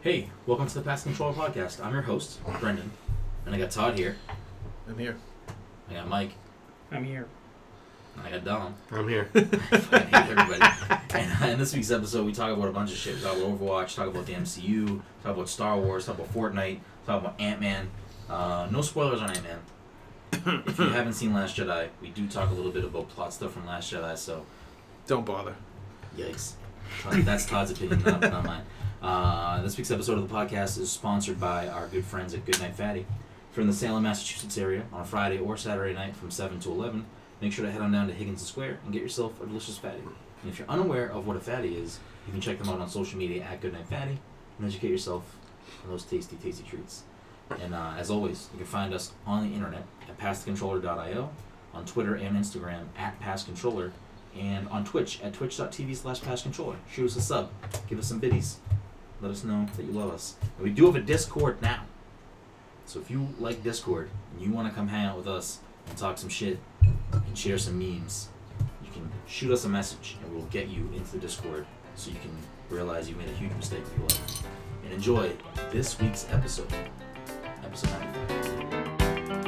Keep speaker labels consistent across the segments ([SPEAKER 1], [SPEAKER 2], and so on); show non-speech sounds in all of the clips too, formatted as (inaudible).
[SPEAKER 1] Hey, welcome to the Pass Control Podcast. I'm your host, Brendan, and I got Todd here.
[SPEAKER 2] I'm here.
[SPEAKER 1] I got Mike.
[SPEAKER 3] I'm here.
[SPEAKER 1] And I got Dom.
[SPEAKER 4] I'm here.
[SPEAKER 1] I fucking hate everybody. And uh, in this week's episode, we talk about a bunch of shit. We talk about Overwatch, talk about the MCU, talk about Star Wars, talk about Fortnite, talk about Ant Man. Uh, no spoilers on Ant Man. if you haven't seen Last Jedi, we do talk a little bit about plot stuff from Last Jedi, so
[SPEAKER 2] Don't bother.
[SPEAKER 1] Yikes. Uh, That's Todd's opinion, not, not mine. Uh, this week's episode of the podcast is sponsored by our good friends at Goodnight Fatty. If you're in the Salem, Massachusetts area on a Friday or Saturday night from 7 to 11, make sure to head on down to Higgins Square and get yourself a delicious fatty. And if you're unaware of what a fatty is, you can check them out on social media at Goodnight Fatty and educate yourself on those tasty, tasty treats. And uh, as always, you can find us on the internet at passcontroller.io, on Twitter and Instagram at passcontroller, and on Twitch at twitch.tv slash passcontroller. Shoot us a sub. Give us some biddies. Let us know that you love us. And we do have a Discord now. So if you like Discord and you want to come hang out with us and talk some shit and share some memes, you can shoot us a message and we'll get you into the Discord so you can realize you made a huge mistake with your life. And enjoy this week's episode. Episode 9.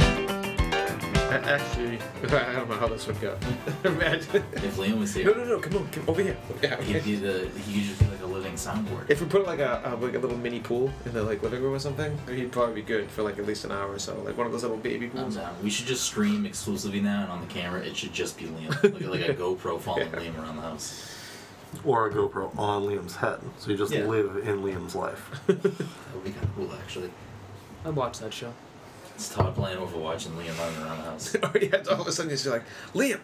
[SPEAKER 2] I, actually, (laughs) I don't know how this would go. (laughs) Imagine.
[SPEAKER 1] If Liam was
[SPEAKER 2] No,
[SPEAKER 1] here,
[SPEAKER 2] no, no. Come on. Come over here. Yeah.
[SPEAKER 1] he'd
[SPEAKER 2] Okay.
[SPEAKER 1] be the, he'd just be like a living soundboard.
[SPEAKER 2] If we put like a, a like a little mini pool in the like living room or something, he'd probably be good for like at least an hour or so. Like one of those little baby
[SPEAKER 1] I'm
[SPEAKER 2] pools.
[SPEAKER 1] down. We should just scream exclusively now, and on the camera, it should just be Liam, like,
[SPEAKER 2] (laughs)
[SPEAKER 1] like a GoPro following Liam around the house.
[SPEAKER 4] (laughs) Or a GoPro on Liam's head. So you just
[SPEAKER 2] Yeah.
[SPEAKER 4] live in
[SPEAKER 2] (laughs)
[SPEAKER 4] Liam's life.
[SPEAKER 1] That would be kind of cool, actually.
[SPEAKER 3] I'd watch that show.
[SPEAKER 1] It's Todd playing Overwatch and Liam running around the
[SPEAKER 2] (laughs)
[SPEAKER 1] house.
[SPEAKER 2] Or yeah, it's all of a sudden you're just like, Liam,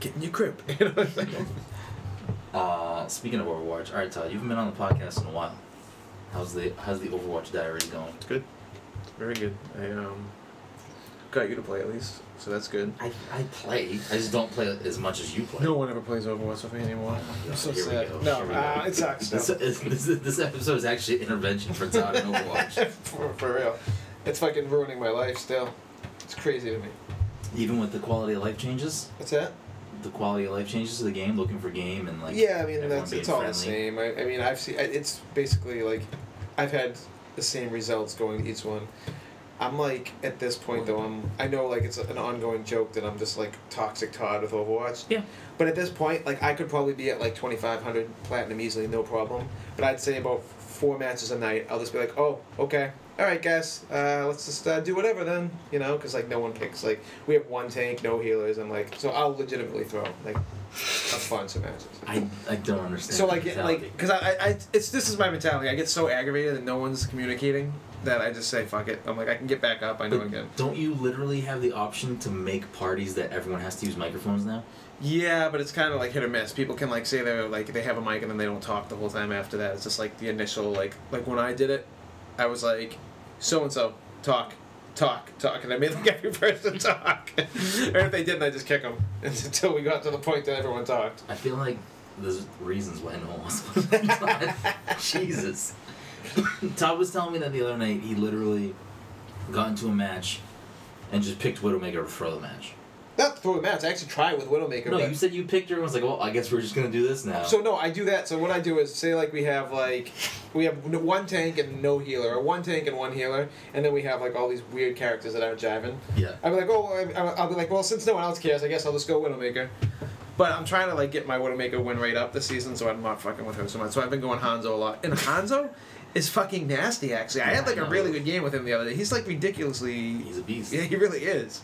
[SPEAKER 2] get in your crib. (laughs) You know, it's like,
[SPEAKER 1] Uh, speaking of Overwatch, all right, Todd, you haven't been on the podcast in a while. How's the How's the Overwatch diary going?
[SPEAKER 2] it's good. Very good. I um got you to play at least, so that's good.
[SPEAKER 1] I, I play. I just don't play as much as you play. Oh
[SPEAKER 2] No one ever plays Overwatch with me anymore. I'm so
[SPEAKER 1] Here we
[SPEAKER 2] sad.
[SPEAKER 1] go.
[SPEAKER 2] No,
[SPEAKER 1] Here we
[SPEAKER 2] uh,
[SPEAKER 1] go.
[SPEAKER 2] it
[SPEAKER 1] (laughs)
[SPEAKER 2] sucks.
[SPEAKER 1] This,
[SPEAKER 2] no.
[SPEAKER 1] is- this, is- this episode is actually intervention for Todd
[SPEAKER 2] (laughs)
[SPEAKER 1] and Overwatch.
[SPEAKER 2] for, for real. It's fucking ruining my life still. It's crazy to me.
[SPEAKER 1] Even with the quality of life changes,
[SPEAKER 2] What's that?
[SPEAKER 1] the quality of life changes to the game, looking for game and like
[SPEAKER 2] yeah, I mean
[SPEAKER 1] everyone
[SPEAKER 2] that's
[SPEAKER 1] being
[SPEAKER 2] it's all the
[SPEAKER 1] friendly.
[SPEAKER 2] same. I, I mean I've seen I- it's basically like I've had the same results going to each one. I'm like at this point though I'm I know like it's an ongoing joke that I'm just like toxic Todd with Overwatch.
[SPEAKER 3] Yeah.
[SPEAKER 2] But at this point like I could probably be at like 2500 platinum easily no problem. But I'd say about four matches a night I'll just be like oh okay. All right, guys. Uh, let's just uh, do whatever then, you know, because like no one picks. Like we have one tank, no healers. I'm like, so I'll legitimately throw like a bunch of matches.
[SPEAKER 1] I, I don't understand.
[SPEAKER 2] So
[SPEAKER 1] the
[SPEAKER 2] like, it, like,
[SPEAKER 1] mentality.
[SPEAKER 2] because I, I, I- it's this is my mentality. I get so aggravated that no one's communicating that I just say fuck it. I'm like, I can get back up. I know
[SPEAKER 1] But
[SPEAKER 2] again.
[SPEAKER 1] don't you literally have the option to make parties that everyone has to use microphones now?
[SPEAKER 2] Yeah, but it's kind of like hit or miss. People can like say they're like they have a mic and then they don't talk the whole time after that. It's just like the initial like like when I did it, I was like, so and so talk, talk, talk, and I made like (laughs) every person talk. (laughs) or if they didn't, I just kick them (laughs) until we got to the point that everyone talked.
[SPEAKER 1] I feel like there's reasons why no one wants
[SPEAKER 2] (laughs)
[SPEAKER 1] to. Jesus. Todd was telling me that the other night he literally got into a match and just picked Widowmaker to throw the match.
[SPEAKER 2] Not throw the match. I actually tried with Widowmaker.
[SPEAKER 1] No,
[SPEAKER 2] but-
[SPEAKER 1] you said you picked her and was like, well, I guess we're just gonna do this now.
[SPEAKER 2] So no, I do that. So what I do is say like we have like we have n- one tank and no healer, or one tank and one healer, and then we have like all these weird characters that aren't jiving.
[SPEAKER 1] yeah.
[SPEAKER 2] I'll be like, oh, I- I'll I'll be like, well, since no one else cares, I guess I'll just go Widowmaker. But I'm trying to like get my Widowmaker win rate up this season, so I'm not fucking with her so much. So I've been going Hanzo a lot, and Hanzo is fucking nasty. Actually, I had like a really good game with him the other day. He's like ridiculously.
[SPEAKER 1] He's a beast.
[SPEAKER 2] (laughs) Yeah, he really is.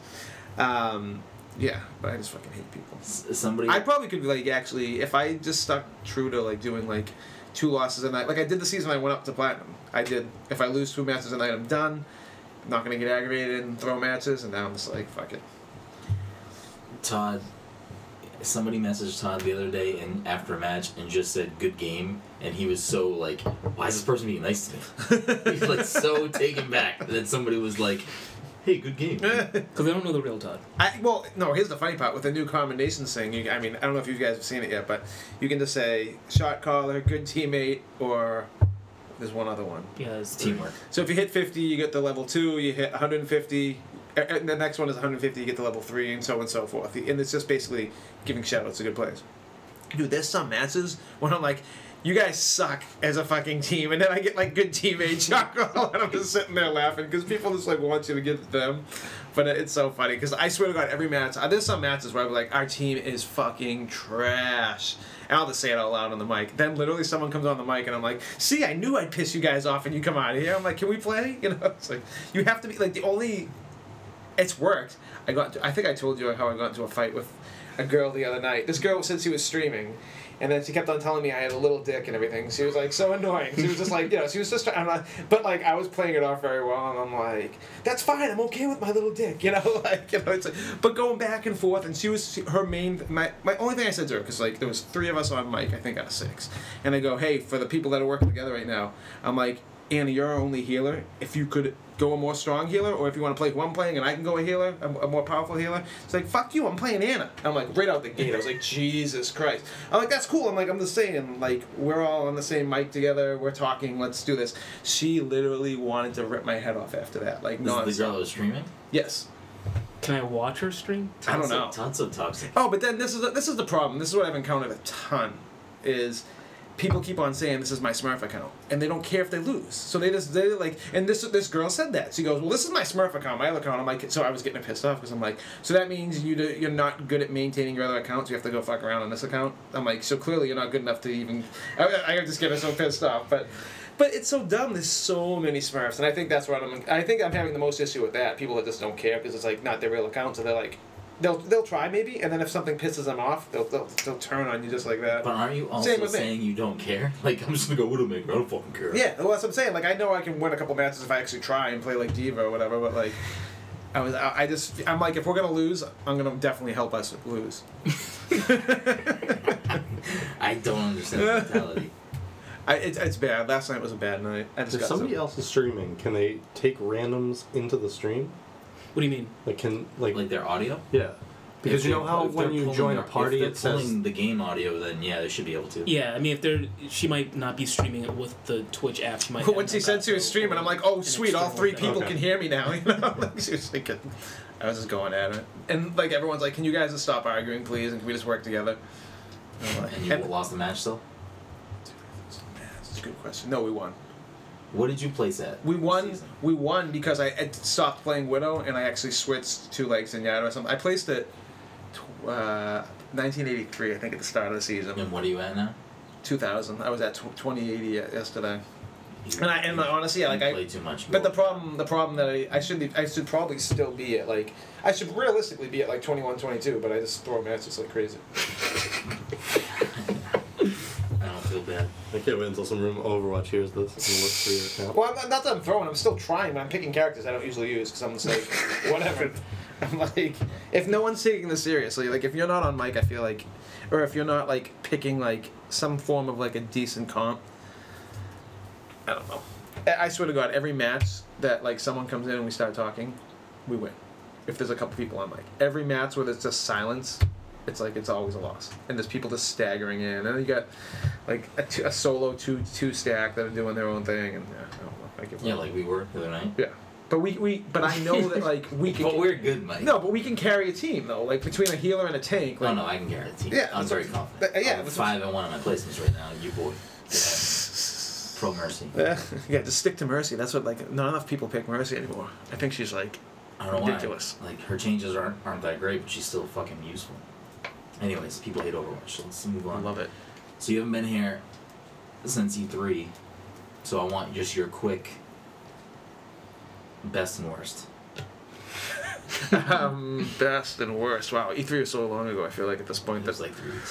[SPEAKER 2] Um, yeah, but I just fucking hate people.
[SPEAKER 1] S- somebody.
[SPEAKER 2] I probably could like actually if I just stuck true to like doing like two losses a night. Like I did the season I went up to platinum. I did if I lose two matches a night I'm done. I'm not gonna get aggravated and throw matches and now I'm just like fuck it.
[SPEAKER 1] Todd, somebody messaged Todd the other day and after a match and just said good game, and he was so like,
[SPEAKER 4] (laughs)
[SPEAKER 1] why is this person being nice to me? He's like so taken back that somebody was like, hey, good
[SPEAKER 4] (laughs)
[SPEAKER 1] game.
[SPEAKER 3] Because they don't know the real Todd.
[SPEAKER 2] I, well, no. Here's the funny part with the new commendations thing. You, I mean, I don't know if you guys have seen it yet, but you can just say shot caller, good teammate, or there's one other one.
[SPEAKER 3] Yeah, it's
[SPEAKER 1] Teamwork.
[SPEAKER 2] So if you hit 50, you get the level two. You hit 150, a- and the next one is 150. You get the level three, and so on and so forth. And it's just basically giving shoutouts to good players. Dude, there's some matches when I'm like, you guys suck as a fucking team, and then I get like good teammate chuckle, (laughs) and I'm just sitting there laughing because people just like want you to get them. But it's so funny because I swear to God, every match uh, there's some matches where I'm like, our team is fucking trash, and I'll just say it out loud on the mic. Then literally someone comes on the mic, and I'm like, see, I knew I'd piss you guys off, and you come out of here. I'm like, can we play? (laughs) You know, it's like you have to be like the only it's worked. I got. I think I told you how I got into a fight with a girl the other night. This girl, since she was streaming, and then she kept on telling me I had a little dick and everything. She was like so annoying. She was just like, you know, she was just. I'm not, but like I was playing it off very well, and I'm like, that's fine. I'm okay with my little dick, you know, (laughs) like you know. It's like, but going back and forth, and she was she, her main. My my only thing I said to her because like there was three of us on mic, I think out of six, and I go, hey, for the people that are working together right now, I'm like. Annie, you're our only healer. If you could go a more strong healer, or if you want to play who I'm playing and I can go a healer, a, a more powerful healer, it's like, fuck you, I'm playing Anna. I'm like, right out the gate. I was like, Jesus Christ. I'm like, that's cool. I'm like, I'm the same. Like, we're all on the same mic together. We're talking. Let's do this. She literally wanted to rip my head off after that. Like,
[SPEAKER 1] This
[SPEAKER 2] no.
[SPEAKER 1] is the girl that was streaming.
[SPEAKER 2] Yes.
[SPEAKER 3] Can I watch her stream?
[SPEAKER 2] I don't
[SPEAKER 1] Tons of-
[SPEAKER 2] know.
[SPEAKER 1] Tons of toxic.
[SPEAKER 2] Oh, but then this is this is the problem. This is what I've encountered a ton, is people keep on saying this is my Smurf account, and they don't care if they lose. So they just they like, and this this girl said that. She goes, well, this is my Smurf account, my other account. I'm like, so I was getting pissed off because I'm like, so that means you do, you're not good at maintaining your other accounts. You have to go fuck around on this account. I'm like, so clearly you're not good enough to even. I, I just get so pissed off, but. But it's so dumb. There's so many Smurfs, and I think that's what I'm. I think I'm having the most issue with that. People that just don't care because it's like not their real account, so they're like, they'll they'll try maybe, and then if something pisses them off, they'll they'll, they'll turn on you just like that.
[SPEAKER 1] But aren't you also
[SPEAKER 2] Same with me.
[SPEAKER 1] saying you don't care? (laughs) Like I'm just gonna go Widowmaker. I don't fucking care.
[SPEAKER 2] Yeah, well, that's what I'm saying. Like I know I can win a couple matches if I actually try and play like Diva or whatever, but like. I was. I I just. I'm like, if we're gonna lose, I'm gonna definitely help us lose.
[SPEAKER 1] I don't
[SPEAKER 4] (laughs)
[SPEAKER 1] understand the mentality.
[SPEAKER 2] I, it's it's bad. Last night was a bad night. I just
[SPEAKER 4] If
[SPEAKER 2] got (laughs)
[SPEAKER 4] somebody
[SPEAKER 2] some-
[SPEAKER 4] else is streaming, can they take randoms into the stream?
[SPEAKER 3] What do you mean?
[SPEAKER 4] Like, can like,
[SPEAKER 1] Like their audio.
[SPEAKER 4] yeah? Because
[SPEAKER 1] If
[SPEAKER 4] you
[SPEAKER 1] they're-
[SPEAKER 4] know how
[SPEAKER 1] if
[SPEAKER 4] when
[SPEAKER 1] they're
[SPEAKER 4] you
[SPEAKER 1] pulling
[SPEAKER 4] join a
[SPEAKER 1] their- if
[SPEAKER 4] party,
[SPEAKER 1] they're
[SPEAKER 4] it says
[SPEAKER 1] pulling the game audio. Then yeah, they should be able to.
[SPEAKER 3] Yeah, I mean, if they're, she might not be streaming it with the Twitch
[SPEAKER 2] (laughs)
[SPEAKER 3] app. She might.
[SPEAKER 2] But once he said she was streaming, I'm like, oh sweet, all three people
[SPEAKER 4] Okay.
[SPEAKER 2] can hear me now. (laughs) You know, like, she was like, I was just going at it, and like everyone's like, can you guys just stop arguing, please, and can we just work together? And I'm like,
[SPEAKER 1] And you
[SPEAKER 2] and-
[SPEAKER 1] lost the match still.
[SPEAKER 2] That's a good question. No, we won.
[SPEAKER 1] What did you place at?
[SPEAKER 2] We won.
[SPEAKER 1] Season?
[SPEAKER 2] We won because I I stopped playing Widow and I actually switched to like Zenyatta or something. I placed it, tw- uh, 1983, I think, at the start of the season.
[SPEAKER 1] And what are you at now?
[SPEAKER 2] 2000. I was at tw- 2080 yesterday.
[SPEAKER 1] You-
[SPEAKER 2] And I and
[SPEAKER 1] you-
[SPEAKER 2] honestly, yeah,
[SPEAKER 1] you
[SPEAKER 2] like I.
[SPEAKER 1] play too much.
[SPEAKER 2] But the problem, the problem that I, I should be, I should probably still be at like, I should realistically be at like 21, 22, but I just throw matches like crazy.
[SPEAKER 1] I don't feel bad.
[SPEAKER 4] I can't wait until some room Overwatch hears this and looks for your account.
[SPEAKER 2] Well, I'm not, not that I'm throwing. I'm still trying, but I'm picking characters I don't usually use because I'm just like, (laughs) whatever. I'm like, if no one's taking this seriously, like if you're not on mic, I feel like, or if you're not like picking like some form of like a decent comp, I don't know. I, I swear to God, every match that like someone comes in and we start talking, we win. If there's a couple people on mic, every match where there's just silence, it's like it's always a loss. And there's people just staggering in, and then you got like a, two, a solo two two stack that are doing their own thing, and yeah, I don't know. I give
[SPEAKER 1] Yeah,
[SPEAKER 2] up.
[SPEAKER 1] like we were the other night.
[SPEAKER 2] yeah. But we, we but I know that
[SPEAKER 1] (laughs)
[SPEAKER 2] like we can.
[SPEAKER 1] But we're good, Mike.
[SPEAKER 2] No, but we can carry a team though. Like between a healer and a tank.
[SPEAKER 1] No,
[SPEAKER 2] Like,
[SPEAKER 1] no, I can guarantee.
[SPEAKER 2] Yeah,
[SPEAKER 1] I'm
[SPEAKER 2] that's
[SPEAKER 1] very
[SPEAKER 2] what-
[SPEAKER 1] confident.
[SPEAKER 2] but, uh, yeah,
[SPEAKER 1] I'm
[SPEAKER 2] that's what-
[SPEAKER 1] five and one on my placements right now. You
[SPEAKER 2] (laughs)
[SPEAKER 1] boy, yeah. pro mercy.
[SPEAKER 2] Yeah, (laughs) yeah, just stick to Mercy. That's what like not enough people pick Mercy anymore. I think she's like
[SPEAKER 1] I don't know
[SPEAKER 2] Ridiculous.
[SPEAKER 1] why. Like her changes aren't aren't that great, but she's still fucking useful. Anyways, people hate Overwatch, so let's move
[SPEAKER 2] I
[SPEAKER 1] on.
[SPEAKER 2] love it.
[SPEAKER 1] So you haven't been here since E three, so I want just your quick best and worst.
[SPEAKER 2] um, best and worst. Wow, E three was so long ago. I feel like at this point
[SPEAKER 1] It was
[SPEAKER 2] that's like
[SPEAKER 1] like three weeks.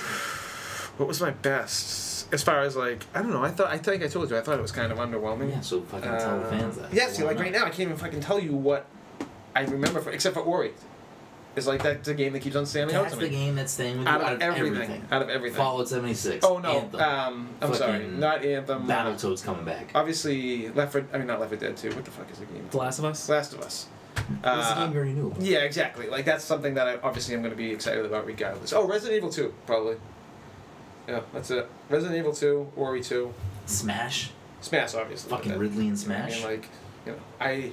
[SPEAKER 2] what was my best as far as like I don't know. I thought I think I told you I thought it was kind of underwhelming.
[SPEAKER 1] Oh, Yeah, so fucking tell the fans that.
[SPEAKER 2] Yeah, see,
[SPEAKER 1] Why
[SPEAKER 2] like right
[SPEAKER 1] not?
[SPEAKER 2] now, I can't even fucking tell you what I remember for, except for Ori. It's like that the game that keeps on standing out
[SPEAKER 1] That's
[SPEAKER 2] to
[SPEAKER 1] the
[SPEAKER 2] me.
[SPEAKER 1] game that's staying with you
[SPEAKER 2] Out of everything, out of everything.
[SPEAKER 1] Fallout seventy six.
[SPEAKER 2] Oh no,
[SPEAKER 1] Anthem.
[SPEAKER 2] um, I'm sorry,
[SPEAKER 1] Fucking
[SPEAKER 2] not Anthem. uh,
[SPEAKER 1] Battletoads coming back.
[SPEAKER 2] Obviously, Left 4 I mean not Left 4 Dead 2. What the fuck is the game?
[SPEAKER 3] The Last of Us.
[SPEAKER 2] Last of Us.
[SPEAKER 1] It's a game
[SPEAKER 2] Uh,
[SPEAKER 1] you already knew about.
[SPEAKER 2] yeah, exactly. Like that's something that I obviously I'm going to be excited about regardless. Oh, Resident Evil Two, probably. Yeah, that's it. Resident Evil Two, Ori Two,
[SPEAKER 1] Smash.
[SPEAKER 2] Smash, obviously. but
[SPEAKER 1] Fucking
[SPEAKER 2] that-
[SPEAKER 1] Ridley and
[SPEAKER 2] you know what I mean?
[SPEAKER 1] Smash.
[SPEAKER 2] like, you know, I.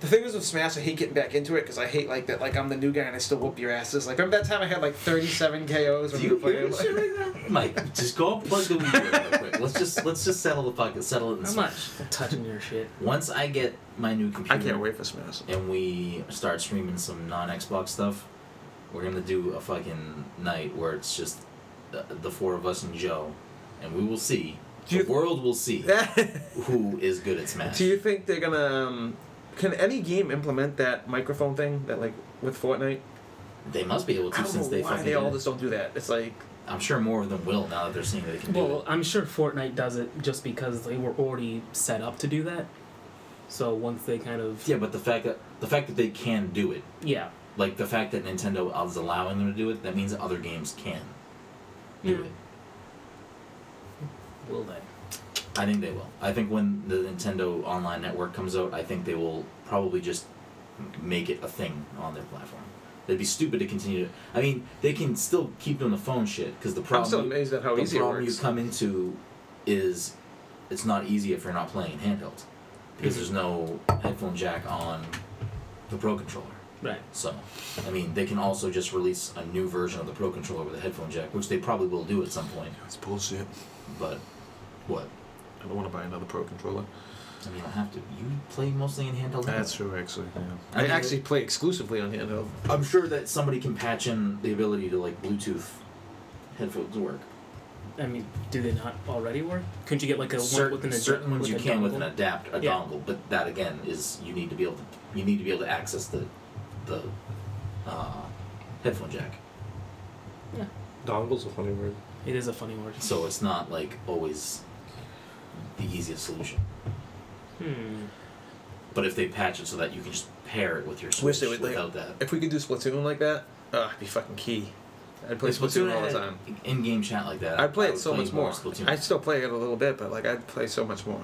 [SPEAKER 2] The thing is with Smash, I hate getting back into it because I hate like that. Like I'm the new guy and I still whoop your asses. Like remember that time I had like 37 KOs
[SPEAKER 1] Do
[SPEAKER 2] when we
[SPEAKER 1] you
[SPEAKER 2] were playing.
[SPEAKER 1] do shit like
[SPEAKER 2] (laughs)
[SPEAKER 1] that? Mike, just go up and plug the Wii U in real quick. Let's just let's just settle the fucking settle it in
[SPEAKER 3] I'm
[SPEAKER 1] Smash.
[SPEAKER 3] not touching your (laughs) shit.
[SPEAKER 1] Once I get my new computer
[SPEAKER 2] wait for Smash.
[SPEAKER 1] and we start streaming some non Xbox stuff, we're gonna do a fucking night where it's just the, the four of us and Joe, and we will see.
[SPEAKER 2] Do you-
[SPEAKER 1] the world will see
[SPEAKER 2] (laughs) do
[SPEAKER 1] who is good at Smash.
[SPEAKER 2] you think they're gonna? Um, can any game implement that microphone thing that like with Fortnite?
[SPEAKER 1] They must be able
[SPEAKER 2] I
[SPEAKER 1] to
[SPEAKER 2] don't
[SPEAKER 1] since
[SPEAKER 2] know
[SPEAKER 1] they
[SPEAKER 2] why
[SPEAKER 1] fucking.
[SPEAKER 2] they
[SPEAKER 1] did
[SPEAKER 2] all
[SPEAKER 1] it.
[SPEAKER 2] just don't do that. It's like
[SPEAKER 1] I'm sure more of them will now that they're seeing that they can do
[SPEAKER 3] Well,
[SPEAKER 1] it.
[SPEAKER 3] I'm sure Fortnite does it just because they were already set up to do that. So once they kind of
[SPEAKER 1] Yeah, but the fact that the fact that they can do it,
[SPEAKER 3] yeah,
[SPEAKER 1] like the fact that Nintendo is allowing them to do it, that means other games can do
[SPEAKER 3] Yeah.
[SPEAKER 1] it.
[SPEAKER 3] will they?
[SPEAKER 1] I think they will. I think when the Nintendo Online Network comes out, I think they will probably just m- make it a thing on their platform. They'd be stupid to continue. To, I mean, they can still keep doing the phone shit because the
[SPEAKER 2] I'm still
[SPEAKER 1] problem
[SPEAKER 2] amazed at how
[SPEAKER 1] the
[SPEAKER 2] easy it
[SPEAKER 1] problem you
[SPEAKER 2] works.
[SPEAKER 1] come into is it's not easy if you're not playing handheld because there's no headphone jack on the Pro controller.
[SPEAKER 3] Right.
[SPEAKER 1] So, I mean, they can also just release a new version of the Pro controller with a headphone jack, which they probably will do at some point.
[SPEAKER 2] It's bullshit.
[SPEAKER 1] But what?
[SPEAKER 2] I don't want to buy another Pro controller.
[SPEAKER 1] I mean, you don't have to. You play mostly in handheld. anyway.
[SPEAKER 2] true, actually.
[SPEAKER 1] I
[SPEAKER 2] I,
[SPEAKER 1] mean,
[SPEAKER 2] actually play exclusively on handheld.
[SPEAKER 1] I'm sure that somebody can patch in the ability to like Bluetooth headphones work.
[SPEAKER 3] I mean, do they not already work? Couldn't you get like a
[SPEAKER 1] Cer-
[SPEAKER 3] one with an ad-
[SPEAKER 1] certain ones
[SPEAKER 3] with
[SPEAKER 1] you
[SPEAKER 3] a
[SPEAKER 1] can with an
[SPEAKER 3] dongle?
[SPEAKER 1] adapt a
[SPEAKER 3] Yeah.
[SPEAKER 1] dongle, but that again is you need to be able to you need to be able to access the the uh, headphone jack.
[SPEAKER 4] Dongle's a funny word.
[SPEAKER 3] It is a funny word.
[SPEAKER 1] So it's not like always the easiest solution.
[SPEAKER 3] Hmm.
[SPEAKER 1] But if they patch it so that you can just pair it with your
[SPEAKER 2] Wish
[SPEAKER 1] Switch
[SPEAKER 2] they would, like-
[SPEAKER 1] without that.
[SPEAKER 2] If we could do Splatoon like that, uh, it'd be fucking key. I'd play
[SPEAKER 1] If
[SPEAKER 2] Splatoon all
[SPEAKER 1] had
[SPEAKER 2] the time.
[SPEAKER 1] In-game chat like that.
[SPEAKER 2] I'd play
[SPEAKER 1] I
[SPEAKER 2] it
[SPEAKER 1] would
[SPEAKER 2] so much more.
[SPEAKER 1] Splatoon.
[SPEAKER 2] I still play it a little bit, but like I'd play so much more.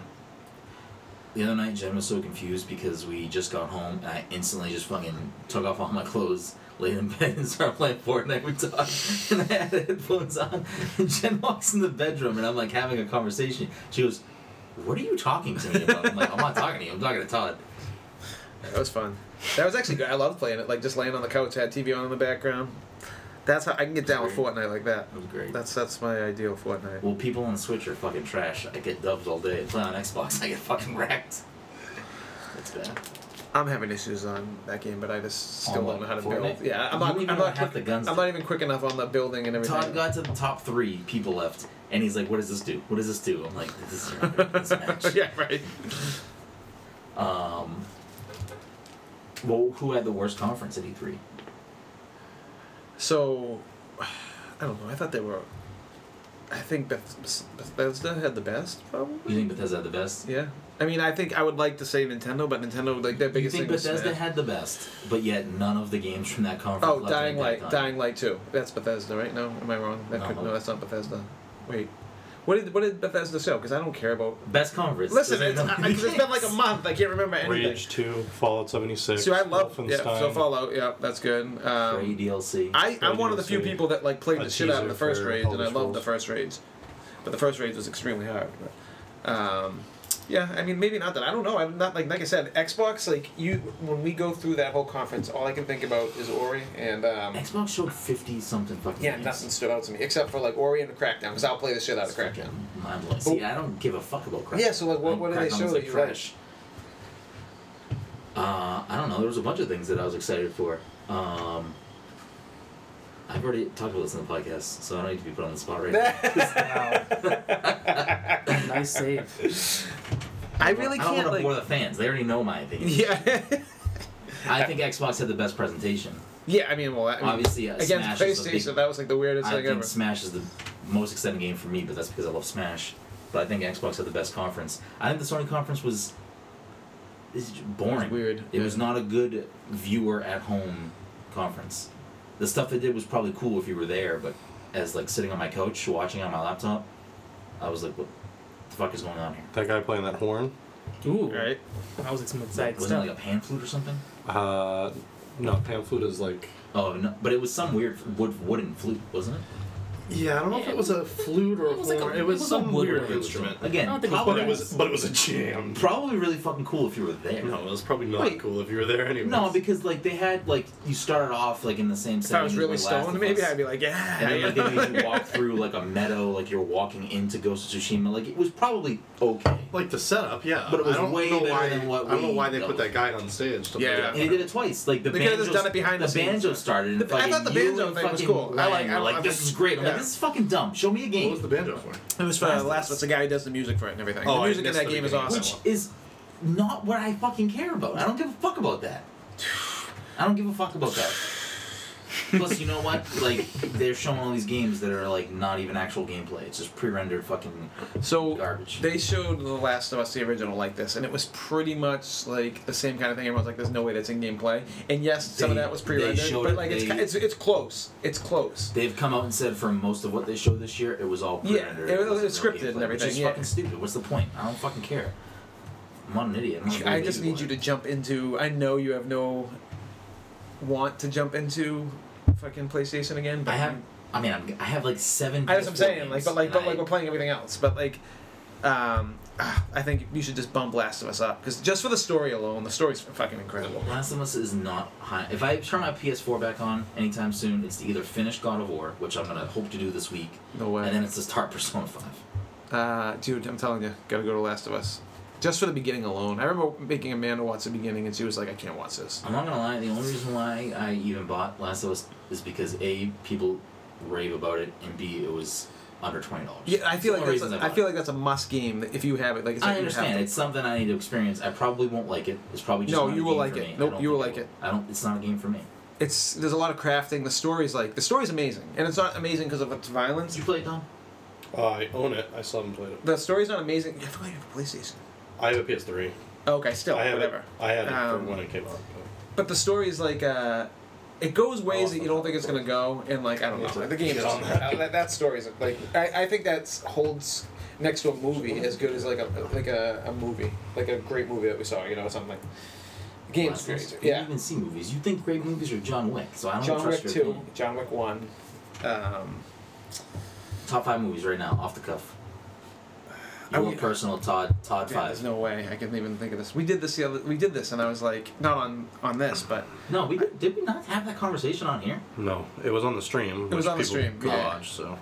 [SPEAKER 1] The other night, Jen was so confused because we just got home and I instantly just fucking took off all my clothes, laid in (laughs) bed, and started playing Fortnite. We talked, (laughs) and I had headphones on. And Jen walks in the bedroom, and I'm like having a conversation. She goes, "What are you talking to me about?" I'm like, "I'm not talking to you. I'm talking to Todd."
[SPEAKER 2] That was fun. That was actually good. I loved playing it. Like just laying on the couch, had TV on in the background. That's how I can get down with Fortnite like that.
[SPEAKER 1] That was great.
[SPEAKER 2] That's that's my ideal Fortnite.
[SPEAKER 1] well, people on Switch are fucking trash. I get dubbed all day. I play on Xbox, (laughs) I get fucking wrecked. That's bad.
[SPEAKER 2] I'm having issues on that game, but I just still
[SPEAKER 1] On what,
[SPEAKER 2] don't know how to
[SPEAKER 1] Fortnite?
[SPEAKER 2] build. Yeah,
[SPEAKER 1] You
[SPEAKER 2] I'm not.
[SPEAKER 1] don't even
[SPEAKER 2] I'm
[SPEAKER 1] know
[SPEAKER 2] not,
[SPEAKER 1] half the
[SPEAKER 2] quick,
[SPEAKER 1] guns
[SPEAKER 2] I'm
[SPEAKER 1] to-
[SPEAKER 2] not even quick enough on the building and everything.
[SPEAKER 1] Todd got to the top three people left, and he's like, "What does this do? What does this do?" I'm like, "This is your
[SPEAKER 2] (laughs)
[SPEAKER 1] this match."
[SPEAKER 2] yeah, right.
[SPEAKER 1] Um, well, who had the worst conference at E E3?
[SPEAKER 2] So, I don't know. I thought they were. I think Beth- Bethesda had the best,
[SPEAKER 1] You
[SPEAKER 2] probably.
[SPEAKER 1] think Bethesda had the best?
[SPEAKER 2] Yeah. I mean, I think I would like to say Nintendo, but Nintendo like their
[SPEAKER 1] You
[SPEAKER 2] biggest
[SPEAKER 1] think
[SPEAKER 2] thing was
[SPEAKER 1] Bethesda
[SPEAKER 2] Smash.
[SPEAKER 1] had the best, but yet none of the games from that conference.
[SPEAKER 2] Oh,
[SPEAKER 1] left
[SPEAKER 2] Dying
[SPEAKER 1] any
[SPEAKER 2] Light,
[SPEAKER 1] downtime.
[SPEAKER 2] Dying Light too. That's Bethesda, right? No, am I wrong? That
[SPEAKER 1] No.
[SPEAKER 2] could, no, that's not Bethesda. Wait, what did what did Bethesda show? Because I don't care about.
[SPEAKER 1] Best conference.
[SPEAKER 2] Listen,
[SPEAKER 1] Doesn't
[SPEAKER 2] it's,
[SPEAKER 1] know
[SPEAKER 2] I,
[SPEAKER 1] any
[SPEAKER 2] it's been
[SPEAKER 4] (laughs)
[SPEAKER 2] like
[SPEAKER 1] (laughs)
[SPEAKER 2] a
[SPEAKER 1] games.
[SPEAKER 2] month. I can't remember anything.
[SPEAKER 4] Rage 2, Fallout 76,
[SPEAKER 2] See, I love yeah.
[SPEAKER 4] Wolfenstein.
[SPEAKER 2] So Fallout, yeah, that's good.
[SPEAKER 1] Free
[SPEAKER 2] Um,
[SPEAKER 1] DLC.
[SPEAKER 2] I I'm one of the few
[SPEAKER 4] DLC.
[SPEAKER 2] people that like played
[SPEAKER 4] A
[SPEAKER 2] the shit out of
[SPEAKER 4] teaser
[SPEAKER 2] the first
[SPEAKER 4] for
[SPEAKER 2] raid, and I
[SPEAKER 4] Elder
[SPEAKER 2] love the
[SPEAKER 4] Scrolls.
[SPEAKER 2] first raids, but the first raid was extremely hard. But, um, yeah, I mean, maybe not that. I don't know. I'm not like like I said, Xbox. Like you, when we go through that whole conference, all I can think about is Ori and. Um,
[SPEAKER 1] Xbox showed fifty something fucking.
[SPEAKER 2] Yeah,
[SPEAKER 1] games.
[SPEAKER 2] nothing stood out to me except for like Ori and the Crackdown because I'll play the shit out of Crackdown.
[SPEAKER 1] Mind blowing. See, I don't give a fuck about Crash.
[SPEAKER 2] Yeah, so, like, what- what do they show that you
[SPEAKER 1] Uh, I don't know. There was a bunch of things that I was excited for. Um, I've already talked about this in the podcast, so I don't need to be put on the spot
[SPEAKER 2] (laughs)
[SPEAKER 1] right now.
[SPEAKER 3] nice save.
[SPEAKER 2] I really
[SPEAKER 1] I don't
[SPEAKER 2] can't
[SPEAKER 1] want to bore
[SPEAKER 2] like.
[SPEAKER 1] the fans. They already know my opinion.
[SPEAKER 2] Yeah, (laughs)
[SPEAKER 1] I think Xbox had the best presentation.
[SPEAKER 2] yeah. I mean, well, I mean,
[SPEAKER 1] Obviously, uh,
[SPEAKER 2] against
[SPEAKER 1] Smash is the big-
[SPEAKER 2] PlayStation, that was like the weirdest
[SPEAKER 1] I
[SPEAKER 2] thing ever.
[SPEAKER 1] think Smash is the most exciting game for me, but that's because I love Smash. But I think Xbox had the best conference. I think the Sony conference was is boring.
[SPEAKER 2] It was weird,
[SPEAKER 1] It was
[SPEAKER 2] yeah.
[SPEAKER 1] not a good viewer at home conference. The stuff they did was probably cool if you were there, but as like sitting on my couch watching on my laptop, I was like, "What the fuck is going on here?"
[SPEAKER 4] That guy playing that horn?
[SPEAKER 3] Ooh,
[SPEAKER 5] right?
[SPEAKER 3] I was like some exciting
[SPEAKER 1] Wasn't it like
[SPEAKER 3] stuff.
[SPEAKER 1] a pan flute or something?
[SPEAKER 4] Uh, no, pan flute is like.
[SPEAKER 1] Oh no, but it was some weird wood, wooden flute, wasn't it?
[SPEAKER 5] Yeah, I don't know if it was a flute or a
[SPEAKER 3] It was like a-
[SPEAKER 5] horn.
[SPEAKER 3] it
[SPEAKER 5] it was
[SPEAKER 3] was a
[SPEAKER 5] some
[SPEAKER 3] woodwind.
[SPEAKER 5] weird instrument.
[SPEAKER 1] Again,
[SPEAKER 3] I don't think it was
[SPEAKER 1] probably
[SPEAKER 5] But it was but it was a jam.
[SPEAKER 1] probably really fucking cool if you were there.
[SPEAKER 4] No, it was probably not
[SPEAKER 1] Wait.
[SPEAKER 4] cool if you were there anyway.
[SPEAKER 1] No, because like they had like you started off like in the same.
[SPEAKER 2] If I
[SPEAKER 1] setting
[SPEAKER 2] was
[SPEAKER 1] as
[SPEAKER 2] really
[SPEAKER 1] The Last
[SPEAKER 2] stoned,
[SPEAKER 1] of
[SPEAKER 2] maybe
[SPEAKER 1] Us,
[SPEAKER 2] I'd be like, yeah.
[SPEAKER 1] And then like
[SPEAKER 2] yeah.
[SPEAKER 1] they made you walk through like a meadow, like you're walking into Ghost of Tsushima. Like it was probably okay.
[SPEAKER 5] Like the setup, yeah.
[SPEAKER 1] But it was
[SPEAKER 5] I don't
[SPEAKER 1] way
[SPEAKER 5] know
[SPEAKER 1] better
[SPEAKER 5] why,
[SPEAKER 1] than what
[SPEAKER 5] I don't know
[SPEAKER 1] we
[SPEAKER 5] why they
[SPEAKER 1] dealt
[SPEAKER 5] put
[SPEAKER 1] with.
[SPEAKER 5] that guy on stage. To
[SPEAKER 2] Yeah.
[SPEAKER 1] And
[SPEAKER 5] play
[SPEAKER 1] they
[SPEAKER 5] that
[SPEAKER 1] did it twice. Like the
[SPEAKER 2] They could've
[SPEAKER 1] banjo,
[SPEAKER 2] just done it behind the scenes,
[SPEAKER 1] banjo
[SPEAKER 2] yeah.
[SPEAKER 1] started. And
[SPEAKER 2] The- I
[SPEAKER 1] fucking
[SPEAKER 2] thought the
[SPEAKER 1] you
[SPEAKER 2] banjo
[SPEAKER 1] and
[SPEAKER 2] thing was
[SPEAKER 1] fucking
[SPEAKER 2] cool. I like-
[SPEAKER 1] Lang
[SPEAKER 2] I
[SPEAKER 1] were like
[SPEAKER 2] like
[SPEAKER 1] this
[SPEAKER 2] this-
[SPEAKER 1] is great. I'm like
[SPEAKER 2] yeah.
[SPEAKER 1] this is fucking dumb. Show me a
[SPEAKER 5] What
[SPEAKER 1] game.
[SPEAKER 5] was the banjo for?
[SPEAKER 2] (laughs) It was for the last of Us. The guy who does the music for it and everything.
[SPEAKER 5] Oh,
[SPEAKER 2] the
[SPEAKER 5] I
[SPEAKER 2] music in
[SPEAKER 5] missed
[SPEAKER 2] that
[SPEAKER 5] the
[SPEAKER 2] game is
[SPEAKER 5] beginning.
[SPEAKER 2] awesome.
[SPEAKER 1] which is not what I fucking care about. I don't give a fuck about that. I don't give a fuck about that. Plus, you know what? Like, they're showing all these games that are like not even actual gameplay. It's just pre-rendered fucking.
[SPEAKER 2] So
[SPEAKER 1] Garbage.
[SPEAKER 2] they showed The Last of Us, the original, like this, and it was pretty much like the same kind of thing. Everyone's like, "There's no way that's in gameplay," and yes, some of
[SPEAKER 1] They-
[SPEAKER 2] that was
[SPEAKER 1] they
[SPEAKER 2] pre-rendered,
[SPEAKER 1] showed
[SPEAKER 2] but
[SPEAKER 1] it,
[SPEAKER 2] like it's,
[SPEAKER 1] they-
[SPEAKER 2] ki- it's it's close. It's close.
[SPEAKER 1] They've come out and said for most of what they showed this year, it was all
[SPEAKER 2] Yeah,
[SPEAKER 1] pre-rendered.
[SPEAKER 2] it was-
[SPEAKER 1] wasn't
[SPEAKER 2] it's
[SPEAKER 1] real
[SPEAKER 2] scripted and
[SPEAKER 1] gameplay, Which is
[SPEAKER 2] everything, yeah.
[SPEAKER 1] fucking stupid. What's the point? I don't fucking care. I'm not an idiot. I'm not a
[SPEAKER 2] I
[SPEAKER 1] baby
[SPEAKER 2] just need
[SPEAKER 1] boy.
[SPEAKER 2] you to jump into. I know you have no want to jump into fucking PlayStation again, but
[SPEAKER 1] I have. I mean, I'm, I have like seven.
[SPEAKER 2] I know what I'm
[SPEAKER 1] PS4
[SPEAKER 2] saying, like,
[SPEAKER 1] games,
[SPEAKER 2] but like,
[SPEAKER 1] and
[SPEAKER 2] but
[SPEAKER 1] I-
[SPEAKER 2] like, we're playing everything else, but like, um, ah, I think you should just bump Last of Us up because just for the story alone, the story's fucking incredible.
[SPEAKER 1] Last of Us is not high. If I turn my PS4 back on anytime soon, it's to either finish God of War, which I'm gonna hope to do this week,
[SPEAKER 2] No way.
[SPEAKER 1] and then it's to start (laughs) Persona 5.
[SPEAKER 2] Uh, dude, I'm telling you, gotta go to Last of Us. Just for the beginning alone. I remember making Amanda watch the beginning, and she was like, "I can't watch this."
[SPEAKER 1] I'm not gonna lie. The only reason why I even bought Last of Us is because a people rave about it, and b it was under twenty dollars.
[SPEAKER 2] Yeah, I feel like that's a, I feel like that's a must game that if you have it. Like, it's like
[SPEAKER 1] I
[SPEAKER 2] you
[SPEAKER 1] understand.
[SPEAKER 2] Have
[SPEAKER 1] It's something I need to experience. I probably won't like it. It's probably just
[SPEAKER 2] No,
[SPEAKER 1] not
[SPEAKER 2] you
[SPEAKER 1] a
[SPEAKER 2] will
[SPEAKER 1] game
[SPEAKER 2] like
[SPEAKER 1] for
[SPEAKER 2] it.
[SPEAKER 1] me. I
[SPEAKER 2] Nope,
[SPEAKER 1] don't
[SPEAKER 2] you will
[SPEAKER 1] think
[SPEAKER 2] like
[SPEAKER 1] I will. I don't. It's not a game for me.
[SPEAKER 2] to. It's there's a lot of crafting. The story's like the story's amazing, and it's not amazing because of its
[SPEAKER 1] Did
[SPEAKER 2] violence.
[SPEAKER 1] you play it, Tom?
[SPEAKER 4] Uh, I own it. I still haven't played it.
[SPEAKER 2] The story's not amazing. I forgot you have a PlayStation.
[SPEAKER 4] I have a PS3.
[SPEAKER 2] Oh, okay, still
[SPEAKER 4] I have
[SPEAKER 2] whatever.
[SPEAKER 4] It, I had it
[SPEAKER 2] Um,
[SPEAKER 4] from when it came out.
[SPEAKER 2] But the story is like uh, it goes ways that you don't think it's gonna go, and like I don't know.
[SPEAKER 4] Yeah.
[SPEAKER 2] The game is (laughs)
[SPEAKER 4] Yeah.
[SPEAKER 2] that, that story is like I, I think that holds next to a movie as good as like a like a, a movie like a great movie that we saw. You know something. The
[SPEAKER 1] Last
[SPEAKER 2] game's
[SPEAKER 1] of Us?
[SPEAKER 2] great.
[SPEAKER 1] You don't
[SPEAKER 2] Yeah,
[SPEAKER 1] even see movies. You think great movies are John Wick, so I don't
[SPEAKER 2] John
[SPEAKER 1] trust
[SPEAKER 2] Wick
[SPEAKER 1] your
[SPEAKER 2] two,
[SPEAKER 1] opinion.
[SPEAKER 2] John Wick one. Um,
[SPEAKER 1] Top five movies right now, off the cuff.
[SPEAKER 2] I
[SPEAKER 1] Your
[SPEAKER 2] would-
[SPEAKER 1] personal Todd Todd
[SPEAKER 2] yeah,
[SPEAKER 1] five.
[SPEAKER 2] there's no way I can even think of this. We did this the other. We did this, and I was like, not on on this, but
[SPEAKER 1] No, we did, did we not have that conversation on here?
[SPEAKER 4] No, it was on the stream.
[SPEAKER 2] It was
[SPEAKER 4] which
[SPEAKER 2] on the
[SPEAKER 4] people
[SPEAKER 2] stream,
[SPEAKER 4] could
[SPEAKER 2] yeah.
[SPEAKER 4] Watch, so.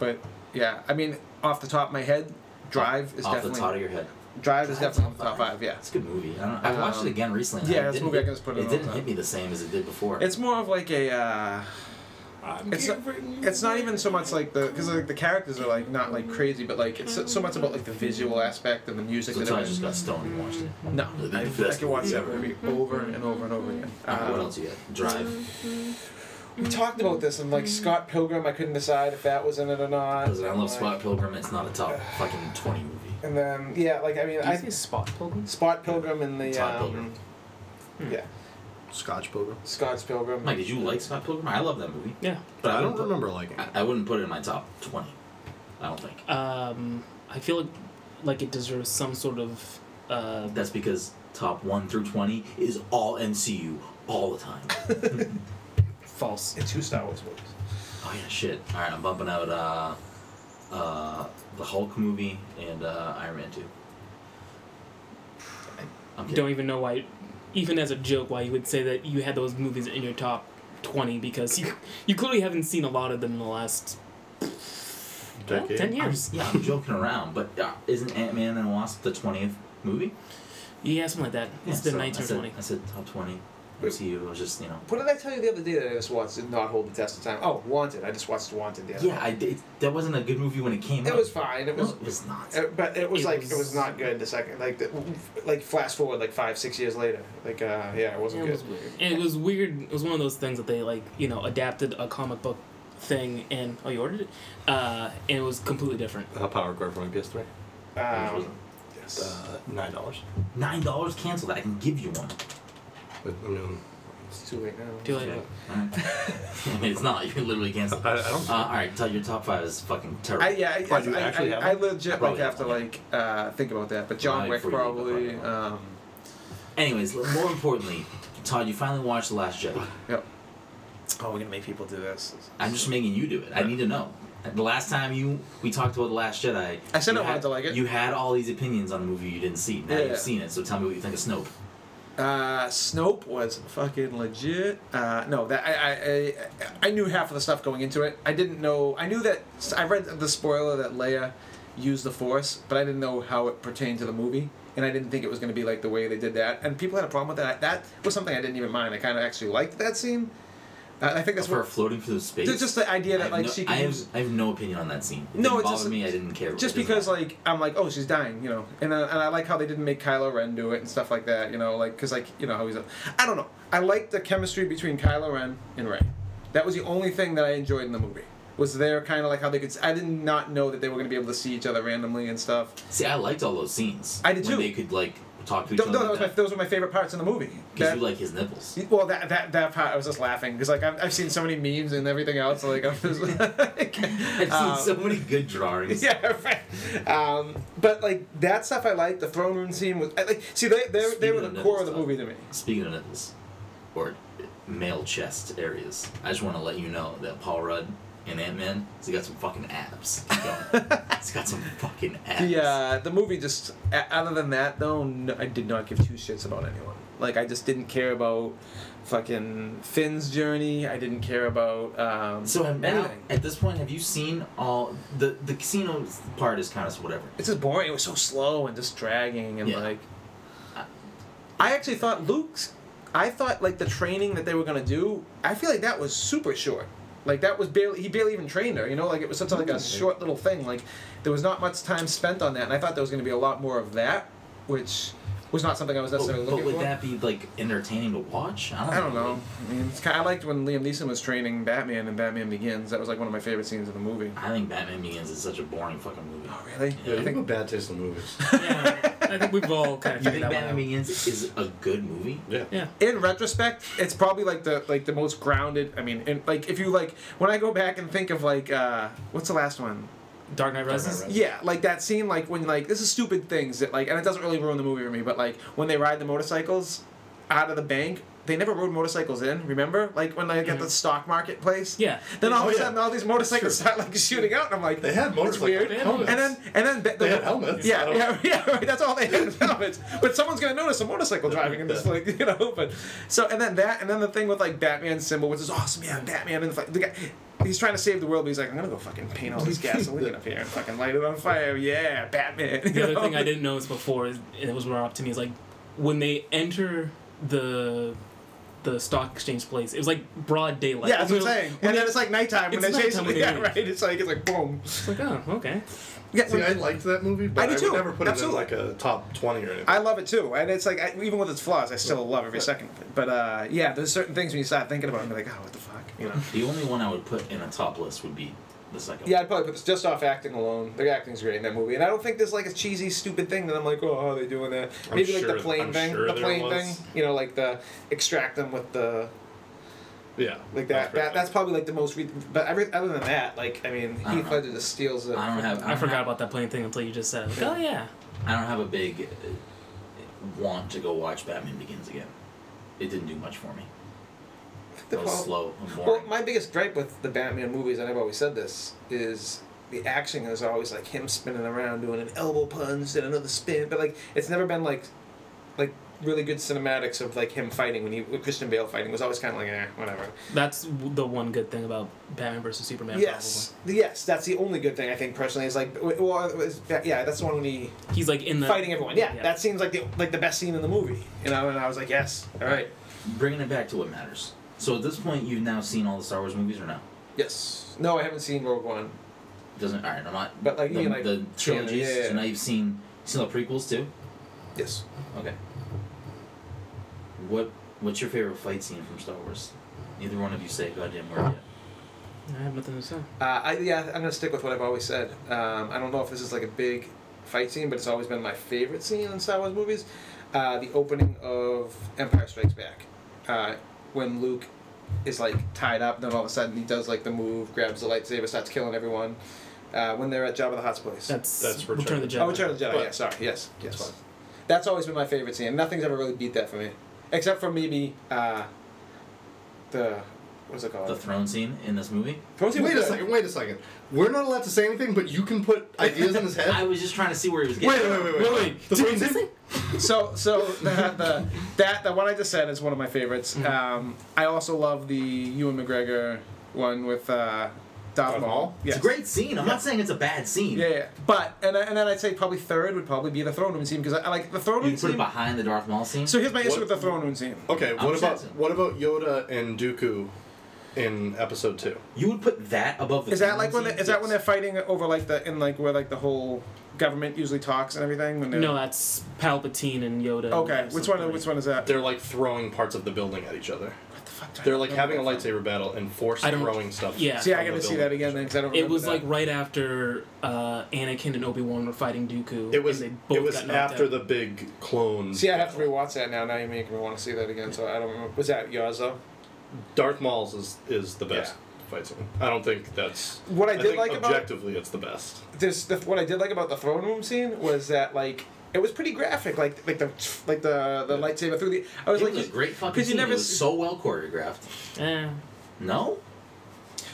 [SPEAKER 2] but yeah. I mean, off the top of my head, Drive is
[SPEAKER 1] off the
[SPEAKER 2] definitely
[SPEAKER 1] top of your head.
[SPEAKER 2] Drive is
[SPEAKER 1] Drive's
[SPEAKER 2] definitely on the top five. Yeah.
[SPEAKER 1] It's a good movie. I don't, I watched
[SPEAKER 2] Um,
[SPEAKER 1] it again recently.
[SPEAKER 2] yeah,
[SPEAKER 1] and it
[SPEAKER 2] it's a
[SPEAKER 1] didn't
[SPEAKER 2] movie I
[SPEAKER 1] hit-
[SPEAKER 2] can just put it
[SPEAKER 1] It
[SPEAKER 2] on
[SPEAKER 1] didn't
[SPEAKER 2] all
[SPEAKER 1] hit
[SPEAKER 2] the
[SPEAKER 1] me the same as it did before.
[SPEAKER 2] It's more of like a. Uh, it's not, it's not even so much like the because like the characters are like not like crazy, but like it's so- so much about like the visual aspect and the music.
[SPEAKER 1] so
[SPEAKER 2] and
[SPEAKER 1] Todd
[SPEAKER 2] everything.
[SPEAKER 1] just got stoned and watched it.
[SPEAKER 2] no,
[SPEAKER 1] It'd be
[SPEAKER 2] I,
[SPEAKER 1] the best
[SPEAKER 2] I can watch
[SPEAKER 1] movie
[SPEAKER 2] that
[SPEAKER 1] ever.
[SPEAKER 2] movie over and over and over again.
[SPEAKER 1] Uh, what
[SPEAKER 2] Um,
[SPEAKER 1] else you got? Drive.
[SPEAKER 2] We talked about this and like Scott Pilgrim. I couldn't decide if that was in it or not.
[SPEAKER 1] Listen, I love
[SPEAKER 2] and,
[SPEAKER 1] Spot
[SPEAKER 2] like-
[SPEAKER 1] Pilgrim. It's not a top fucking twenty movie.
[SPEAKER 2] And then yeah, like I mean,
[SPEAKER 3] Did you
[SPEAKER 2] I
[SPEAKER 3] say spot pilgrims?
[SPEAKER 2] Spot Pilgrim and the
[SPEAKER 1] Todd
[SPEAKER 2] um,
[SPEAKER 1] Pilgrim.
[SPEAKER 2] yeah
[SPEAKER 5] Scotch Pilgrim.
[SPEAKER 2] Scott's Pilgrim.
[SPEAKER 1] Mike, did you like Scott Pilgrim? I love that movie,
[SPEAKER 3] Yeah.
[SPEAKER 1] but I,
[SPEAKER 5] I
[SPEAKER 1] wouldn't
[SPEAKER 5] don't
[SPEAKER 1] put-
[SPEAKER 5] remember liking it.
[SPEAKER 1] I, I wouldn't put it in my top twenty. I don't think.
[SPEAKER 3] Um, I feel like like it deserves some sort of uh,
[SPEAKER 1] That's because top one through twenty is all MCU all the time.
[SPEAKER 3] false.
[SPEAKER 2] It's two Star Wars movies.
[SPEAKER 1] Oh yeah, shit. All right, I'm bumping out uh, uh, the Hulk movie and uh, Iron Man two. I'm kidding.
[SPEAKER 3] Don't even know why, even as a joke, why you would say that you had those movies in your top twenty because you you clearly haven't seen a lot of them in the last well,
[SPEAKER 4] Decade.
[SPEAKER 3] ten years.
[SPEAKER 1] Yeah, I'm joking around, but uh, isn't Ant Man and Wasp the twentieth movie?
[SPEAKER 3] Yeah, something like that. It's
[SPEAKER 1] yeah,
[SPEAKER 3] been
[SPEAKER 1] so I
[SPEAKER 3] nineteen
[SPEAKER 1] said-
[SPEAKER 3] twenty.
[SPEAKER 1] I said top twenty MCU. I was just you know.
[SPEAKER 2] What did I tell you the other day that I just watched did not hold the test of time? Oh, Wanted. I just watched Wanted the other
[SPEAKER 1] Yeah, I did. That wasn't a good movie when it came
[SPEAKER 2] day. It
[SPEAKER 1] out.
[SPEAKER 2] was fine. It
[SPEAKER 1] No,
[SPEAKER 2] was
[SPEAKER 1] it was not.
[SPEAKER 2] Uh, but it was
[SPEAKER 3] It
[SPEAKER 2] like it
[SPEAKER 3] was-
[SPEAKER 2] was not good. The second, like, the, like flash forward like five, six years later, like, uh, yeah, it wasn't
[SPEAKER 3] Yeah, it
[SPEAKER 2] good.
[SPEAKER 3] was weird. And it was weird. It was one of those things that they like, you know, adapted a comic book thing and oh, you ordered it, uh, and it was completely different.
[SPEAKER 4] A power cord for my PS3.
[SPEAKER 2] Um,
[SPEAKER 4] Uh, Nine dollars.
[SPEAKER 1] Nine dollars. Cancel that. I can give you one.
[SPEAKER 4] But I mean,
[SPEAKER 2] It's too late now.
[SPEAKER 3] Too late.
[SPEAKER 1] (laughs) it's not. You can literally cancel.
[SPEAKER 2] (laughs)
[SPEAKER 5] I, I don't.
[SPEAKER 1] Uh, all right, tell your top five is fucking terrible.
[SPEAKER 2] I, yeah, I,
[SPEAKER 5] Why, do you
[SPEAKER 2] I,
[SPEAKER 5] actually
[SPEAKER 2] I,
[SPEAKER 5] have
[SPEAKER 2] I,
[SPEAKER 5] one?
[SPEAKER 2] legit like
[SPEAKER 1] Probably
[SPEAKER 2] have to
[SPEAKER 1] have one.
[SPEAKER 2] like uh, think about that. But
[SPEAKER 1] Right
[SPEAKER 2] John Wick
[SPEAKER 1] before you leave the
[SPEAKER 2] probably.
[SPEAKER 1] fucking
[SPEAKER 2] Um,
[SPEAKER 1] Anyways, l- more importantly, Todd, you finally watched The Last Jedi.
[SPEAKER 2] oh, we're gonna make people do this.
[SPEAKER 1] I'm just making you do it. I need to know. The last time you we talked about The Last Jedi,
[SPEAKER 2] I said
[SPEAKER 1] you
[SPEAKER 2] I
[SPEAKER 1] had-
[SPEAKER 2] wanted to like it.
[SPEAKER 1] You had all these opinions on a movie you didn't see. Now
[SPEAKER 2] Yeah, yeah.
[SPEAKER 1] you've seen it, so tell me what you think of Snoke.
[SPEAKER 2] Uh, Snope was fucking legit. Uh, no, that I, I I I knew half of the stuff going into it. I didn't know. I knew that I read the spoiler that Leia used the Force, but I didn't know how it pertained to the movie, and I didn't think it was going to be like the way they did that. And people had a problem with that. That was something I didn't even mind. I kind of actually liked that scene. Uh, I think that's
[SPEAKER 1] For
[SPEAKER 2] what.
[SPEAKER 1] floating through space.
[SPEAKER 2] Just just the idea
[SPEAKER 1] I
[SPEAKER 2] that
[SPEAKER 1] have
[SPEAKER 2] like
[SPEAKER 1] no,
[SPEAKER 2] she
[SPEAKER 1] I
[SPEAKER 2] can
[SPEAKER 1] have,
[SPEAKER 2] use
[SPEAKER 1] I have no opinion on that scene. It
[SPEAKER 2] No,
[SPEAKER 1] didn't
[SPEAKER 2] it's
[SPEAKER 1] bother
[SPEAKER 2] just-
[SPEAKER 1] me. I didn't care.
[SPEAKER 2] just
[SPEAKER 1] It doesn't
[SPEAKER 2] because
[SPEAKER 1] matter.
[SPEAKER 2] like I'm like oh she's dying you know and uh, and I like how they didn't make Kylo Ren do it and stuff like that you know like because like you know how he's a, I don't know I like the chemistry between Kylo Ren and Rey that was the only thing that I enjoyed in the movie was there kind of like how they could s- I did not know that they were gonna be able to see each other randomly and stuff
[SPEAKER 1] see, I liked all those scenes.
[SPEAKER 2] I did
[SPEAKER 1] when
[SPEAKER 2] too.
[SPEAKER 1] They could like talk to each
[SPEAKER 2] Th-
[SPEAKER 1] other.
[SPEAKER 2] no, that was my,
[SPEAKER 1] Because
[SPEAKER 2] those were my favorite parts in the movie That-
[SPEAKER 1] you like his nipples.
[SPEAKER 2] well, that, that that part I was just laughing because like I've, I've seen so many memes and everything else like I'm
[SPEAKER 1] (laughs)
[SPEAKER 2] just (laughs)
[SPEAKER 1] (laughs)
[SPEAKER 2] like,
[SPEAKER 1] I've seen
[SPEAKER 2] um,
[SPEAKER 1] so many good drawings.
[SPEAKER 2] (laughs) yeah, right. Um, but like that stuff, I like the throne room scene was I, like. See, they they, they
[SPEAKER 1] Speaking
[SPEAKER 2] were
[SPEAKER 1] of
[SPEAKER 2] the
[SPEAKER 1] nipples,
[SPEAKER 2] core of the
[SPEAKER 1] though.
[SPEAKER 2] movie to me.
[SPEAKER 1] Speaking of nipples, or male chest areas, I just want to let you know that Paul Rudd in Ant Man, he's got some fucking abs. he's got some fucking abs.
[SPEAKER 2] The uh, the movie just a- other than that though, no, I did not give two shits about anyone. Like I just didn't care about fucking Finn's journey. I didn't care about um,
[SPEAKER 1] So have now,
[SPEAKER 2] anything.
[SPEAKER 1] at this point, have you seen all the the casino part is kind of whatever.
[SPEAKER 2] It's just boring. It was so slow and just dragging and
[SPEAKER 1] Yeah.
[SPEAKER 2] like. I actually thought Luke's. I thought like the training that they were gonna do. I feel like that was super short. Like that was barely he barely even trained her. You know, like it was such a, like a short little thing. Like there was not much time spent on that, and I thought there was gonna be a lot more of that, which was not something I was
[SPEAKER 1] But,
[SPEAKER 2] necessarily
[SPEAKER 1] but
[SPEAKER 2] looking
[SPEAKER 1] would
[SPEAKER 2] for.
[SPEAKER 1] that be like entertaining to watch? I don't,
[SPEAKER 2] I don't know. I mean, it's kind of, I liked when Liam Neeson was training Batman in Batman Begins. That was like one of my favorite scenes in the movie.
[SPEAKER 1] I think Batman Begins is such a boring fucking movie.
[SPEAKER 2] Oh really?
[SPEAKER 1] Yeah.
[SPEAKER 5] Yeah,
[SPEAKER 2] I
[SPEAKER 5] you have a
[SPEAKER 2] think
[SPEAKER 5] bad taste in
[SPEAKER 4] (laughs)
[SPEAKER 5] movies.
[SPEAKER 3] yeah, (laughs) I think we've all kind of
[SPEAKER 1] You
[SPEAKER 3] figured
[SPEAKER 1] think
[SPEAKER 3] that one
[SPEAKER 1] Batman
[SPEAKER 3] out.
[SPEAKER 1] Begins is a good movie?
[SPEAKER 5] yeah.
[SPEAKER 3] yeah.
[SPEAKER 2] in retrospect, it's probably like the like the most grounded. I mean, in, like if you like when I go back and think of like uh, what's the last one?
[SPEAKER 3] Dark Knight Rises.
[SPEAKER 5] Rises.
[SPEAKER 2] Yeah, like that scene, like when like this is stupid things that like, and it doesn't really ruin the movie for me, but like when they ride the motorcycles out of the bank. They never rode motorcycles in, remember? Like when like at the stock market place.
[SPEAKER 3] Yeah.
[SPEAKER 2] Then all of
[SPEAKER 5] Oh,
[SPEAKER 2] a
[SPEAKER 5] Mm-hmm. yeah.
[SPEAKER 2] sudden, all these motorcycles
[SPEAKER 5] Sure.
[SPEAKER 2] start like shooting out, and I'm like,
[SPEAKER 5] They had
[SPEAKER 2] "That's
[SPEAKER 5] motorcycle
[SPEAKER 2] weird."
[SPEAKER 5] helmets.
[SPEAKER 2] And then and then the,
[SPEAKER 5] they had helmets. I
[SPEAKER 2] yeah,
[SPEAKER 5] don't-
[SPEAKER 2] yeah, (laughs) yeah, right. That's all they had (laughs) is helmets. But someone's gonna notice a motorcycle driving in this, like (laughs) you know. But so and then that and then the thing with like Batman's symbol, which is awesome. Yeah, Batman and it's like the guy, he's trying to save the world. But he's like, I'm gonna go fucking paint all this gasoline up here and fucking light it on fire. Yeah, Batman. (laughs) you
[SPEAKER 3] The other
[SPEAKER 2] know?
[SPEAKER 3] thing I didn't notice before is, and it was brought up to me, is like when they enter the the stock exchange place, it was like broad daylight.
[SPEAKER 2] yeah, that's what I'm
[SPEAKER 3] When they-
[SPEAKER 2] saying.
[SPEAKER 3] when
[SPEAKER 2] And
[SPEAKER 3] they-
[SPEAKER 2] then it's like nighttime when
[SPEAKER 3] It's
[SPEAKER 2] they're chasing.
[SPEAKER 3] nighttime when
[SPEAKER 2] (laughs)
[SPEAKER 3] they
[SPEAKER 2] Yeah,
[SPEAKER 3] leave.
[SPEAKER 2] right. It's like it's like boom.
[SPEAKER 3] it's like, oh, okay.
[SPEAKER 2] Yeah,
[SPEAKER 5] See, I liked that movie, but
[SPEAKER 2] I
[SPEAKER 5] I,
[SPEAKER 2] do
[SPEAKER 5] would
[SPEAKER 2] too.
[SPEAKER 5] never put
[SPEAKER 2] Absolutely.
[SPEAKER 5] it in like a top twenty or anything.
[SPEAKER 2] I love it too, and it's like I, even with its flaws, I still love every second of it. But uh, yeah, there's certain things when you start thinking about, it, you're like, oh, what the fuck, you know.
[SPEAKER 1] The only one I would put in a top list would be the second.
[SPEAKER 2] Yeah, I'd probably put this just off acting alone. The acting's great in that movie, and I don't think there's like a cheesy, stupid thing that I'm like, oh, how are they doing that?
[SPEAKER 5] I'm
[SPEAKER 2] Maybe like
[SPEAKER 5] sure-
[SPEAKER 2] the plane
[SPEAKER 5] I'm
[SPEAKER 2] thing,
[SPEAKER 5] sure
[SPEAKER 2] the
[SPEAKER 5] there
[SPEAKER 2] plane
[SPEAKER 5] was.
[SPEAKER 2] thing. You know, like the extract them with the
[SPEAKER 5] yeah,
[SPEAKER 2] like that.
[SPEAKER 5] pretty
[SPEAKER 2] that that's probably like the most. Re- but every, other than that, like I mean,
[SPEAKER 1] I don't
[SPEAKER 2] Heath
[SPEAKER 1] know.
[SPEAKER 2] Ledger just steals it.
[SPEAKER 1] one. I don't have. I,
[SPEAKER 3] I
[SPEAKER 1] don't
[SPEAKER 3] forgot
[SPEAKER 1] have-
[SPEAKER 3] about that plane thing until you just said, like, oh yeah.
[SPEAKER 1] I don't have a big uh, want to go watch Batman Begins again. It didn't do much for me.
[SPEAKER 2] The
[SPEAKER 1] It was
[SPEAKER 2] problem-
[SPEAKER 1] slow and
[SPEAKER 2] Well,
[SPEAKER 1] boring.
[SPEAKER 2] my biggest gripe with the Batman movies, and I've always said this, is the action is always like him spinning around doing an elbow punch and another spin, but like it's never been like, like really good cinematics of like him fighting when he with Christian Bale fighting It was always kind of like eh, whatever.
[SPEAKER 3] That's w- the one good thing about Batman versus Superman.
[SPEAKER 2] yes, yes, that's the only good thing I think personally is like, w- well, it was- yeah, that's the one when he
[SPEAKER 3] Probably. He's like in the
[SPEAKER 2] fighting everyone. Yeah,
[SPEAKER 3] Yeah.
[SPEAKER 2] that seems like the like the best scene in the movie, you know. And I was like, yes, all right,
[SPEAKER 1] Bringing it back to what matters. So at this point, you've now seen all the Star Wars movies, or no?
[SPEAKER 2] yes. No, I haven't seen Rogue One.
[SPEAKER 1] Doesn't all right. I'm not.
[SPEAKER 2] But, like,
[SPEAKER 1] the,
[SPEAKER 2] you know, like,
[SPEAKER 1] the trilogies.
[SPEAKER 2] yeah, yeah,
[SPEAKER 1] So now you've seen seen the prequels too.
[SPEAKER 2] Yes.
[SPEAKER 1] Okay. What What's your favorite fight scene from Star Wars? Neither one of you say a goddamn word yet.
[SPEAKER 3] I have nothing to say.
[SPEAKER 2] Uh, I, yeah, I'm gonna stick with what I've always said. Um, I don't know if this is like a big fight scene, but it's always been my favorite scene in Star Wars movies. Uh, the opening of Empire Strikes Back. Uh, when Luke is like tied up, then all of a sudden he does like the move, grabs the lightsaber, starts killing everyone. Uh, when they're at Jabba the Hutt's place.
[SPEAKER 3] That's,
[SPEAKER 5] That's
[SPEAKER 3] Return,
[SPEAKER 5] Return
[SPEAKER 3] of the Jedi.
[SPEAKER 2] oh, Return of the Jedi.
[SPEAKER 5] But-
[SPEAKER 2] yeah, sorry. Yes, yes.
[SPEAKER 5] That's
[SPEAKER 2] That's,
[SPEAKER 5] fine.
[SPEAKER 2] always been my favorite scene. Nothing's ever really beat that for me, except for maybe uh, the what's it called?
[SPEAKER 1] The throne scene in this movie.
[SPEAKER 2] Throne scene was
[SPEAKER 5] Wait a
[SPEAKER 2] good.
[SPEAKER 5] second, wait a second. We're not allowed to say anything, but you can put ideas in his head?
[SPEAKER 1] (laughs) I was just trying to see where he was
[SPEAKER 5] wait,
[SPEAKER 1] getting.
[SPEAKER 5] wait, wait, wait.
[SPEAKER 3] Wait, wait.
[SPEAKER 5] The
[SPEAKER 3] Did-
[SPEAKER 5] throne
[SPEAKER 3] did
[SPEAKER 5] scene?
[SPEAKER 2] So, so the, the that the one I just said is one of my favorites. Um, I also love the Ewan McGregor one with uh, Darth
[SPEAKER 5] Darth
[SPEAKER 2] Maul.
[SPEAKER 5] Maul?
[SPEAKER 1] It's
[SPEAKER 2] Yes.
[SPEAKER 1] a great scene. I'm not saying it's a bad scene.
[SPEAKER 2] Yeah, yeah. But and then- and then I'd say probably third would probably be the throne room scene because I, I like the
[SPEAKER 1] You
[SPEAKER 2] throne room
[SPEAKER 1] can put it
[SPEAKER 2] scene.
[SPEAKER 1] behind the Darth Maul scene.
[SPEAKER 2] So here's my issue
[SPEAKER 5] What-
[SPEAKER 2] with the throne room scene.
[SPEAKER 5] Okay,
[SPEAKER 1] I'm
[SPEAKER 5] what about
[SPEAKER 1] sensing.
[SPEAKER 5] what about Yoda and Dooku in episode two?
[SPEAKER 1] you would put that above the.
[SPEAKER 2] Is that
[SPEAKER 1] throne
[SPEAKER 2] like when
[SPEAKER 1] scene?
[SPEAKER 2] they, is that when they're fighting over like the in like where like the whole government usually talks and everything when they're
[SPEAKER 3] No, that's Palpatine and Yoda.
[SPEAKER 2] okay
[SPEAKER 3] or
[SPEAKER 2] which one
[SPEAKER 3] something.
[SPEAKER 2] which one is that
[SPEAKER 5] They're like throwing parts of the building at each other.
[SPEAKER 2] what the fuck do I
[SPEAKER 5] They're like having a
[SPEAKER 2] remember that
[SPEAKER 5] lightsaber battle and force
[SPEAKER 3] I don't-
[SPEAKER 5] throwing stuff.
[SPEAKER 3] Yeah.
[SPEAKER 2] from? see I
[SPEAKER 5] from the
[SPEAKER 2] gotta see that
[SPEAKER 5] building.
[SPEAKER 2] again then because I don't
[SPEAKER 3] It
[SPEAKER 2] remember
[SPEAKER 3] was
[SPEAKER 2] that.
[SPEAKER 3] like right after uh, Anakin and Obi Wan were fighting Dooku.
[SPEAKER 5] It was
[SPEAKER 3] And they both
[SPEAKER 5] it was
[SPEAKER 3] got knocked
[SPEAKER 5] after
[SPEAKER 3] out.
[SPEAKER 5] the big clone.
[SPEAKER 2] See, I have to rewatch that now. Now you're making me want to see that again. So I don't. Remember. Was that yours though?
[SPEAKER 5] Darth Maul's is is the best fight scene. I don't think that's
[SPEAKER 2] What I did
[SPEAKER 5] think
[SPEAKER 2] like about-
[SPEAKER 5] objectively it's the best.
[SPEAKER 2] This the, what I did like about the throne room scene was that like it was pretty graphic. Like like the like the the lightsaber through the. I was
[SPEAKER 1] It
[SPEAKER 2] like,
[SPEAKER 1] was a great fucking
[SPEAKER 2] 'cause
[SPEAKER 1] scene.
[SPEAKER 2] you never
[SPEAKER 1] it was
[SPEAKER 2] s-
[SPEAKER 1] so well choreographed.
[SPEAKER 3] Eh.
[SPEAKER 1] No,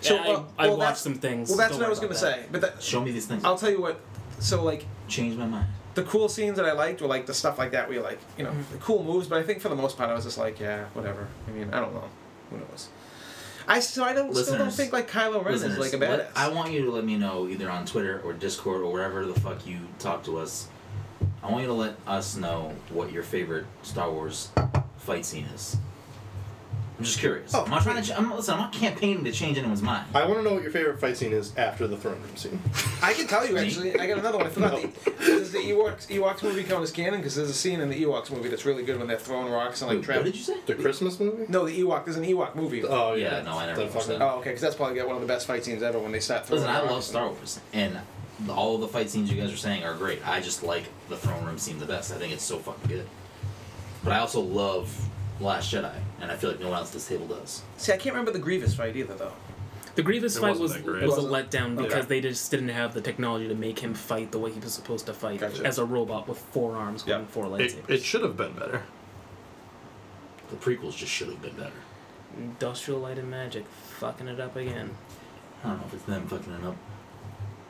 [SPEAKER 2] So,
[SPEAKER 3] Yeah,
[SPEAKER 2] well-
[SPEAKER 3] I, I
[SPEAKER 2] well,
[SPEAKER 3] watched
[SPEAKER 2] that's-
[SPEAKER 3] some things.
[SPEAKER 2] well, that's
[SPEAKER 3] Don't
[SPEAKER 2] what I
[SPEAKER 3] worry
[SPEAKER 2] was
[SPEAKER 3] about
[SPEAKER 2] gonna
[SPEAKER 3] that.
[SPEAKER 2] say. But that,
[SPEAKER 1] show me these things.
[SPEAKER 2] I'll tell you what. So like
[SPEAKER 1] change my mind.
[SPEAKER 2] the cool scenes that I liked were like the stuff like that. where you like you know
[SPEAKER 3] Mm-hmm.
[SPEAKER 2] the cool moves, but I think for the most part I was just like yeah whatever. I mean I don't know who knows. I so I don't still don't
[SPEAKER 1] Listeners.
[SPEAKER 2] think like Kylo Ren
[SPEAKER 1] Listeners,
[SPEAKER 2] is like a
[SPEAKER 1] let-
[SPEAKER 2] badass.
[SPEAKER 1] I want you to let me know either on Twitter or Discord or wherever the fuck you talk to us. I want you to let us know what your favorite Star Wars fight scene is. I'm just curious.
[SPEAKER 2] Oh,
[SPEAKER 1] I'm not trying to. Ch- I'm, listen, I'm not campaigning to change anyone's mind.
[SPEAKER 5] I want to know what your favorite fight scene is after the throne
[SPEAKER 1] (laughs)
[SPEAKER 5] room scene.
[SPEAKER 2] I can tell you
[SPEAKER 1] Me?
[SPEAKER 2] actually. I got another one. I forgot
[SPEAKER 5] No.
[SPEAKER 2] the, does the Ewoks Ewoks movie count as canon because there's a scene in the Ewoks movie that's really good when they're throwing rocks and
[SPEAKER 1] Wait,
[SPEAKER 2] like
[SPEAKER 1] what
[SPEAKER 2] trapping.
[SPEAKER 1] did you say?
[SPEAKER 5] The Christmas movie?
[SPEAKER 2] No, the Ewok. There's an Ewok movie. Oh,
[SPEAKER 5] Oh
[SPEAKER 1] Yeah,
[SPEAKER 5] yeah.
[SPEAKER 1] no, I never watched
[SPEAKER 5] fucking-
[SPEAKER 2] okay, because that's probably got one of the best fight scenes ever when they start throwing.
[SPEAKER 1] Listen, I love
[SPEAKER 2] rocks and-
[SPEAKER 1] Star Wars, and all of the fight scenes you guys are saying are great. I just like the throne room scene the best. I think it's so fucking good. But I also love Last Jedi, and I feel like no one else at this table does.
[SPEAKER 2] See, I can't remember the Grievous fight either though.
[SPEAKER 3] The Grievous
[SPEAKER 5] It
[SPEAKER 3] fight
[SPEAKER 5] wasn't
[SPEAKER 3] was
[SPEAKER 5] that great.
[SPEAKER 3] was a
[SPEAKER 2] Wasn't-
[SPEAKER 3] letdown
[SPEAKER 2] Okay.
[SPEAKER 3] because they just didn't have the technology to make him fight the way he was supposed to fight
[SPEAKER 2] Gotcha.
[SPEAKER 3] as a robot with four arms
[SPEAKER 2] Yeah.
[SPEAKER 3] holding four
[SPEAKER 5] It,
[SPEAKER 3] lightsabers.
[SPEAKER 5] it should have been better.
[SPEAKER 1] The prequels just should have been better.
[SPEAKER 3] Industrial light and magic, fucking it up again.
[SPEAKER 1] I don't know if it's them fucking it up.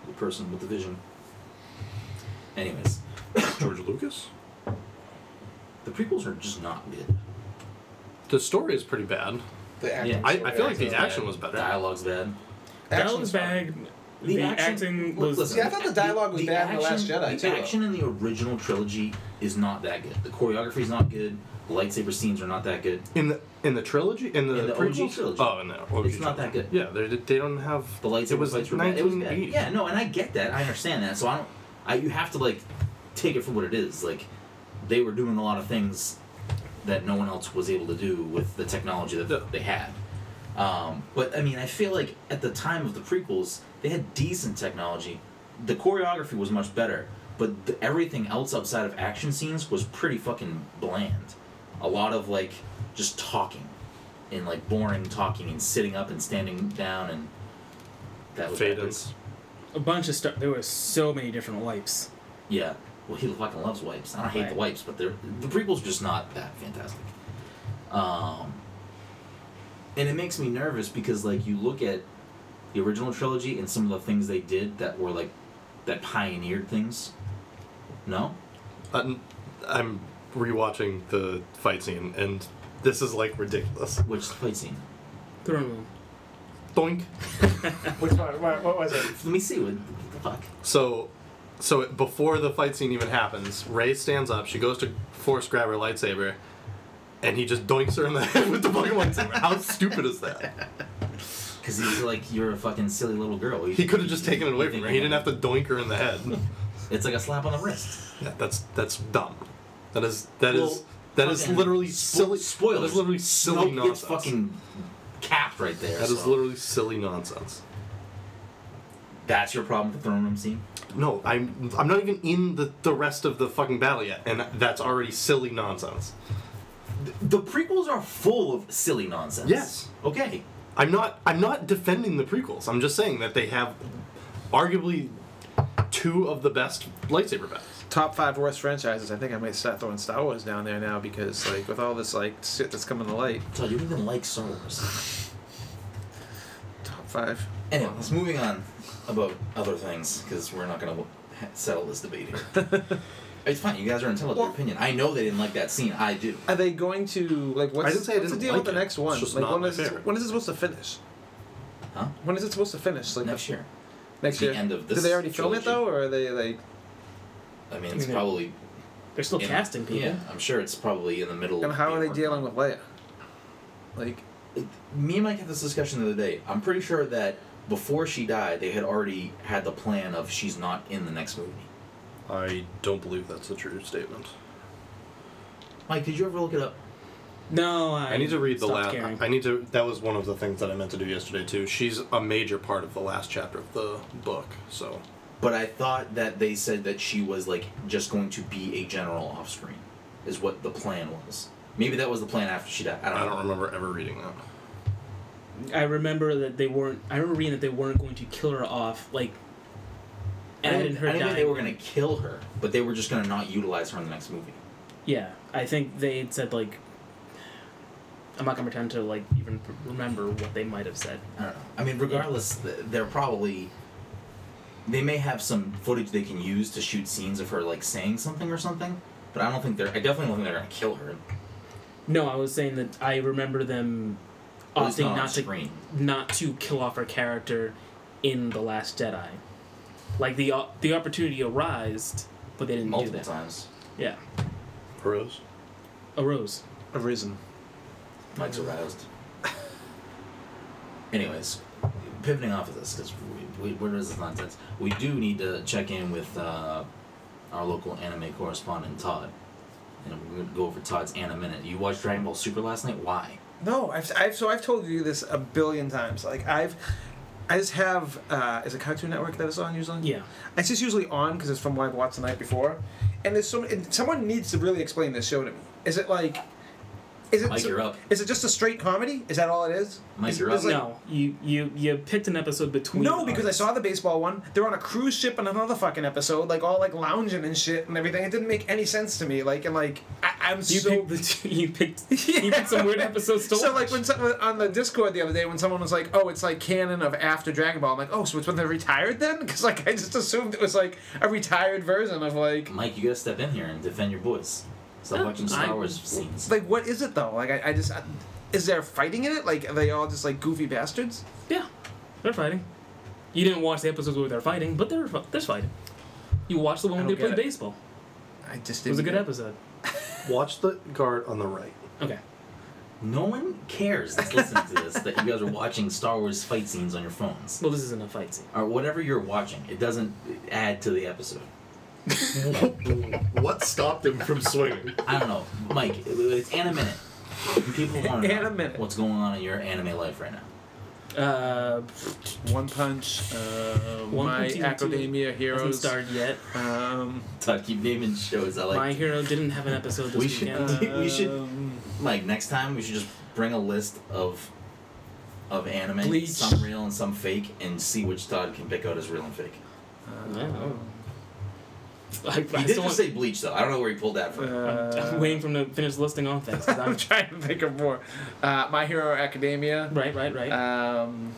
[SPEAKER 1] The person with the vision. Anyways,
[SPEAKER 5] George Lucas.
[SPEAKER 1] the prequels are just not good.
[SPEAKER 5] The story is pretty bad.
[SPEAKER 2] The acting.
[SPEAKER 1] Yeah.
[SPEAKER 5] I- I feel like the
[SPEAKER 2] acting.
[SPEAKER 5] act- Action was better.
[SPEAKER 1] Dialogue's bad.
[SPEAKER 3] That was bad. The,
[SPEAKER 1] action-
[SPEAKER 3] acting
[SPEAKER 1] Look,
[SPEAKER 3] was.
[SPEAKER 1] listen,
[SPEAKER 2] See, I thought the dialogue was bad in The Last Jedi,
[SPEAKER 1] the
[SPEAKER 2] too, though.
[SPEAKER 1] action in the original trilogy is not that good. The choreography's not good. The lightsaber scenes are not that good.
[SPEAKER 5] In the in the trilogy in the,
[SPEAKER 1] In the OG
[SPEAKER 5] prequels?
[SPEAKER 1] trilogy.
[SPEAKER 5] Oh, in the OG
[SPEAKER 1] It's not that
[SPEAKER 5] trilogy.
[SPEAKER 1] good.
[SPEAKER 5] Yeah, they they don't have
[SPEAKER 1] The lightsaber
[SPEAKER 5] It was
[SPEAKER 1] fights were bad. It was bad.
[SPEAKER 5] 1980.
[SPEAKER 1] Yeah, no, and I get that. I understand that. So I don't. I you have to like take it for what it is. Like they were doing a lot of things that no one else was able to do with the technology that
[SPEAKER 5] Yeah.
[SPEAKER 1] they had. Um, but I mean, I feel like at the time of the prequels, they had decent technology. The choreography was much better, but the, everything else outside of action scenes was pretty fucking bland. A lot of like just talking, and like boring talking, and sitting up and standing down, and that was backwards.
[SPEAKER 5] faded.
[SPEAKER 3] a bunch of stuff. There were so many different wipes.
[SPEAKER 1] Yeah. Well, he fucking loves wipes. I don't hate the
[SPEAKER 3] Right.
[SPEAKER 1] wipes, but they're the prequels are just not that fantastic. Um, and it makes me nervous because like you look at the original trilogy and some of the things they did that were like that pioneered things. No,
[SPEAKER 5] I'm, Uh, I'm rewatching the fight scene, and this is like ridiculous.
[SPEAKER 1] which fight scene?
[SPEAKER 3] Throne room.
[SPEAKER 5] Boink.
[SPEAKER 2] Which one? What, what was it?
[SPEAKER 1] Let me see. What the fuck?
[SPEAKER 5] So, so it, before the fight scene even happens, Ray stands up. She goes to force grab her lightsaber, and he just doinks her in the (laughs) head with the fucking lightsaber. How stupid is that?
[SPEAKER 1] Because he's like you're a fucking silly little girl. You
[SPEAKER 5] He
[SPEAKER 1] think-
[SPEAKER 5] could have just taken it away
[SPEAKER 1] you
[SPEAKER 5] from her.
[SPEAKER 1] think
[SPEAKER 5] He
[SPEAKER 1] you
[SPEAKER 5] didn't have to doink her in the head.
[SPEAKER 1] It's like a slap on the wrist.
[SPEAKER 5] Yeah, that's that's dumb. That is that is
[SPEAKER 1] Well,
[SPEAKER 5] that is
[SPEAKER 1] fucking
[SPEAKER 5] literally
[SPEAKER 1] spo-
[SPEAKER 5] silly.
[SPEAKER 1] spoilers.
[SPEAKER 5] That is literally silly
[SPEAKER 1] Snoke gets
[SPEAKER 5] nonsense.
[SPEAKER 1] fucking capped right there.
[SPEAKER 5] that is
[SPEAKER 1] so.
[SPEAKER 5] literally silly nonsense.
[SPEAKER 1] That's your problem with the throne room scene.
[SPEAKER 5] No, I'm I'm not even in the, the rest of the fucking battle yet, and that's already silly nonsense.
[SPEAKER 1] the prequels are full of silly nonsense.
[SPEAKER 5] Yes.
[SPEAKER 1] Okay.
[SPEAKER 5] I'm not I'm not defending the prequels. I'm just saying that they have arguably two of the best lightsaber battles.
[SPEAKER 2] Top five worst franchises. I think I might start throwing Star Wars down there now because, like, with all this like shit that's coming to light,
[SPEAKER 1] So you even like Star Wars.
[SPEAKER 2] top five.
[SPEAKER 1] Anyways, moving on about other things because we're not gonna ha- settle this debate here. it's fine. You guys are entitled to your
[SPEAKER 2] Well-
[SPEAKER 1] opinion. I know they didn't like that scene. I do.
[SPEAKER 2] Are they going to like what's,
[SPEAKER 5] I didn't say I
[SPEAKER 2] what's
[SPEAKER 5] didn't
[SPEAKER 2] the deal
[SPEAKER 5] like
[SPEAKER 2] with the
[SPEAKER 5] it.
[SPEAKER 2] next one?
[SPEAKER 5] It's just
[SPEAKER 2] like
[SPEAKER 5] not
[SPEAKER 2] when
[SPEAKER 5] my
[SPEAKER 2] is it-
[SPEAKER 5] favorite.
[SPEAKER 2] when is it supposed to finish?
[SPEAKER 1] Huh?
[SPEAKER 2] When is it supposed to finish? Like
[SPEAKER 1] Next
[SPEAKER 2] the,
[SPEAKER 1] year.
[SPEAKER 2] next
[SPEAKER 1] the
[SPEAKER 2] year.
[SPEAKER 1] end of
[SPEAKER 2] Did they
[SPEAKER 1] this
[SPEAKER 2] already film it
[SPEAKER 1] trilogy.
[SPEAKER 2] though, or are they like?
[SPEAKER 1] I mean, it's
[SPEAKER 3] Yeah.
[SPEAKER 1] probably
[SPEAKER 3] They're still
[SPEAKER 1] in-
[SPEAKER 3] casting people.
[SPEAKER 1] Yeah, I'm sure it's probably in the middle.
[SPEAKER 2] And
[SPEAKER 1] of
[SPEAKER 2] how
[SPEAKER 1] being
[SPEAKER 2] are they
[SPEAKER 1] worked on.
[SPEAKER 2] dealing with Leia? Like,
[SPEAKER 1] me and Mike had this discussion the other day. I'm pretty sure that before she died, they had already had the plan of she's not in the next movie.
[SPEAKER 5] I don't believe that's a true statement.
[SPEAKER 1] Mike, did you ever look it up?
[SPEAKER 3] No, I,
[SPEAKER 5] I need to read the
[SPEAKER 3] stopped
[SPEAKER 5] last.
[SPEAKER 3] caring.
[SPEAKER 5] I need to. That was one of the things that I meant to do yesterday too. She's a major part of the last chapter of the book. So
[SPEAKER 1] But I thought that they said that she was like just going to be a general off screen, is what the plan was. Maybe that was the plan after she died. I don't,
[SPEAKER 5] I
[SPEAKER 1] know.
[SPEAKER 5] don't remember ever reading that.
[SPEAKER 3] I remember that they weren't. I remember reading that they weren't going to kill her off. Like,
[SPEAKER 1] I
[SPEAKER 3] and
[SPEAKER 1] didn't,
[SPEAKER 3] her
[SPEAKER 1] I didn't
[SPEAKER 3] dying.
[SPEAKER 1] think they were gonna kill her, but they were just gonna not utilize her in the next movie.
[SPEAKER 3] Yeah, I think they had said like. I'm not gonna pretend to like even p- remember what they might have said.
[SPEAKER 1] I don't know. I mean, regardless, th- they're probably they may have some footage they can use to shoot scenes of her like saying something or something. But I don't think they're. I definitely don't think they're gonna kill her.
[SPEAKER 3] No, I was saying that I remember them
[SPEAKER 1] At least
[SPEAKER 3] opting
[SPEAKER 1] not on
[SPEAKER 3] not to
[SPEAKER 1] screen.
[SPEAKER 3] not to kill off her character in the Last Jedi. Like the o- the opportunity arised, but they didn't
[SPEAKER 1] multiple
[SPEAKER 3] do that.
[SPEAKER 1] times.
[SPEAKER 3] Yeah,
[SPEAKER 5] Rose.
[SPEAKER 3] arose.
[SPEAKER 2] arisen.
[SPEAKER 1] Mike's aroused. Anyways, pivoting off of this because we, we, where is this nonsense? We do need to check in with uh, our local anime correspondent Todd, and we're gonna go over Todd's anime minute. You watched Dragon Ball Super last night. Why?
[SPEAKER 2] No, I've, I've so I've told you this a billion times. Like I've, I just have. Uh, is it Cartoon Network that is on usually?
[SPEAKER 3] Yeah,
[SPEAKER 2] It's just usually on because it's from what I've watched the night before. And there's so and someone needs to really explain this show to me. Is it like, is it
[SPEAKER 1] Mike, you're up.
[SPEAKER 2] is it just a straight comedy? Is that all it is?
[SPEAKER 1] Mike,
[SPEAKER 2] Is-
[SPEAKER 1] you're
[SPEAKER 2] is
[SPEAKER 1] up.
[SPEAKER 2] like-
[SPEAKER 3] no, you you you picked an episode between.
[SPEAKER 2] No, because I saw the baseball one. They're on a cruise ship in another fucking episode, like all like lounging and shit and everything. It didn't make any sense to me. Like and like I, I'm
[SPEAKER 3] You
[SPEAKER 2] so (laughs)
[SPEAKER 3] picked the two, you picked you picked some weird episodes to
[SPEAKER 2] so
[SPEAKER 3] watch.
[SPEAKER 2] like when someone on the Discord the other day when someone was like, "Oh, it's like canon of after Dragon Ball," I'm like, "Oh, so it's when they're retired then?" (laughs) Because like I just assumed it was like a retired version of like
[SPEAKER 1] Mike, you gotta step in here and defend your boys. Stop
[SPEAKER 3] No,
[SPEAKER 1] watching Star
[SPEAKER 3] I-
[SPEAKER 1] Wars scenes.
[SPEAKER 2] like what is it though? Like I, I just I, is there fighting in it? Like are they all just like goofy bastards?
[SPEAKER 3] yeah, they're fighting. You didn't watch the episodes where they're fighting, but they're fu- there's fighting. You watched the one
[SPEAKER 2] I
[SPEAKER 3] where they
[SPEAKER 2] don't
[SPEAKER 3] played
[SPEAKER 2] get it.
[SPEAKER 3] baseball.
[SPEAKER 2] I just didn't
[SPEAKER 3] It was a good
[SPEAKER 2] get
[SPEAKER 3] episode.
[SPEAKER 5] Watch the guard on the right.
[SPEAKER 3] Okay.
[SPEAKER 1] No one cares that's listening to this that you guys are watching Star Wars fight scenes on your phones.
[SPEAKER 3] Well, this isn't a fight scene.
[SPEAKER 1] Or whatever you're watching, it doesn't add to the episode.
[SPEAKER 5] what stopped him from swinging?
[SPEAKER 1] I don't know. Mike, it- it's anime minute. People want to know
[SPEAKER 2] Anime Minute.
[SPEAKER 1] what's going on in your anime life right now.
[SPEAKER 3] Uh,
[SPEAKER 2] One Punch, uh,
[SPEAKER 3] One
[SPEAKER 2] My
[SPEAKER 3] Punch Hero two
[SPEAKER 2] Academia
[SPEAKER 3] hasn't
[SPEAKER 2] Heroes.
[SPEAKER 3] started yet.
[SPEAKER 2] (laughs) Um,
[SPEAKER 1] Todd, keep naming shows. I like.
[SPEAKER 3] My hero didn't have an episode this
[SPEAKER 1] We should-
[SPEAKER 3] weekend.
[SPEAKER 1] We should-
[SPEAKER 2] um,
[SPEAKER 1] Mike, next time we should just bring a list of of anime,
[SPEAKER 2] Bleach.
[SPEAKER 1] some real and some fake, and see which Todd can pick out as real and fake.
[SPEAKER 2] um,
[SPEAKER 3] (laughs) I, I
[SPEAKER 1] He did
[SPEAKER 3] still
[SPEAKER 1] just
[SPEAKER 3] want,
[SPEAKER 1] say Bleach though. I don't know where he pulled that from.
[SPEAKER 2] uh,
[SPEAKER 3] I'm waiting for him to finish listing off things.
[SPEAKER 2] (laughs)
[SPEAKER 3] 'cause
[SPEAKER 2] I'm (laughs) trying to think of more. Uh, My Hero Academia.
[SPEAKER 3] I'm, (laughs) right, right, right.
[SPEAKER 2] Um,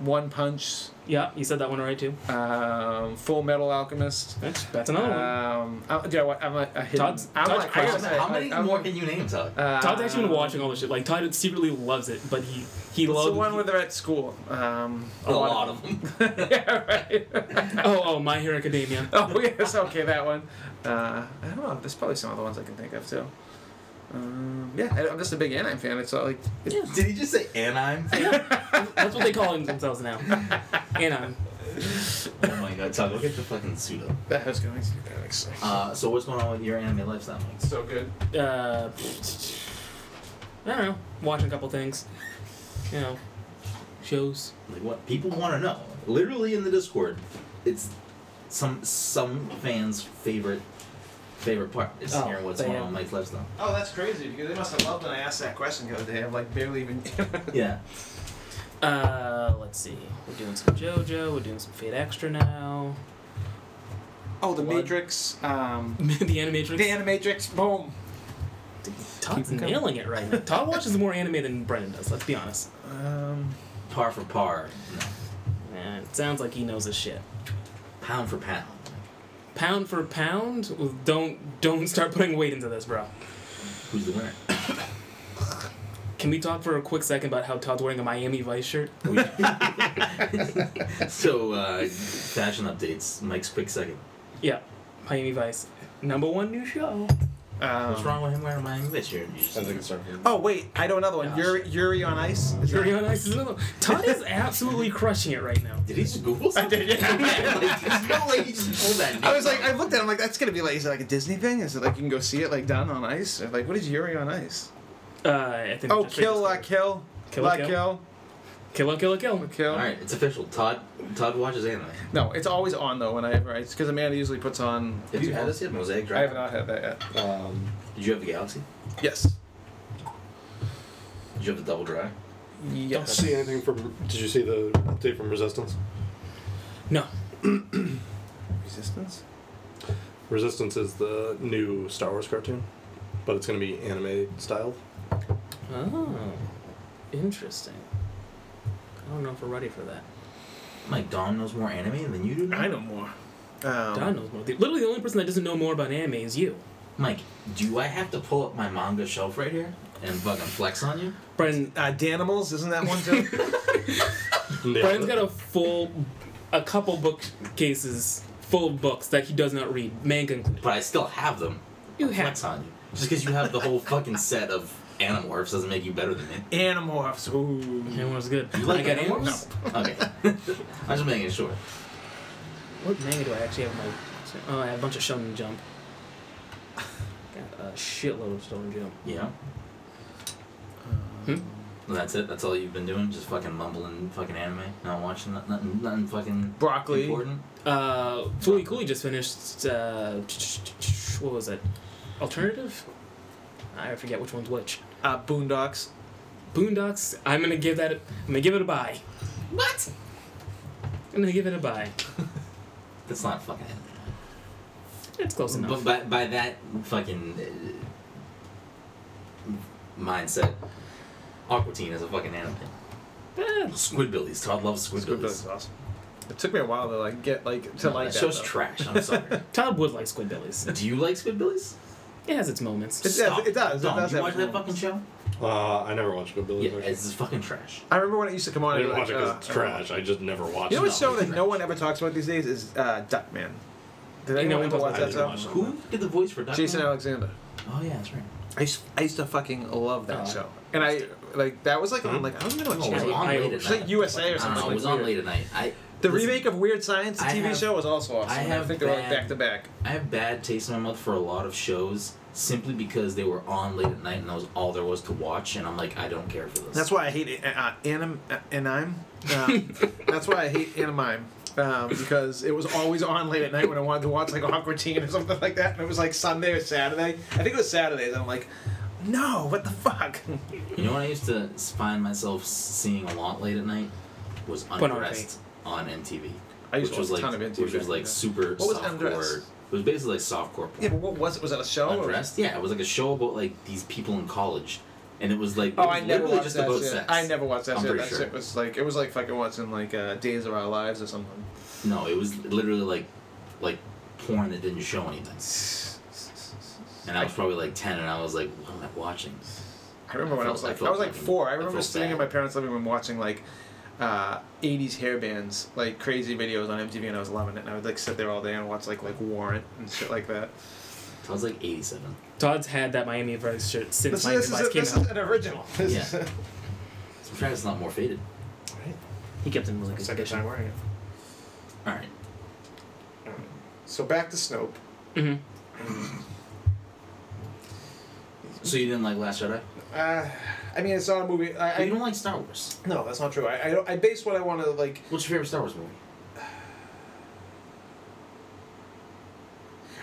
[SPEAKER 2] One Punch.
[SPEAKER 3] yeah, you said that one right too.
[SPEAKER 2] Um, Full Metal Alchemist.
[SPEAKER 3] That's, that's another one.
[SPEAKER 2] Um, I, do you know what? I'm like a hidden.
[SPEAKER 3] Oh. Todd's-
[SPEAKER 2] I'm
[SPEAKER 3] Todd's
[SPEAKER 2] like, I
[SPEAKER 1] how,
[SPEAKER 2] gotta
[SPEAKER 3] crazy.
[SPEAKER 2] say,
[SPEAKER 1] how many
[SPEAKER 2] like, I'm
[SPEAKER 1] more
[SPEAKER 2] like-
[SPEAKER 1] can you name, Todd?
[SPEAKER 2] Uh,
[SPEAKER 3] Todd's actually been watching all this shit. Like Todd secretly loves it, but he he
[SPEAKER 2] It's
[SPEAKER 3] loves
[SPEAKER 2] the one where they're at school. Um,
[SPEAKER 1] A lot of them.
[SPEAKER 2] yeah, right.
[SPEAKER 3] (laughs) Oh, oh, My Hero Academia.
[SPEAKER 2] (laughs) oh (laughs) yes, okay, that one. Uh, I don't know. There's probably some other ones I can think of too. Um, yeah, I, I'm just a big anime fan. It's all like
[SPEAKER 1] (laughs) Did he just say anime?
[SPEAKER 3] That's what they call them themselves now. And um, I'm
[SPEAKER 1] oh my god, Todd, go get the fucking suit up.
[SPEAKER 2] that was going to be that exciting.
[SPEAKER 1] Uh, so what's going on with your anime lifestyle, Mike?
[SPEAKER 2] so good.
[SPEAKER 3] uh, I don't know, watching a couple things, you know, shows.
[SPEAKER 1] Like what people want to know, literally in the Discord, it's some some fans' favorite favorite part is
[SPEAKER 3] Oh,
[SPEAKER 1] hearing what's
[SPEAKER 3] but
[SPEAKER 1] going
[SPEAKER 3] yeah.
[SPEAKER 1] on with Mike
[SPEAKER 2] (laughs)
[SPEAKER 1] Levstone.
[SPEAKER 2] Oh, that's crazy because they must have loved when I asked that question the other day. I'm like barely even. (laughs)
[SPEAKER 1] Yeah.
[SPEAKER 3] Uh, let's see. We're doing some JoJo. We're doing some Fate Extra now. (laughs)
[SPEAKER 2] oh, the
[SPEAKER 3] What?
[SPEAKER 2] Matrix. Um,
[SPEAKER 3] the Animatrix.
[SPEAKER 2] the Animatrix. Boom.
[SPEAKER 3] Todd's
[SPEAKER 2] Keep 'em coming.
[SPEAKER 3] nailing it right now. Todd watches more anime than Brendan does. Let's be honest.
[SPEAKER 2] Um,
[SPEAKER 1] Par for par. No.
[SPEAKER 3] Man, it sounds like he knows his shit.
[SPEAKER 1] Pound for pound.
[SPEAKER 3] Pound for pound, well, don't don't start putting weight into this, bro.
[SPEAKER 1] Who's the winner?
[SPEAKER 3] Can we talk for a quick second about how Todd's wearing a Miami Vice shirt?
[SPEAKER 1] (laughs) so, uh, fashion updates. Mike's quick second.
[SPEAKER 3] Yeah, Miami Vice, number one new show.
[SPEAKER 2] um,
[SPEAKER 1] What's wrong with him wearing my English here? You just-
[SPEAKER 4] I think it's starting.
[SPEAKER 2] Oh wait, I know another one.
[SPEAKER 1] Gosh.
[SPEAKER 2] Yuri, Yuri on Ice. Is
[SPEAKER 3] Very
[SPEAKER 2] that-
[SPEAKER 3] nice is another. Todd is absolutely crushing it right now.
[SPEAKER 1] (laughs) Did he just Google something? (laughs)
[SPEAKER 2] did, yeah.
[SPEAKER 1] like, there's no way he just pulled that.
[SPEAKER 2] I was like, I looked at. it, I'm like, that's gonna be like, is it like a Disney thing? Is it like you can go see it like down on ice? Or like, what is Yuri on Ice?
[SPEAKER 3] Uh, I think.
[SPEAKER 2] Oh,
[SPEAKER 3] we just read
[SPEAKER 2] kill,
[SPEAKER 3] this
[SPEAKER 2] la
[SPEAKER 3] story.
[SPEAKER 2] kill,
[SPEAKER 3] Kill
[SPEAKER 2] la
[SPEAKER 3] la
[SPEAKER 2] kill,
[SPEAKER 3] kill, kill,
[SPEAKER 2] la
[SPEAKER 3] kill.
[SPEAKER 2] kill.
[SPEAKER 1] All right, it's official. Todd Todd watches anime.
[SPEAKER 2] No, it's always on though whenever I, because Amanda usually puts on.
[SPEAKER 1] Did you have this yet? Mosaic
[SPEAKER 2] I have
[SPEAKER 1] Dragon.
[SPEAKER 2] not had that yet.
[SPEAKER 4] Um,
[SPEAKER 1] Did you have the Galaxy?
[SPEAKER 2] Yes.
[SPEAKER 1] Did you have the Double Dry?
[SPEAKER 4] Don't
[SPEAKER 3] Yes.
[SPEAKER 4] see anything from. Did you see the update from Resistance?
[SPEAKER 3] No.
[SPEAKER 2] Resistance.
[SPEAKER 4] Resistance is the new Star Wars cartoon, but it's going to be anime style.
[SPEAKER 3] Oh, interesting. I don't know if we're ready for that.
[SPEAKER 1] Mike Dom knows more anime than you do. Now?
[SPEAKER 2] know more.
[SPEAKER 3] Don
[SPEAKER 2] Um,
[SPEAKER 3] knows more. The- Literally, the only person that doesn't know more about anime is you.
[SPEAKER 1] Mike, do I have to pull up my manga shelf right here and fucking flex on you?
[SPEAKER 3] Brendan,
[SPEAKER 2] uh, Danimals, isn't that one too?
[SPEAKER 3] Brendan's got a full, a couple bookcases full of books that he does not read, manga included.
[SPEAKER 1] But I still have them.
[SPEAKER 3] You
[SPEAKER 1] I'll
[SPEAKER 3] have
[SPEAKER 1] flex on you. Just because you have the whole fucking set of Animorphs doesn't make you better than me.
[SPEAKER 2] (laughs) Animorphs. Ooh.
[SPEAKER 3] Animorphs was good.
[SPEAKER 1] You like
[SPEAKER 3] I got
[SPEAKER 1] Animorphs?
[SPEAKER 3] Animorphs?
[SPEAKER 1] Okay.
[SPEAKER 3] (laughs)
[SPEAKER 1] (laughs) I'm just making it short.
[SPEAKER 3] What manga do I actually have in my? Oh, I have a bunch of Shonen Jump. Got a shitload of Shonen Jump.
[SPEAKER 1] You know?
[SPEAKER 2] Um,
[SPEAKER 1] And that's it. That's all you've been doing. Just fucking mumbling fucking anime. Not watching nothing. Nothing, nothing fucking
[SPEAKER 2] Broccoli.
[SPEAKER 1] important.
[SPEAKER 3] Uh, Fully Cooley just finished. Uh, what was it? Alternative? I forget which one's which.
[SPEAKER 2] Uh, boondocks.
[SPEAKER 3] Boondocks. I'm gonna give that. I'm gonna give it a buy.
[SPEAKER 1] What?
[SPEAKER 3] I'm gonna give it a buy.
[SPEAKER 1] That's not fucking anime.
[SPEAKER 3] It's close enough.
[SPEAKER 1] But by, by that fucking uh, mindset, Aqua Teen is a fucking anime.
[SPEAKER 3] Eh,
[SPEAKER 1] Squidbillies. Todd loves Squidbillies.
[SPEAKER 2] awesome. It took me a while to like get like to
[SPEAKER 1] No,
[SPEAKER 2] like
[SPEAKER 1] that
[SPEAKER 2] that.
[SPEAKER 1] show's
[SPEAKER 2] though.
[SPEAKER 1] trash. I'm
[SPEAKER 2] (laughs)
[SPEAKER 1] sorry.
[SPEAKER 3] Todd would like Squidbillies.
[SPEAKER 1] Do you like Squidbillies?
[SPEAKER 3] It has its moments.
[SPEAKER 2] It- does- it does, it
[SPEAKER 1] Dom,
[SPEAKER 2] does
[SPEAKER 1] you
[SPEAKER 2] have
[SPEAKER 1] watch that
[SPEAKER 2] moments.
[SPEAKER 1] fucking show?
[SPEAKER 4] Uh, I never watched Good Billy.
[SPEAKER 1] Yeah, it's just fucking trash.
[SPEAKER 2] I remember when it used to come on.
[SPEAKER 4] I
[SPEAKER 2] and
[SPEAKER 4] didn't
[SPEAKER 2] be
[SPEAKER 4] watch it
[SPEAKER 2] like,
[SPEAKER 4] because it's
[SPEAKER 2] uh,
[SPEAKER 4] trash. I just never watched
[SPEAKER 2] You know
[SPEAKER 4] it.
[SPEAKER 2] what show that no one ever talks about these days is uh, Duckman. Did
[SPEAKER 3] You know,
[SPEAKER 2] anyone
[SPEAKER 3] I
[SPEAKER 2] ever watch
[SPEAKER 4] didn't
[SPEAKER 2] that show?
[SPEAKER 4] watch it.
[SPEAKER 1] Who did the voice for Duckman?
[SPEAKER 2] Jason Alexander.
[SPEAKER 1] Oh yeah, that's right.
[SPEAKER 2] I used, I used to fucking love that
[SPEAKER 3] Oh.
[SPEAKER 2] show, and I like that was like on like I don't even know what
[SPEAKER 1] Oh, it was
[SPEAKER 2] channel.
[SPEAKER 1] on
[SPEAKER 3] I-
[SPEAKER 1] late at
[SPEAKER 2] It's like
[SPEAKER 1] night.
[SPEAKER 2] USA or
[SPEAKER 1] I don't
[SPEAKER 2] something.
[SPEAKER 1] know. It
[SPEAKER 2] like
[SPEAKER 1] was on
[SPEAKER 2] weird.
[SPEAKER 1] late at night. I
[SPEAKER 2] The
[SPEAKER 1] listen,
[SPEAKER 2] remake of Weird Science, the
[SPEAKER 1] I
[SPEAKER 2] TV
[SPEAKER 1] have-
[SPEAKER 2] show, was also awesome.
[SPEAKER 1] I
[SPEAKER 2] I,
[SPEAKER 1] have
[SPEAKER 2] think they were like
[SPEAKER 1] bad-
[SPEAKER 2] back to back.
[SPEAKER 1] I have bad taste in my mouth for a lot of shows simply because they were on late at night and that was all there was to watch, and I'm like, I don't care for this.
[SPEAKER 2] That's why I hate it. Uh, anim, uh, anime. (laughs) Um, that's why I hate anime. Um, because it was always on late at night when I wanted to watch like Aqua Teen or something like that, and it was like Sunday or Saturday. I think it was Saturdays, and I'm like, no, what the fuck?
[SPEAKER 1] You know what I used to find myself s- seeing a lot late at night was
[SPEAKER 3] Pornography.
[SPEAKER 1] Undressed on MTV,
[SPEAKER 2] I used
[SPEAKER 1] which
[SPEAKER 2] to
[SPEAKER 1] was
[SPEAKER 2] watch
[SPEAKER 1] like
[SPEAKER 2] a ton of MTV
[SPEAKER 1] which was
[SPEAKER 2] back
[SPEAKER 1] like
[SPEAKER 2] then.
[SPEAKER 1] super
[SPEAKER 2] What was
[SPEAKER 1] softcore.
[SPEAKER 2] Undressed?
[SPEAKER 1] It was basically like softcore porn.
[SPEAKER 2] Yeah, oh. but what was it? Was it a show? or-
[SPEAKER 1] Undressed, yeah, it was like a show about like these people in college, and it was like it
[SPEAKER 2] Oh,
[SPEAKER 1] was
[SPEAKER 2] I never
[SPEAKER 1] literally
[SPEAKER 2] watched
[SPEAKER 1] just
[SPEAKER 2] that
[SPEAKER 1] about
[SPEAKER 2] shit.
[SPEAKER 1] sex.
[SPEAKER 2] I never watched that
[SPEAKER 1] I'm
[SPEAKER 2] shit.
[SPEAKER 1] pretty
[SPEAKER 2] That
[SPEAKER 1] sure.
[SPEAKER 2] shit was like it was like fucking watching like uh, Days of Our Lives or something.
[SPEAKER 1] No, it was literally like like porn that didn't show anything. And I was probably like ten, and I was like, "What am I watching?"
[SPEAKER 2] I remember when I was
[SPEAKER 1] felt- I
[SPEAKER 2] like I,
[SPEAKER 1] felt
[SPEAKER 2] was like
[SPEAKER 1] fucking-
[SPEAKER 2] four. I
[SPEAKER 1] I
[SPEAKER 2] remember
[SPEAKER 1] felt
[SPEAKER 2] sitting in
[SPEAKER 1] bad.
[SPEAKER 2] my parents' living room watching like uh, '80s hair bands, like crazy videos on MTV, and I was loving it. And I would like sit there all day and watch like like Warrant and shit like that.
[SPEAKER 1] I was like eighty-seven.
[SPEAKER 3] Todd's had that Miami Vice shirt since
[SPEAKER 2] This,
[SPEAKER 3] Miami
[SPEAKER 2] this, is,
[SPEAKER 3] Vice
[SPEAKER 2] a,
[SPEAKER 3] came
[SPEAKER 2] this
[SPEAKER 3] out.
[SPEAKER 2] is an original. This is
[SPEAKER 1] Yeah. So I'm trying it's not more faded.
[SPEAKER 3] He kept it in really good
[SPEAKER 2] second time
[SPEAKER 3] condition.
[SPEAKER 2] wearing it.
[SPEAKER 1] All right.
[SPEAKER 2] So back to Snope.
[SPEAKER 3] hmm
[SPEAKER 1] So you didn't like Last Jedi?
[SPEAKER 2] Uh, I mean, it's not a movie. I,
[SPEAKER 1] I
[SPEAKER 2] I
[SPEAKER 1] you don't like Star Wars.
[SPEAKER 2] no, that's not true. I I, don't, I base what I want to like.
[SPEAKER 1] What's your favorite Star Wars movie?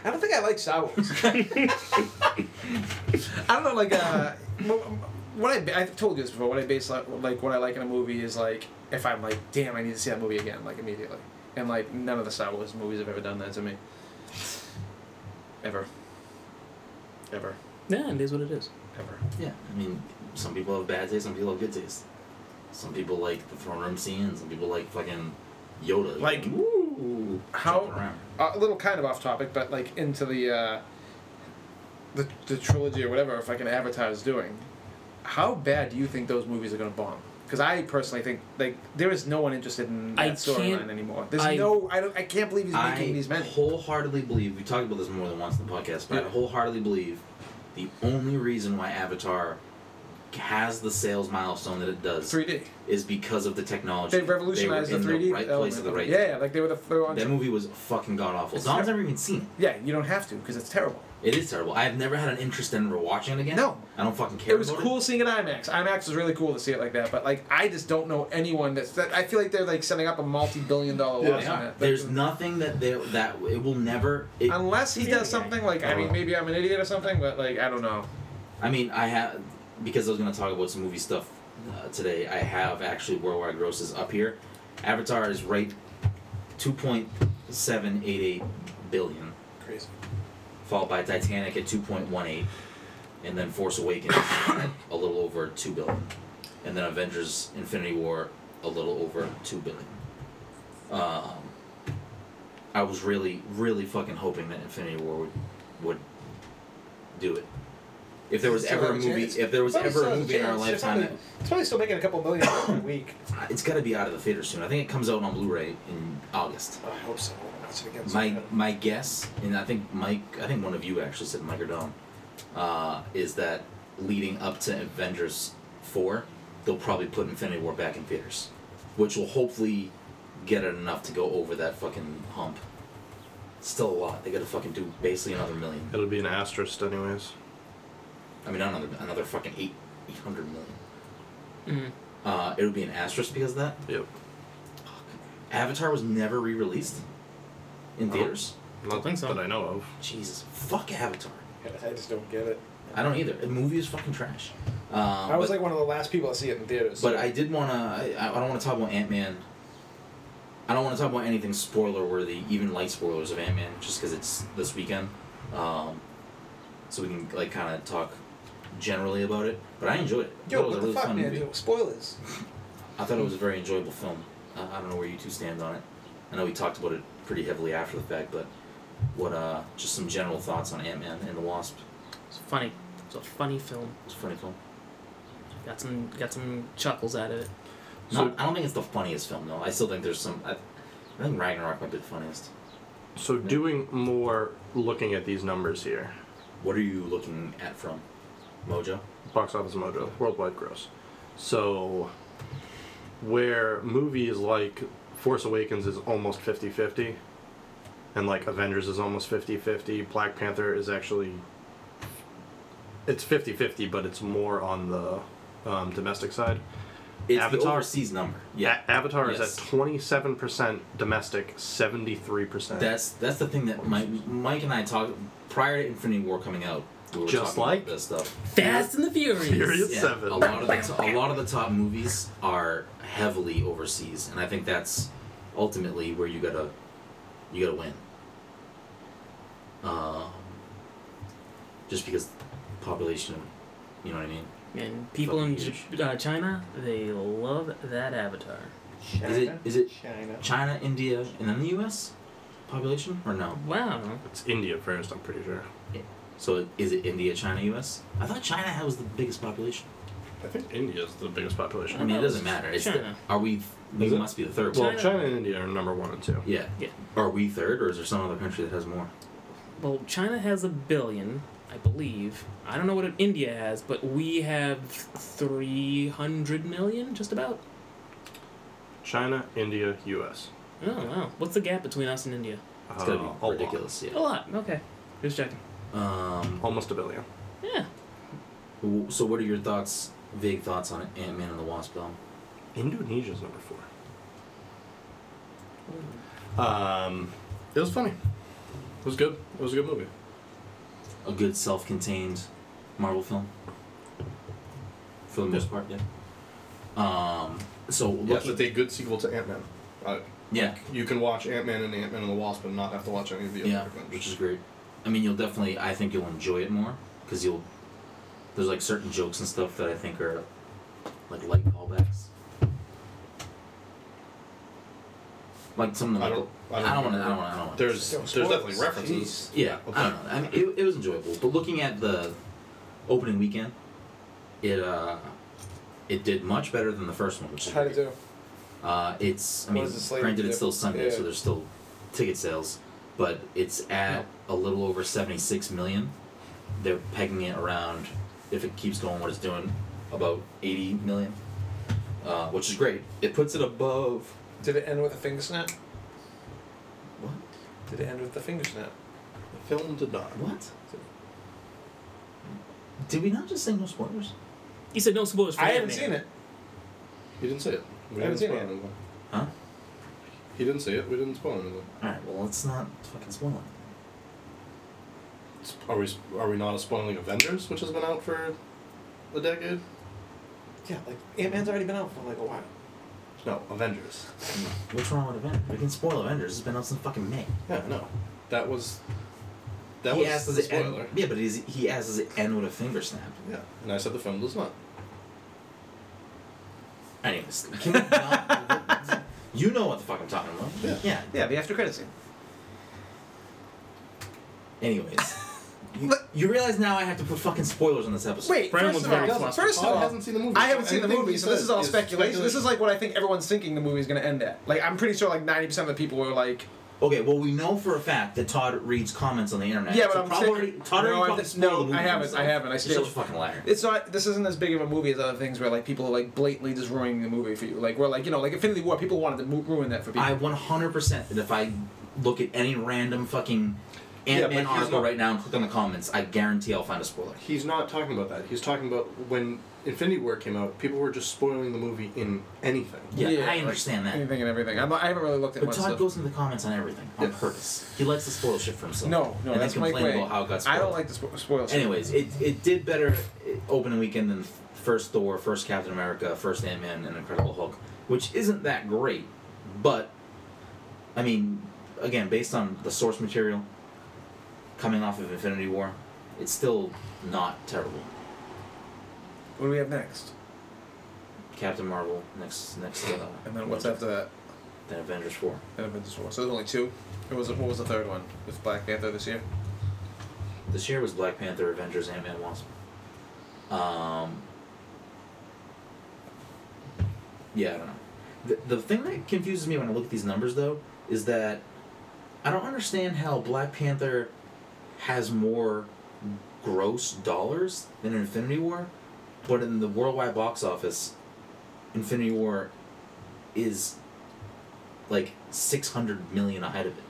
[SPEAKER 2] I don't think I like Star (laughs) Wars. I don't know, like, uh, what I, I've told you this before, what I base, like, like, what I like in a movie is, like, if I'm like, damn, I need to see that movie again, like, immediately. And, like, none of the Star Wars movies have ever done that to me. Ever. Ever.
[SPEAKER 3] Yeah, it is what it is.
[SPEAKER 2] Ever.
[SPEAKER 1] Yeah, I mean, some people have bad taste, some people have good taste. Some people like the throne room scene, some people like fucking Yoda.
[SPEAKER 2] Like,
[SPEAKER 1] ooh,
[SPEAKER 2] how-
[SPEAKER 1] jumping around.
[SPEAKER 2] a little kind of off topic, but like into the uh, the the trilogy or whatever fucking Avatar is doing. How bad do you think those movies are gonna bomb? Because I personally think like there is no one interested in
[SPEAKER 3] I
[SPEAKER 2] that storyline
[SPEAKER 3] can't-
[SPEAKER 2] anymore. There's
[SPEAKER 3] I-
[SPEAKER 2] no, I don't, I can't believe he's making these
[SPEAKER 1] I
[SPEAKER 2] many.
[SPEAKER 1] wholeheartedly believe we talked about this more than once in the podcast, but I
[SPEAKER 2] Yeah.
[SPEAKER 1] wholeheartedly believe the only reason why Avatar has the sales milestone that it does
[SPEAKER 2] 3D.
[SPEAKER 1] is because of the technology.
[SPEAKER 2] They revolutionized
[SPEAKER 1] they were
[SPEAKER 2] the 3D
[SPEAKER 1] in the right place
[SPEAKER 2] element
[SPEAKER 1] at
[SPEAKER 2] of
[SPEAKER 1] the
[SPEAKER 2] it.
[SPEAKER 1] right
[SPEAKER 2] yeah, yeah, like they were the they were on.
[SPEAKER 1] time. That movie was fucking god awful.
[SPEAKER 2] It's
[SPEAKER 1] Don's
[SPEAKER 2] ter-
[SPEAKER 1] never even seen it.
[SPEAKER 2] yeah, you don't have to because it's terrible.
[SPEAKER 1] It is terrible. I have never had an interest in rewatching it again.
[SPEAKER 2] No.
[SPEAKER 1] I don't fucking care.
[SPEAKER 2] It was
[SPEAKER 1] about
[SPEAKER 2] cool seeing it IMAX. IMAX was really cool to see it like that, but like I just don't know anyone that's. That, I feel like they're like setting up a multi-billion dollar
[SPEAKER 4] Yeah.
[SPEAKER 2] loss
[SPEAKER 1] They
[SPEAKER 2] on
[SPEAKER 1] are.
[SPEAKER 2] it.
[SPEAKER 1] There's
[SPEAKER 2] Like,
[SPEAKER 1] nothing that they, that it will never. It,
[SPEAKER 2] Unless he does something like I mean,
[SPEAKER 4] Uh-huh.
[SPEAKER 2] maybe I'm an idiot or something, but like I don't know.
[SPEAKER 1] I mean, I have because I was gonna talk about some movie stuff uh, today. I have actually worldwide grosses up here. Avatar is right, two point seven eight eight billion,
[SPEAKER 2] Crazy.
[SPEAKER 1] followed by Titanic at two point one eight, and then Force Awakens (coughs) a little over two billion, and then Avengers: Infinity War a little over two billion. Um, I was really, really fucking hoping that Infinity War would, would do it. If there was
[SPEAKER 2] Still
[SPEAKER 1] ever a
[SPEAKER 2] have a
[SPEAKER 1] movie,
[SPEAKER 2] chance.
[SPEAKER 1] if there was
[SPEAKER 2] Probably
[SPEAKER 1] ever
[SPEAKER 2] still
[SPEAKER 1] a
[SPEAKER 2] has a
[SPEAKER 1] movie in our
[SPEAKER 2] chance. They're
[SPEAKER 1] lifetime,
[SPEAKER 2] probably- It's probably still making a couple million a week.
[SPEAKER 1] that- it's got to be out of the theater soon. I think it comes out on Blu-ray in August.
[SPEAKER 2] (coughs) I hope so. That's what it gets
[SPEAKER 1] My
[SPEAKER 2] me.
[SPEAKER 1] my guess, and I think Mike, I think one of you actually said Mike or Dom, uh, is that leading up to Avengers four, they'll probably put Infinity War back in theaters, which will hopefully get it enough to go over that fucking hump. Still a lot. They got to fucking do basically another million.
[SPEAKER 5] It'll be an asterisk, anyways.
[SPEAKER 1] I mean, another another fucking eight eight hundred million.
[SPEAKER 3] Mm.
[SPEAKER 1] Uh, it would be an asterisk because of that.
[SPEAKER 5] Yep.
[SPEAKER 1] Avatar was never re-released in
[SPEAKER 5] Oh.
[SPEAKER 1] theaters.
[SPEAKER 5] Not
[SPEAKER 3] think so.
[SPEAKER 5] that I know of.
[SPEAKER 1] Jesus, fuck Avatar.
[SPEAKER 2] I just don't get it.
[SPEAKER 1] I don't either. The movie is fucking trash. Um,
[SPEAKER 2] I was
[SPEAKER 1] but,
[SPEAKER 2] like one of the last people to see it in theaters.
[SPEAKER 1] but uh, I did wanna. I, I don't want to talk about Ant Man. I don't want to talk about anything spoiler worthy, even light spoilers of Ant Man, just because it's this weekend. Um, so we can like kind of talk generally about it. But I enjoyed it. I
[SPEAKER 2] yo,
[SPEAKER 1] thought it was
[SPEAKER 2] what
[SPEAKER 1] a
[SPEAKER 2] the
[SPEAKER 1] really
[SPEAKER 2] fuck,
[SPEAKER 1] fun
[SPEAKER 2] man?
[SPEAKER 1] movie.
[SPEAKER 2] Yo, spoilers.
[SPEAKER 1] I thought it was a very enjoyable film. Uh, I don't know where you two stand on it. I know we talked about it pretty heavily after the fact, but what uh, just some general thoughts on Ant Man and the Wasp?
[SPEAKER 3] It's funny. It's a funny film.
[SPEAKER 1] It's a funny film.
[SPEAKER 3] Got some got some chuckles out of it.
[SPEAKER 1] No,
[SPEAKER 5] So-
[SPEAKER 1] I don't think it's the funniest film though. I still think there's some. I, I think Ragnarok might be the funniest.
[SPEAKER 5] So doing more, looking at these numbers here,
[SPEAKER 1] What are you looking at from Mojo?
[SPEAKER 5] box office mojo, worldwide gross. So where movies like Force Awakens is almost 50-50, and like Avengers is almost 50-50, Black Panther is actually it's 50-50, but it's more on the um, domestic side.
[SPEAKER 1] It's the
[SPEAKER 5] Avatar?
[SPEAKER 1] overseas number. Yeah,
[SPEAKER 5] Yeah, Avatar
[SPEAKER 1] Yes.
[SPEAKER 5] is at 27% domestic, 73%.
[SPEAKER 1] that's that's the thing that Mike, Mike and I talked prior to Infinity War coming out. We were
[SPEAKER 5] Just
[SPEAKER 1] talking
[SPEAKER 5] like-
[SPEAKER 1] about this stuff.
[SPEAKER 3] Fast and the Furious.
[SPEAKER 5] Furious?
[SPEAKER 1] Yeah,
[SPEAKER 5] Seven.
[SPEAKER 1] A lot of the to- a lot of the top movies are heavily overseas, and I think that's ultimately where you gotta you gotta win. Um, just because population, you know what I mean.
[SPEAKER 3] And people in J- uh, China, they love that Avatar.
[SPEAKER 2] China,
[SPEAKER 1] Is it- is it-
[SPEAKER 2] China?
[SPEAKER 1] China, India, and then the U.S. population, or no?
[SPEAKER 3] Wow.
[SPEAKER 5] It's India first, I'm pretty sure.
[SPEAKER 1] So is it India, China, U.S.? I thought China was the biggest population.
[SPEAKER 5] I think India is the biggest population.
[SPEAKER 1] I mean, it doesn't matter. It's the,
[SPEAKER 3] China.
[SPEAKER 1] are we? We
[SPEAKER 5] Is it?
[SPEAKER 1] must be the third.
[SPEAKER 5] Well,
[SPEAKER 3] China-
[SPEAKER 5] China and India are number one and two.
[SPEAKER 1] yeah.
[SPEAKER 3] Yeah.
[SPEAKER 1] Are we third, or is there some other country that has more?
[SPEAKER 3] Well, China has a billion, I believe. I don't know what India has, but we have 300 million, just about.
[SPEAKER 5] China, India, U.S.
[SPEAKER 3] Oh, wow. What's the gap between us and India?
[SPEAKER 1] It's gotta
[SPEAKER 5] Uh, a
[SPEAKER 1] be
[SPEAKER 5] lot.
[SPEAKER 1] ridiculous.
[SPEAKER 3] A lot. Okay. Just checking.
[SPEAKER 1] Yeah. Um,
[SPEAKER 5] Almost a billion.
[SPEAKER 3] Yeah.
[SPEAKER 1] W- So, what are your thoughts, vague thoughts on Ant Man and the Wasp, um, Dom?
[SPEAKER 5] Indonesia's number four. Um, it was funny. was good. It was a good movie.
[SPEAKER 1] a good self-contained Marvel film. For the most part, yeah. Um, so
[SPEAKER 5] Yes,
[SPEAKER 1] looking,
[SPEAKER 5] it's a good sequel to Ant Man. Uh,
[SPEAKER 1] yeah,
[SPEAKER 5] you can watch Ant Man and Ant Man and the Wasp and not have to watch any of the
[SPEAKER 1] yeah,
[SPEAKER 5] other
[SPEAKER 1] which is
[SPEAKER 5] Avengers.
[SPEAKER 1] great. I mean, you'll definitely. I think you'll enjoy it more because you'll. There's like certain jokes and stuff that I think are, like light callbacks. Like some of the
[SPEAKER 5] I
[SPEAKER 1] Michael.
[SPEAKER 5] don't. I don't,
[SPEAKER 1] I don't want to. I
[SPEAKER 5] remember.
[SPEAKER 1] don't want to. I don't want to.
[SPEAKER 5] There's there's definitely references.
[SPEAKER 1] Yeah,
[SPEAKER 5] Okay.
[SPEAKER 1] I don't know. I mean, it, it was enjoyable, but looking at the opening weekend, it uh, it did much better than the first one, which is
[SPEAKER 2] How to
[SPEAKER 1] great.
[SPEAKER 2] do?
[SPEAKER 1] Uh, it's I
[SPEAKER 2] What
[SPEAKER 1] mean,
[SPEAKER 2] is the slate
[SPEAKER 1] granted,
[SPEAKER 2] do?
[SPEAKER 1] it's still Sunday, so
[SPEAKER 2] Yeah.
[SPEAKER 1] there's still ticket sales, but it's at a little over seventy six million. They're pegging it around, if it keeps going what it's doing, about eighty million, uh, which is great. It puts it above.
[SPEAKER 2] Did it end with a finger snap?
[SPEAKER 1] What?
[SPEAKER 2] Did it end with the finger snap?
[SPEAKER 5] The film did not.
[SPEAKER 1] What? Did we not just say no spoilers?
[SPEAKER 3] He said no spoilers for
[SPEAKER 2] I haven't
[SPEAKER 3] Ant-Man.
[SPEAKER 2] seen it.
[SPEAKER 5] You didn't see it. We
[SPEAKER 2] I haven't
[SPEAKER 5] didn't
[SPEAKER 2] seen
[SPEAKER 5] spoil
[SPEAKER 2] it.
[SPEAKER 5] anything.
[SPEAKER 1] Huh?
[SPEAKER 5] He didn't see it. We didn't spoil anything.
[SPEAKER 1] Alright, well, let's not fucking spoil
[SPEAKER 5] It's- Are we? Are we not spoiling Avengers, which has been out for a decade?
[SPEAKER 2] Yeah, like Ant Man's already been out for like a while.
[SPEAKER 5] No, Avengers.
[SPEAKER 1] it. What's wrong with Avengers? We can spoil Avengers. It's been out since fucking May.
[SPEAKER 5] Yeah, no. That was. That
[SPEAKER 1] he
[SPEAKER 5] was
[SPEAKER 1] asked, does
[SPEAKER 5] the
[SPEAKER 1] it end-
[SPEAKER 5] spoiler.
[SPEAKER 1] Yeah, but is, he asked, does it end with a finger snap?
[SPEAKER 5] Yeah, and I said the film does not.
[SPEAKER 2] (laughs)
[SPEAKER 1] Anyways, can we not, you know what the fuck I'm talking about.
[SPEAKER 5] Yeah.
[SPEAKER 1] yeah.
[SPEAKER 2] Yeah, the after credits scene.
[SPEAKER 1] Anyways, you, you realize now I have to put fucking spoilers on this episode.
[SPEAKER 2] Wait,
[SPEAKER 3] Brandon
[SPEAKER 2] first
[SPEAKER 3] was
[SPEAKER 2] of all,
[SPEAKER 3] very
[SPEAKER 2] first
[SPEAKER 3] flustered.
[SPEAKER 2] of
[SPEAKER 5] Paul
[SPEAKER 2] all,
[SPEAKER 5] hasn't seen the movie.
[SPEAKER 2] I haven't seen the
[SPEAKER 5] Anything
[SPEAKER 2] movie,
[SPEAKER 5] he
[SPEAKER 2] so this
[SPEAKER 5] says
[SPEAKER 2] is all
[SPEAKER 5] is
[SPEAKER 2] speculation. This
[SPEAKER 5] speculation.
[SPEAKER 2] is like what I think everyone's thinking the movie's going to end at. Like, I'm pretty sure like 90% of the people were like,
[SPEAKER 1] Okay, well we know for a fact that Todd reads comments on the internet.
[SPEAKER 2] Yeah, but
[SPEAKER 1] so
[SPEAKER 2] I'm
[SPEAKER 1] probably
[SPEAKER 2] saying-
[SPEAKER 1] Todd already
[SPEAKER 2] No, I-
[SPEAKER 1] fucking spoiled
[SPEAKER 2] no,
[SPEAKER 1] the movie
[SPEAKER 2] I
[SPEAKER 1] for
[SPEAKER 2] haven't,
[SPEAKER 1] himself.
[SPEAKER 2] I haven't, I
[SPEAKER 1] You're
[SPEAKER 2] still-
[SPEAKER 1] such a fucking liar.
[SPEAKER 2] it's not, this isn't as big of a movie as other things where like people are like blatantly just ruining the movie for you. Like, we're like, you know, like Infinity War, people wanted to mo- ruin that for people.
[SPEAKER 1] I 100% that if I look at any random fucking
[SPEAKER 5] Yeah,
[SPEAKER 1] Ant Man
[SPEAKER 5] but he's
[SPEAKER 1] article
[SPEAKER 5] not-
[SPEAKER 1] right now and click on the comments, I guarantee I'll find a spoiler.
[SPEAKER 5] He's not talking about that. He's talking about when Infinity War came out, people were just spoiling the movie in anything.
[SPEAKER 1] Yeah,
[SPEAKER 2] Yeah,
[SPEAKER 1] I
[SPEAKER 2] like,
[SPEAKER 1] understand that.
[SPEAKER 2] Anything and everything. I'm not, I haven't really looked at
[SPEAKER 1] But
[SPEAKER 2] much
[SPEAKER 1] Todd
[SPEAKER 2] stuff.
[SPEAKER 1] goes into the comments on everything on
[SPEAKER 2] Yes.
[SPEAKER 1] purpose. He likes to spoil shit for himself.
[SPEAKER 2] No, no,
[SPEAKER 1] and
[SPEAKER 2] that's
[SPEAKER 1] then
[SPEAKER 2] Mike
[SPEAKER 1] complain
[SPEAKER 2] Way.
[SPEAKER 1] about how it got spoiled.
[SPEAKER 2] I don't like the spo- spoilers.
[SPEAKER 1] Anyways, it, it did better uh, opening weekend than first Thor, first Captain America, first Ant Man, and Incredible Hulk, which isn't that great, but I mean, again, based on the source material coming off of Infinity War, it's still not terrible.
[SPEAKER 2] What do we have next?
[SPEAKER 1] Captain Marvel next next uh,
[SPEAKER 2] And then what's
[SPEAKER 1] winter,
[SPEAKER 2] after that?
[SPEAKER 1] Then Avengers four.
[SPEAKER 2] Then Avengers War. So there's only two. It was what was the third one with Black Panther this year?
[SPEAKER 1] This year was Black Panther, Avengers, Ant Man, Wasp. Um. Yeah, I don't know. The, the thing that confuses me when I look at these numbers though is that I don't understand how Black Panther has more gross dollars than Infinity War, but in the worldwide box office, Infinity War is like six hundred million ahead of it.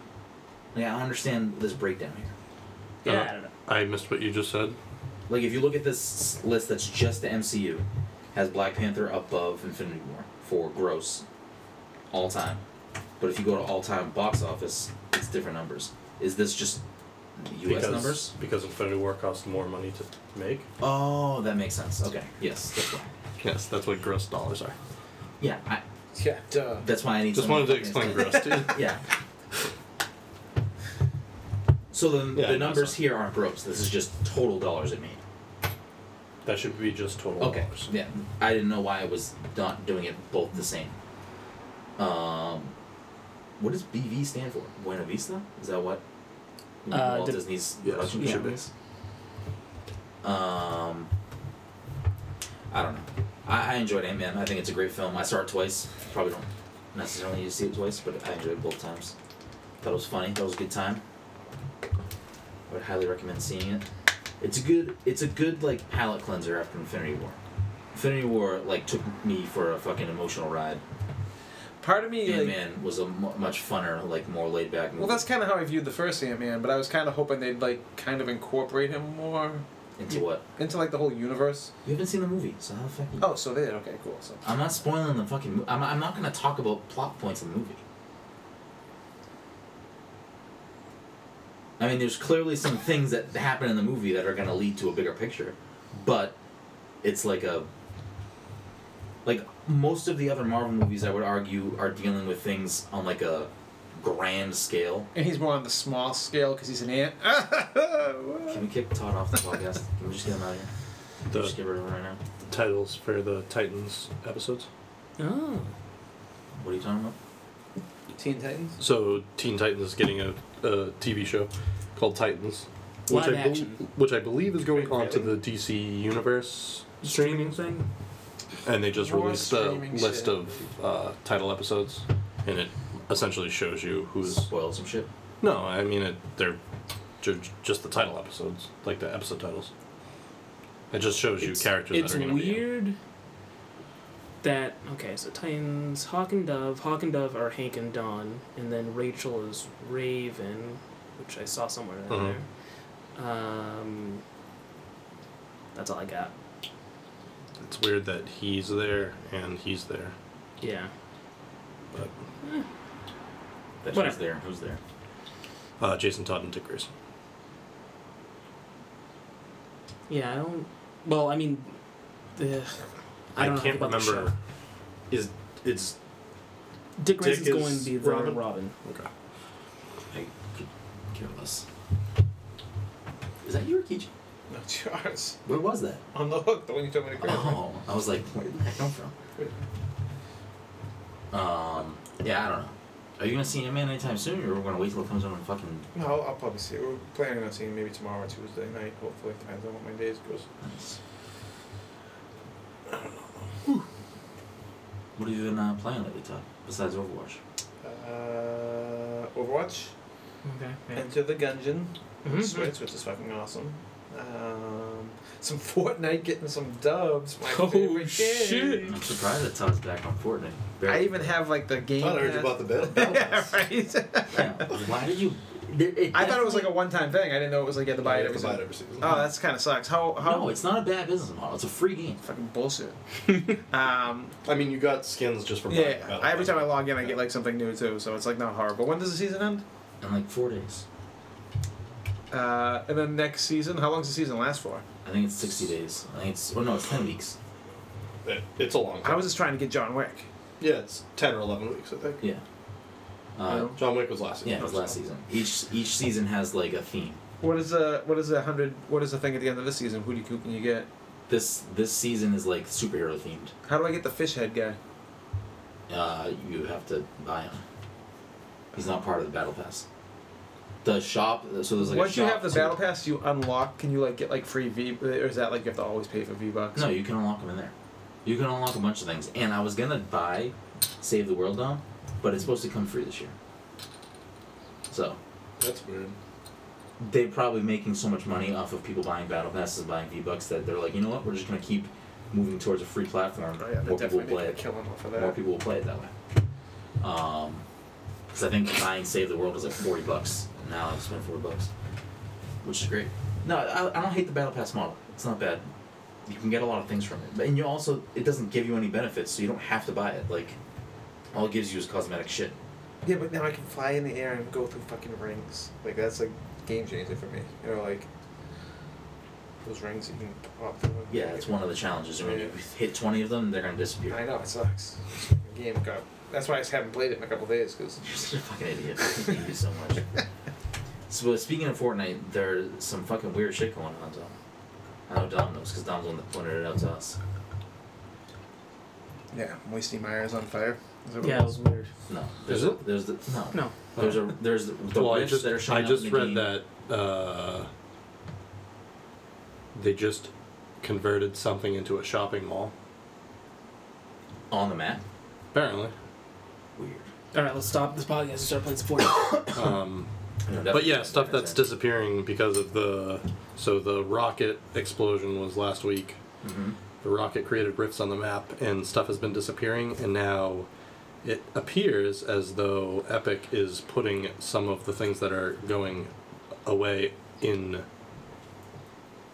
[SPEAKER 1] Like I don't understand this breakdown here.
[SPEAKER 3] Yeah,
[SPEAKER 4] Uh,
[SPEAKER 3] I don't know.
[SPEAKER 4] I missed what you just said.
[SPEAKER 1] Like if you look at this list that's just the MCU, has Black Panther above Infinity War for gross all time. But if you go to all time box office, it's different numbers. Is this just US
[SPEAKER 4] because,
[SPEAKER 1] numbers?
[SPEAKER 4] Because Infinity War costs more money to make.
[SPEAKER 1] Oh, that makes sense. Okay. Yes, that's why.
[SPEAKER 4] Yes, that's what gross dollars are.
[SPEAKER 1] Yeah, I,
[SPEAKER 2] Yeah, duh.
[SPEAKER 1] that's why I need
[SPEAKER 4] Just
[SPEAKER 1] someone
[SPEAKER 4] wanted to
[SPEAKER 1] fucking
[SPEAKER 4] explain gross to
[SPEAKER 1] (laughs)
[SPEAKER 4] you.
[SPEAKER 1] Yeah. So the,
[SPEAKER 4] Yeah, I
[SPEAKER 1] the
[SPEAKER 4] know,
[SPEAKER 1] numbers
[SPEAKER 4] so.
[SPEAKER 1] here aren't gross. This is just total dollars it made.
[SPEAKER 4] That should be just total
[SPEAKER 1] Okay.
[SPEAKER 4] dollars.
[SPEAKER 1] Yeah, I didn't know why I was not doing it both the same. Um, what does BV stand for? Buena Vista? Is that what
[SPEAKER 3] Uh,
[SPEAKER 1] Walt
[SPEAKER 3] di-
[SPEAKER 1] Disney's
[SPEAKER 4] Yes,
[SPEAKER 1] production
[SPEAKER 3] yeah.
[SPEAKER 1] company is? Um, I don't know. I, I enjoyed Ant Man. I think it's a great film. I saw it twice. Probably don't necessarily need to see it twice, but I enjoyed it both times. Thought it was funny. That was a good time. I would highly recommend seeing it. It's a good. It's a good like palate cleanser after Infinity War. Infinity War like took me for a fucking emotional ride.
[SPEAKER 2] Part of me,
[SPEAKER 1] Ant
[SPEAKER 2] like,
[SPEAKER 1] Man was a mu much funner, like more laid back movie.
[SPEAKER 2] well, that's kind of how I viewed the first Ant Man, but I was kind of hoping they'd like kind of incorporate him more
[SPEAKER 1] into what
[SPEAKER 2] into like the whole universe.
[SPEAKER 1] you haven't seen the movie, so how the fuck? You...
[SPEAKER 2] Oh, so they okay, cool. So
[SPEAKER 1] I'm not spoiling the fucking. Mo- I'm I'm not gonna talk about plot points in the movie. I mean, there's clearly some things that happen in the movie that are going to lead to a bigger picture, but it's like a like most of the other Marvel movies, I would argue, are dealing with things on like a grand scale.
[SPEAKER 2] And he's more on the small scale because he's an ant. (laughs)
[SPEAKER 1] Can we kick Todd off the podcast? Can we just get him out of here?
[SPEAKER 5] The-
[SPEAKER 1] Just get rid of him right now.
[SPEAKER 5] titles for the Titans episodes.
[SPEAKER 3] Oh.
[SPEAKER 1] What are you talking about?
[SPEAKER 2] Teen Titans.
[SPEAKER 5] So Teen Titans is getting a, a TV show called Titans, which
[SPEAKER 3] Live
[SPEAKER 5] I bel-
[SPEAKER 3] action.
[SPEAKER 5] which I believe is going
[SPEAKER 2] Wait,
[SPEAKER 5] on to the
[SPEAKER 2] really?
[SPEAKER 5] DC Universe
[SPEAKER 3] Streaming
[SPEAKER 5] streaming,
[SPEAKER 3] thing?
[SPEAKER 5] and they just
[SPEAKER 2] More
[SPEAKER 5] released a
[SPEAKER 2] streaming (laughs)
[SPEAKER 5] list
[SPEAKER 2] shit.
[SPEAKER 5] of uh, title episodes, and it essentially shows you who's.
[SPEAKER 1] Spoil some shit.
[SPEAKER 5] No, I mean it, they're ju- just the title episodes, like the episode titles. It just shows you
[SPEAKER 3] It's-
[SPEAKER 5] characters
[SPEAKER 3] It's
[SPEAKER 5] that are going to be. in it.
[SPEAKER 3] weird that okay, so Titans, Hawk and Dove, Hawk and Dove are Hank and Don, and then Rachel is Raven, which I saw somewhere in
[SPEAKER 5] Mhm.
[SPEAKER 3] there. Um, that's all I got.
[SPEAKER 5] It's weird that he's there and he's there,
[SPEAKER 3] Yeah.
[SPEAKER 5] but
[SPEAKER 1] That
[SPEAKER 3] Whatever.
[SPEAKER 1] who's there and who's there.
[SPEAKER 5] uh, Jason Todd and Dick Grayson.
[SPEAKER 3] Yeah, I don't. Well, I mean, the I
[SPEAKER 5] I,
[SPEAKER 3] don't know
[SPEAKER 5] can't
[SPEAKER 3] about the
[SPEAKER 5] remember.
[SPEAKER 3] show.
[SPEAKER 5] Is it's
[SPEAKER 3] Dick
[SPEAKER 5] Dick
[SPEAKER 3] Grayson's
[SPEAKER 5] is
[SPEAKER 3] going to be the Robin.
[SPEAKER 5] Robin?
[SPEAKER 3] Robin.
[SPEAKER 5] okay?
[SPEAKER 1] I could care less. Is that your key?
[SPEAKER 2] No, Charles.
[SPEAKER 1] Where was that?
[SPEAKER 2] On the hook, the one you told me to grab.
[SPEAKER 1] Oh, I was like, where did that come from? Um, yeah, I don't know. Are you gonna see Ant Man anytime soon, or we're gonna wait till it comes out and fucking?
[SPEAKER 2] No, I'll, I'll probably see it. We're planning on seeing it maybe tomorrow or Tuesday night, hopefully. Depends on what my days goes.
[SPEAKER 1] What have you been uh, playing lately, Todd? Besides Overwatch,
[SPEAKER 2] Uh, Overwatch,
[SPEAKER 3] Okay.
[SPEAKER 2] Enter the Gungeon,
[SPEAKER 3] Mhm.
[SPEAKER 2] Switch, which is fucking awesome. Um, some (laughs) Fortnite, getting some dubs. My
[SPEAKER 3] Oh,
[SPEAKER 2] favorite
[SPEAKER 3] shit.
[SPEAKER 2] game.
[SPEAKER 1] I'm surprised that Todd's back on Fortnite.
[SPEAKER 2] Mm. I
[SPEAKER 1] Barely.
[SPEAKER 2] even have like the game.
[SPEAKER 4] Todd heard you
[SPEAKER 2] Pass-
[SPEAKER 4] bought the bell.
[SPEAKER 2] (laughs) yeah, right. (laughs)
[SPEAKER 1] Yeah, Why did you? It, it
[SPEAKER 2] I thought it was like a one-time thing. I didn't know it was like you had to buy it every
[SPEAKER 4] Buy it
[SPEAKER 2] time.
[SPEAKER 4] every season.
[SPEAKER 2] Oh, that's kind of sucks. How how
[SPEAKER 1] No, it's not a bad business model. It's a free game.
[SPEAKER 2] fucking
[SPEAKER 3] (laughs)
[SPEAKER 2] bullshit. um,
[SPEAKER 4] I mean, you got skins just for buying
[SPEAKER 2] yeah,
[SPEAKER 4] Battle
[SPEAKER 2] I, every
[SPEAKER 4] Pass.
[SPEAKER 2] time I log in, I get like something new too. So it's like not horrible. When does the season end?
[SPEAKER 1] In like four days.
[SPEAKER 2] Uh, and then next season, how long does the season last for?
[SPEAKER 1] I think it's 60 days. I think it's. Well, no, it's 10 weeks.
[SPEAKER 4] It- it's a long.
[SPEAKER 2] I
[SPEAKER 4] Time.
[SPEAKER 2] was just trying to get John Wick.
[SPEAKER 4] Yeah, it's ten or eleven weeks, I think.
[SPEAKER 1] Yeah.
[SPEAKER 2] you
[SPEAKER 1] Uh,
[SPEAKER 2] know?
[SPEAKER 4] John Wick was last season.
[SPEAKER 1] yeah, it was last season. Each each season has like a theme.
[SPEAKER 2] What is the what is the hundred? What is the thing at the end of this season? Who do you who can you get?
[SPEAKER 1] This this season is like superhero themed.
[SPEAKER 2] How do I get the fish head guy?
[SPEAKER 1] Uh, you have to buy him. He's not part of the battle pass. The shop. So there's like. a
[SPEAKER 2] Once you
[SPEAKER 1] shop-
[SPEAKER 2] have the battle pass, you unlock. Can you like get like free V? Or is that like you have to always pay for V bucks?
[SPEAKER 1] No, you can unlock them in there. You can unlock a bunch of things. And I was gonna buy Save the World Dome, but it's supposed to come free this year. So
[SPEAKER 4] That's weird.
[SPEAKER 1] they're probably making so much money off of people buying battle passes, buying V Bucks that they're like, you know what, we're just gonna keep moving towards a free platform.
[SPEAKER 2] Oh, yeah, they're
[SPEAKER 1] more people
[SPEAKER 2] definitely
[SPEAKER 1] will play
[SPEAKER 2] making a
[SPEAKER 1] it.
[SPEAKER 2] killing off of
[SPEAKER 1] More
[SPEAKER 2] that.
[SPEAKER 1] people will play it that way. Um, because I think buying Save the World was like forty bucks. and Now I've spent forty bucks, which is great. No, I, I don't hate the battle pass model. It's not bad. You can get a lot of things from it, and you also it doesn't give you any benefits, so you don't have to buy it. Like, all it gives you is cosmetic shit.
[SPEAKER 2] Yeah, but now I can fly in the air and go through fucking rings. Like that's like game changer for me. You know, like those rings that you can pop through. and-
[SPEAKER 1] Yeah, it's one of the challenges. and When you hit twenty of them, they're gonna disappear.
[SPEAKER 2] Oh, I know
[SPEAKER 1] (laughs)
[SPEAKER 2] it sucks. The game got. That's why I just haven't played it in a couple days because.
[SPEAKER 1] You're (laughs) such a fucking idiot. I hate you so much. So, but speaking of Fortnite, there's some fucking weird shit going on, Dom. I know Dom knows because Dom's the one that pointed it out to us.
[SPEAKER 2] Yeah, Moisty Meyer's on fire. Is that what
[SPEAKER 3] Yeah,
[SPEAKER 2] it
[SPEAKER 3] that was weird.
[SPEAKER 1] No. There's
[SPEAKER 5] Is
[SPEAKER 1] a,
[SPEAKER 5] it?
[SPEAKER 1] There's the no.
[SPEAKER 3] No.
[SPEAKER 1] There's a there's the, the
[SPEAKER 5] well, I
[SPEAKER 1] riffs
[SPEAKER 5] just
[SPEAKER 1] that are
[SPEAKER 5] I
[SPEAKER 1] showing up
[SPEAKER 5] just
[SPEAKER 1] in the
[SPEAKER 5] read
[SPEAKER 1] game.
[SPEAKER 5] that uh, they just converted something into a shopping mall.
[SPEAKER 1] on the map. (coughs)
[SPEAKER 5] Apparently,
[SPEAKER 1] Weird.
[SPEAKER 3] All right, let's stop this podcast and start playing Fortnite.
[SPEAKER 5] um,
[SPEAKER 1] You know,
[SPEAKER 5] but
[SPEAKER 1] definitely
[SPEAKER 5] yeah, stuff that's
[SPEAKER 1] different.
[SPEAKER 5] disappearing because of the so the rocket explosion was last week.
[SPEAKER 1] Mhm.
[SPEAKER 5] The rocket created rifts on the map, and stuff has been disappearing. And now it appears as though Epic is putting some of the things that are going away in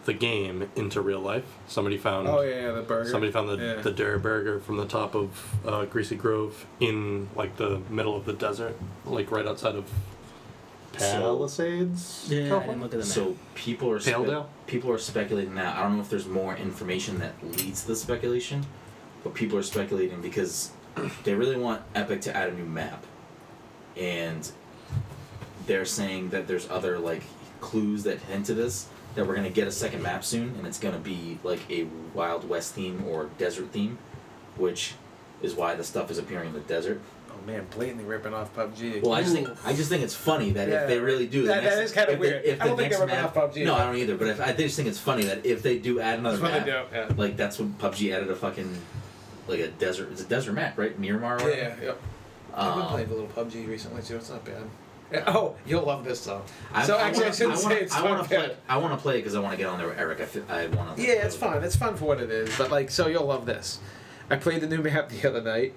[SPEAKER 5] the game into real life. Somebody found
[SPEAKER 2] Oh yeah, yeah, the burger.
[SPEAKER 5] somebody found the
[SPEAKER 2] Yeah.
[SPEAKER 5] the Dare Burger from the top of uh, Greasy Grove in like the middle of the desert, like right outside of Palisades?
[SPEAKER 3] (coughs) Yeah, I didn't
[SPEAKER 5] California?
[SPEAKER 3] look at the map.
[SPEAKER 1] So people are
[SPEAKER 5] Paledale?
[SPEAKER 1] people are speculating now. I don't know if there's more information that leads to the speculation, but people are speculating because they really want Epic to add a new map, and they're saying that there's other like clues that hint to this that we're gonna get a second map soon, and it's gonna be like a Wild West theme or desert theme, which is why the stuff is appearing in the desert.
[SPEAKER 6] Oh man, blatantly ripping off PUBG.
[SPEAKER 1] Well, I just think I just think it's funny that
[SPEAKER 6] Yeah.
[SPEAKER 1] if they really do,
[SPEAKER 2] That-
[SPEAKER 1] the next,
[SPEAKER 2] that is kinda
[SPEAKER 1] if the-
[SPEAKER 2] weird.
[SPEAKER 1] If
[SPEAKER 2] I
[SPEAKER 1] the
[SPEAKER 2] don't think
[SPEAKER 1] next
[SPEAKER 2] they were gonna
[SPEAKER 1] map,
[SPEAKER 2] have PUBG.
[SPEAKER 1] No, I don't either. But if, I just think it's funny that if they do add another
[SPEAKER 2] That's what they
[SPEAKER 1] map,
[SPEAKER 2] do. Yeah.
[SPEAKER 1] like that's when PUBG added a fucking like a desert. It's a desert map, right? Miramar. or
[SPEAKER 2] Yeah,
[SPEAKER 1] whatever.
[SPEAKER 2] yeah, yep. I've been
[SPEAKER 1] Um,
[SPEAKER 2] playing a little PUBG recently too. It's not bad. Yeah, Oh, you'll love this though.
[SPEAKER 1] I,
[SPEAKER 2] So
[SPEAKER 1] I
[SPEAKER 2] actually, I
[SPEAKER 1] wanna-
[SPEAKER 2] shouldn't
[SPEAKER 1] I wanna,
[SPEAKER 2] say it's
[SPEAKER 1] I
[SPEAKER 2] not
[SPEAKER 1] wanna play.
[SPEAKER 2] bad.
[SPEAKER 1] I want to play because I want to get on there with Eric. I, feel, I want to.
[SPEAKER 2] Yeah, it's fun. It's fun for what it is. But like, so you'll love this. I played the new map (laughs) the other night.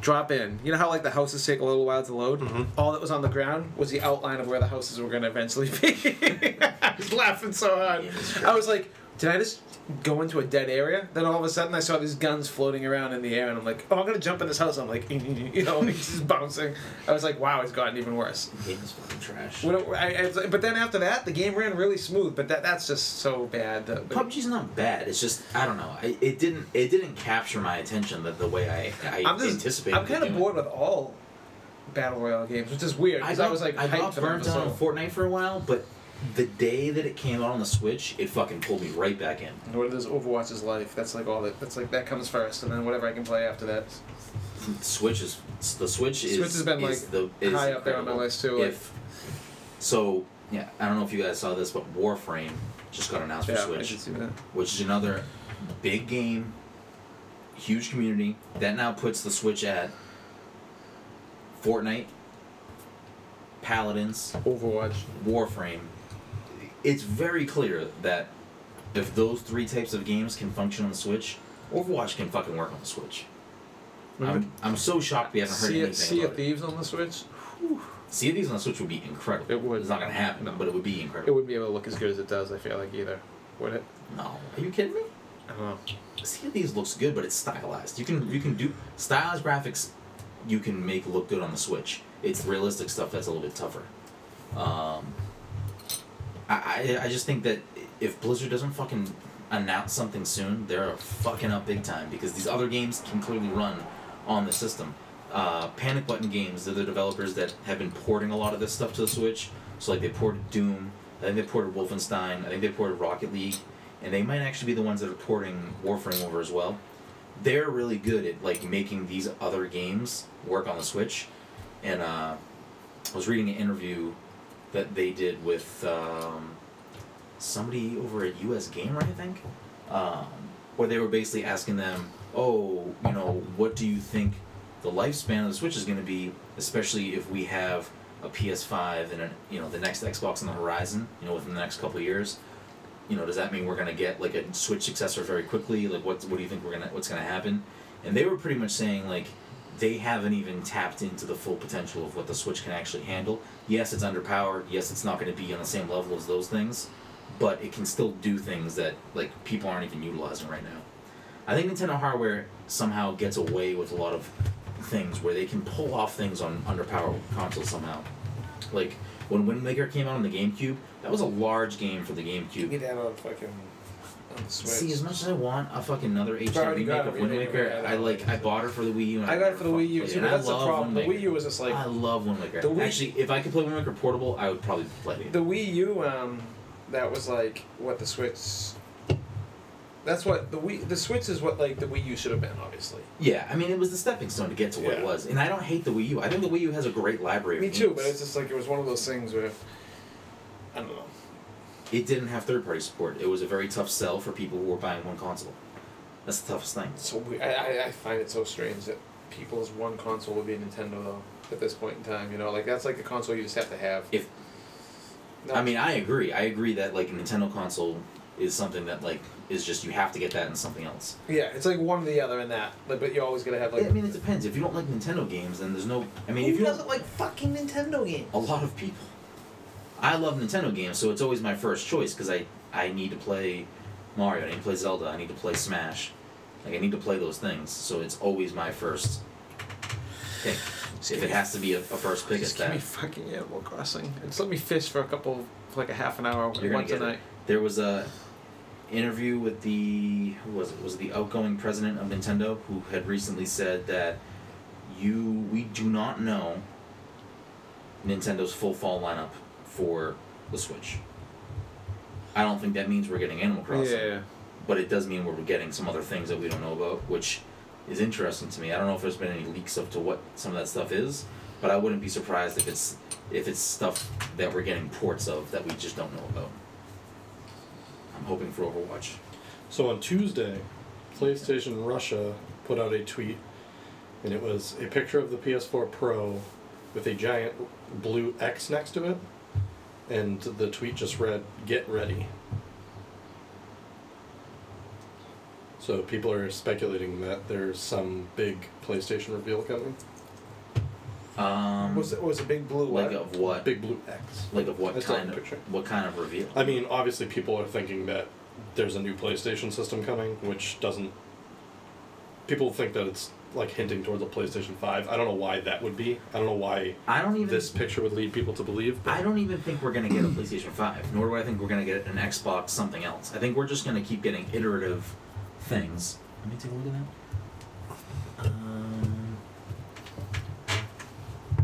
[SPEAKER 2] Drop in. You know how like the houses take a little while to load. All that was on the ground was the outline of where the houses were going to eventually be. (laughs) I was laughing so hard.
[SPEAKER 1] Yeah, that's true.
[SPEAKER 2] I was like, did I just go into a dead area? Then all of a sudden, I saw these guns floating around in the air, and I'm like, oh, I'm gonna jump in this house. I'm like, (laughs) you know, it's just bouncing. I was like, wow, it's gotten even worse.
[SPEAKER 1] The game is fucking trash.
[SPEAKER 2] What- I- I- it's like- but then after that, the game ran really smooth. But that that's just so bad. The- the-
[SPEAKER 1] PUBG's not bad. It's just I don't know. I, it didn't it didn't capture my attention the, the way I, I
[SPEAKER 2] I'm just,
[SPEAKER 1] anticipated.
[SPEAKER 2] I'm
[SPEAKER 1] it
[SPEAKER 2] kind of
[SPEAKER 1] doing.
[SPEAKER 2] bored with all battle royale games, which is weird because I, was like
[SPEAKER 1] I
[SPEAKER 2] hyped
[SPEAKER 1] got
[SPEAKER 2] for
[SPEAKER 1] burnt out on
[SPEAKER 2] episode.
[SPEAKER 1] Fortnite for a while, but the day that it came out on the Switch, it fucking pulled me right back in.
[SPEAKER 2] Nor does Overwatch's life. That's like all that. That's like that comes first, and then whatever I can play after that.
[SPEAKER 1] Switch is the Switch is
[SPEAKER 2] Switch has been,
[SPEAKER 1] is
[SPEAKER 2] like,
[SPEAKER 1] the, is
[SPEAKER 2] high up there on my
[SPEAKER 1] incredible.
[SPEAKER 2] list, too, like-
[SPEAKER 1] If so, yeah, I don't know if you guys saw this, but Warframe just got announced for
[SPEAKER 2] yeah, I
[SPEAKER 1] Switch,
[SPEAKER 2] can see that.
[SPEAKER 1] which is another big game, huge community that now puts the Switch at Fortnite, Paladins,
[SPEAKER 2] Overwatch.
[SPEAKER 1] Warframe, it's very clear that if those three types of games can function on the Switch, Overwatch can fucking work on the Switch.
[SPEAKER 2] Mhm.
[SPEAKER 1] I'm, I'm so shocked we haven't heard
[SPEAKER 2] Sea,
[SPEAKER 1] anything
[SPEAKER 2] sea
[SPEAKER 1] about
[SPEAKER 2] of
[SPEAKER 1] it.
[SPEAKER 2] Thieves on the Switch.
[SPEAKER 1] Sea of Thieves on the Switch would be incredible.
[SPEAKER 2] It would.
[SPEAKER 1] It's not gonna happen,
[SPEAKER 2] No.
[SPEAKER 1] but it would be
[SPEAKER 2] It
[SPEAKER 1] incredible.
[SPEAKER 2] wouldn't be able to look as good as it does. I feel like either would it?
[SPEAKER 1] No, are you kidding me?
[SPEAKER 2] I don't know.
[SPEAKER 1] Sea of Thieves looks good, but it's stylized. You can you can do stylized graphics. You can make look good on the Switch. It's realistic stuff that's a little bit tougher. Um, I, I I just think that if Blizzard doesn't fucking announce something soon, they're fucking up big time because these other games can clearly run on the system. Uh, Panic Button Games, they're the developers that have been porting a lot of this stuff to the Switch. So like they ported Doom, I think they ported Wolfenstein, I think they ported Rocket League, and they might actually be the ones that are porting Warframe over as well. They're really good at like making these other games work on the Switch, and uh, I was reading an interview that they did with um, somebody over at US Gamer, I think, um, where they were basically asking them, oh, you know, what do you think the lifespan of the Switch is going to be, especially if we have a PS5 and a, you know the next Xbox on the horizon, you know, within the next couple of years. You know, does that mean we're going to get like a Switch successor very quickly? Like, what what do you think we're gonna what's going to happen? And they were pretty much saying like they haven't even tapped into the full potential of what the Switch can actually handle. Yes, it's underpowered. Yes, it's not going to be on the same level as those things, but it can still do things that like people aren't even utilizing right now. I think Nintendo hardware somehow gets away with a lot of things where they can pull off things on underpowered consoles somehow. Like when Wind Waker came out on the GameCube, that was a large game for the
[SPEAKER 2] You
[SPEAKER 1] GameCube.
[SPEAKER 2] get that on fucking on the Switch.
[SPEAKER 1] See, as much as I want a fucking another HD
[SPEAKER 2] already
[SPEAKER 1] remake
[SPEAKER 2] got a
[SPEAKER 1] of Wind
[SPEAKER 2] remake,
[SPEAKER 1] Waker,
[SPEAKER 2] yeah,
[SPEAKER 1] I like I bought her for the Wii U. And
[SPEAKER 2] I got it for the
[SPEAKER 1] never
[SPEAKER 2] Wii U.
[SPEAKER 1] fucking
[SPEAKER 2] See,
[SPEAKER 1] played it.
[SPEAKER 2] but
[SPEAKER 1] And I
[SPEAKER 2] that's the
[SPEAKER 1] love Wind
[SPEAKER 2] problem. The
[SPEAKER 1] Waker.
[SPEAKER 2] Wii U was just like
[SPEAKER 1] I love Wind Waker.
[SPEAKER 2] The Wii-
[SPEAKER 1] Actually, if I could play Wind Waker Portable, I would probably play it.
[SPEAKER 2] The Wii U, um, that was like what the Switch. That's what the Wii. The Switch is what like the Wii U should have been, obviously.
[SPEAKER 1] yeah, I mean, it was the stepping stone to get to what it
[SPEAKER 2] Yeah.
[SPEAKER 1] was, and I don't hate the Wii U. I think the Wii U has a great library. of
[SPEAKER 2] Me too,
[SPEAKER 1] games.
[SPEAKER 2] but it's just like it was one of those things where I don't know.
[SPEAKER 1] it didn't have third party support. It was a very tough sell for people who were buying one console. That's the toughest thing.
[SPEAKER 2] It's so we- I, I I find it so strange that people's one console would be Nintendo though. At this point in time, you know, like that's like the console you just have to have.
[SPEAKER 1] If-
[SPEAKER 2] No.
[SPEAKER 1] I mean, I agree. I agree that like a Nintendo console is something that like is just you have to get that in something else.
[SPEAKER 2] yeah, it's like one or the other in that. Like, but you're always gonna have like.
[SPEAKER 1] I mean, it depends. If you don't like Nintendo games, then there's no. I mean, if you don't,
[SPEAKER 2] like fucking Nintendo games?
[SPEAKER 1] a lot of people. I love Nintendo games, so it's always my first choice because I I need to play Mario. I need to play Zelda. I need to play Smash. Like I need to play those things, so it's always my first. thing. See, if it has to be a, a first pick, it's
[SPEAKER 2] Just give me
[SPEAKER 1] that.
[SPEAKER 2] fucking Animal Crossing. Just let me fish for a couple, for like a half an hour
[SPEAKER 1] You're gonna
[SPEAKER 2] once a
[SPEAKER 1] get it.
[SPEAKER 2] night.
[SPEAKER 1] There was a interview with the who was it? Was it the outgoing president of Nintendo who had recently said that you we do not know Nintendo's full fall lineup for the Switch. I don't think that means we're getting Animal Crossing,
[SPEAKER 2] Yeah.
[SPEAKER 1] but it does mean we're getting some other things that we don't know about, which is interesting to me. I don't know if there's been any leaks up to what some of that stuff is, but I wouldn't be surprised if it's if it's stuff that we're getting ports of that we just don't know about. I'm hoping for Overwatch.
[SPEAKER 5] So on Tuesday, PlayStation Russia put out a tweet, and it was a picture of the PS4 Pro with a giant blue X next to it, and the tweet just read, Get ready. So people are speculating that there's some big PlayStation reveal coming.
[SPEAKER 1] Um,
[SPEAKER 7] Was it was a big blue what?
[SPEAKER 1] like of what?
[SPEAKER 5] Big blue X.
[SPEAKER 1] Like of what
[SPEAKER 5] That's not
[SPEAKER 1] kind
[SPEAKER 5] a
[SPEAKER 1] of
[SPEAKER 5] picture.
[SPEAKER 1] what kind of reveal?
[SPEAKER 5] I mean, obviously, people are thinking that there's a new PlayStation system coming, which doesn't. People think that it's like hinting towards a PlayStation Five. I don't know why that would be. I don't know why
[SPEAKER 1] I don't even.
[SPEAKER 5] this picture would lead people to believe. But
[SPEAKER 1] I don't even think we're gonna get a PlayStation Five, nor do I think we're gonna get an Xbox something else. I think we're just gonna keep getting iterative things. Let me take a look at that. Um,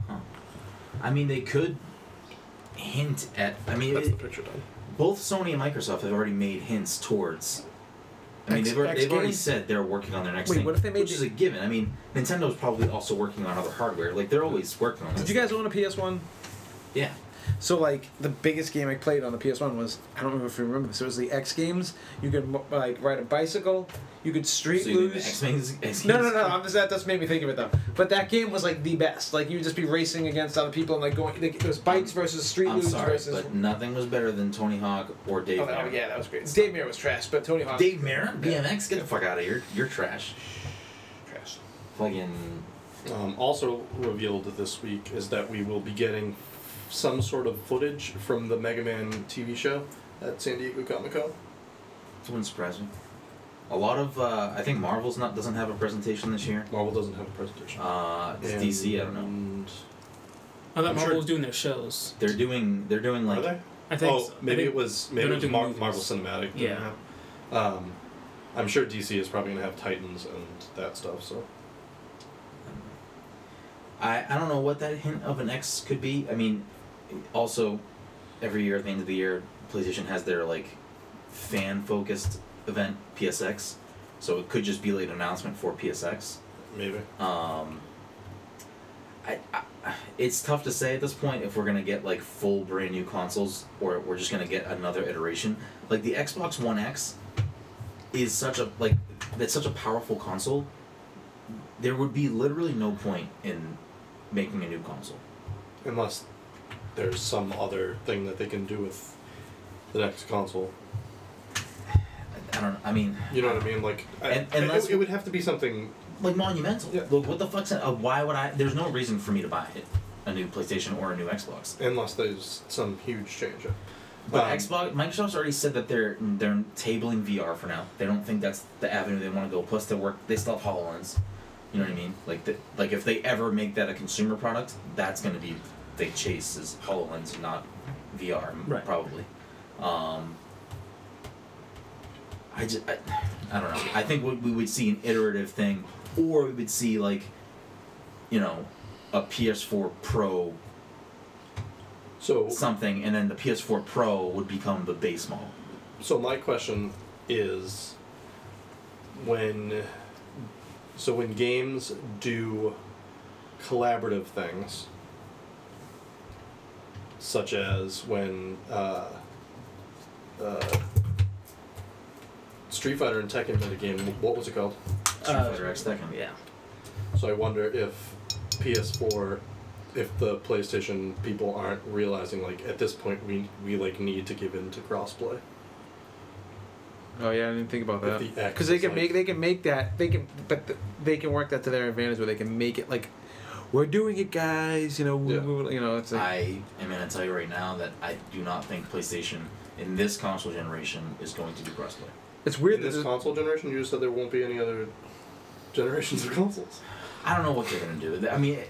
[SPEAKER 1] huh. I mean, they could hint at. I mean,
[SPEAKER 5] that's
[SPEAKER 1] it-
[SPEAKER 5] the picture done.
[SPEAKER 1] both Sony and Microsoft have already made hints towards. I mean,
[SPEAKER 2] X-
[SPEAKER 1] they've, already,
[SPEAKER 2] X
[SPEAKER 1] they've already
[SPEAKER 2] Games?
[SPEAKER 1] said they're working on their next
[SPEAKER 2] Wait,
[SPEAKER 1] thing,
[SPEAKER 2] what if they made
[SPEAKER 1] which
[SPEAKER 2] the-
[SPEAKER 1] is a given. I mean, Nintendo's probably also working on other hardware. Like they're always working on.
[SPEAKER 2] Did
[SPEAKER 1] this
[SPEAKER 2] you guys own a PS1?
[SPEAKER 1] stuff. Yeah.
[SPEAKER 2] So like the biggest game I played on the PS1 was I don't know if you remember this. It was the X Games. You could mo- like ride a bicycle. You could street
[SPEAKER 1] So you think the
[SPEAKER 2] lose.
[SPEAKER 1] X-Men's- X-Men's-
[SPEAKER 2] No, no, no. I'm just, that just made me think of it though. But that game was like the best. Like you'd just be racing against other people and like going. Like, it was bikes versus street
[SPEAKER 1] I'm
[SPEAKER 2] lose
[SPEAKER 1] sorry,
[SPEAKER 2] versus.
[SPEAKER 1] but nothing was better than Tony Hawk or Dave.
[SPEAKER 2] oh, that-
[SPEAKER 1] Mirra.
[SPEAKER 2] yeah, that was great. Dave Mirra was trash, but Tony Hawk.
[SPEAKER 1] Dave Merritt, BMX, get the fuck out of here. You're trash.
[SPEAKER 2] trash.
[SPEAKER 1] Fucking.
[SPEAKER 5] Um, also revealed this week is that we will be getting some sort of footage from the Mega Man TV show at San Diego Comic Con.
[SPEAKER 1] It wouldn't surprise me. A lot of uh, I think Marvel's not doesn't have a presentation this year.
[SPEAKER 5] Marvel doesn't have a presentation.
[SPEAKER 1] Uh, it's DC. I don't know.
[SPEAKER 5] And-
[SPEAKER 3] I thought
[SPEAKER 5] I'm
[SPEAKER 3] Marvel
[SPEAKER 5] sure-
[SPEAKER 3] was doing their shows.
[SPEAKER 1] They're doing. They're doing
[SPEAKER 5] Are
[SPEAKER 1] like.
[SPEAKER 5] they?
[SPEAKER 3] I think.
[SPEAKER 5] oh,
[SPEAKER 3] so. I
[SPEAKER 5] maybe
[SPEAKER 3] think-
[SPEAKER 5] it was
[SPEAKER 3] they're
[SPEAKER 5] maybe
[SPEAKER 3] not
[SPEAKER 5] it was
[SPEAKER 3] doing
[SPEAKER 5] Mar-
[SPEAKER 3] movies.
[SPEAKER 5] Marvel Cinematic. doing
[SPEAKER 3] Yeah.
[SPEAKER 5] that. Um, I'm sure DC is probably gonna have Titans and that stuff. So
[SPEAKER 1] I, I don't know what that hint of an X could be. I mean, also, every year at the end of the year, PlayStation has their like fan focused event PSX, so it could just be like an announcement for PSX.
[SPEAKER 5] maybe
[SPEAKER 1] Um, I, I it's tough to say at this point if we're gonna get like full brand new consoles or we're just gonna get another iteration. Like the Xbox One X is such a like that's such a powerful console. There would be literally no point in making a new console.
[SPEAKER 5] unless there's some other thing that they can do with the next console.
[SPEAKER 1] I, I don't. I mean,
[SPEAKER 5] You know what I mean? Like, I-
[SPEAKER 1] And-
[SPEAKER 5] I-
[SPEAKER 1] unless-
[SPEAKER 5] it, it would have to be something.
[SPEAKER 1] like monumental.
[SPEAKER 5] Yeah.
[SPEAKER 1] Like what the fuck's uh, why would I? There's no reason for me to buy it, a new PlayStation or a new Xbox.
[SPEAKER 5] Unless there's some huge change. up.
[SPEAKER 1] But
[SPEAKER 5] Um,
[SPEAKER 1] Xbox, Microsoft's already said that they're they're tabling VR for now. They don't think that's the avenue they want to go. Plus, they work they still have Hololens. You know what I mean? Like the, like if they ever make that a consumer product, that's gonna be they chase is Hololens, not VR m-
[SPEAKER 3] Right.
[SPEAKER 1] probably. Um, I just I, I don't know. I think we, we would see an iterative thing, or we would see like, you know, a PS4 Pro
[SPEAKER 5] So
[SPEAKER 1] something, and then the PS4 Pro would become the base model.
[SPEAKER 5] So my question is when so when games do collaborative things such as when uh, uh, Street Fighter and Tekken made a game what was it called?
[SPEAKER 1] Street
[SPEAKER 3] Uh,
[SPEAKER 1] Fighter X Tekken.
[SPEAKER 3] Yeah.
[SPEAKER 5] So I wonder if PS4 if the PlayStation people aren't realizing like at this point we we like need to give in to crossplay.
[SPEAKER 2] Oh yeah, I didn't think about that.
[SPEAKER 5] If the X
[SPEAKER 2] Because they
[SPEAKER 5] is
[SPEAKER 2] can
[SPEAKER 5] like-
[SPEAKER 2] make they can make that they can but th they can work that to their advantage where they can make it like we're doing it, guys. You know, we,
[SPEAKER 5] Yeah.
[SPEAKER 2] we- you know, it's like
[SPEAKER 1] I am gonna tell you right now that I do not think PlayStation in this console generation is going to do crossplay.
[SPEAKER 2] it's weird
[SPEAKER 5] In
[SPEAKER 2] that
[SPEAKER 5] this
[SPEAKER 2] there's-
[SPEAKER 5] console generation, you just said there won't be any other generations of (laughs) consoles.
[SPEAKER 1] I don't know what they're gonna do. I mean,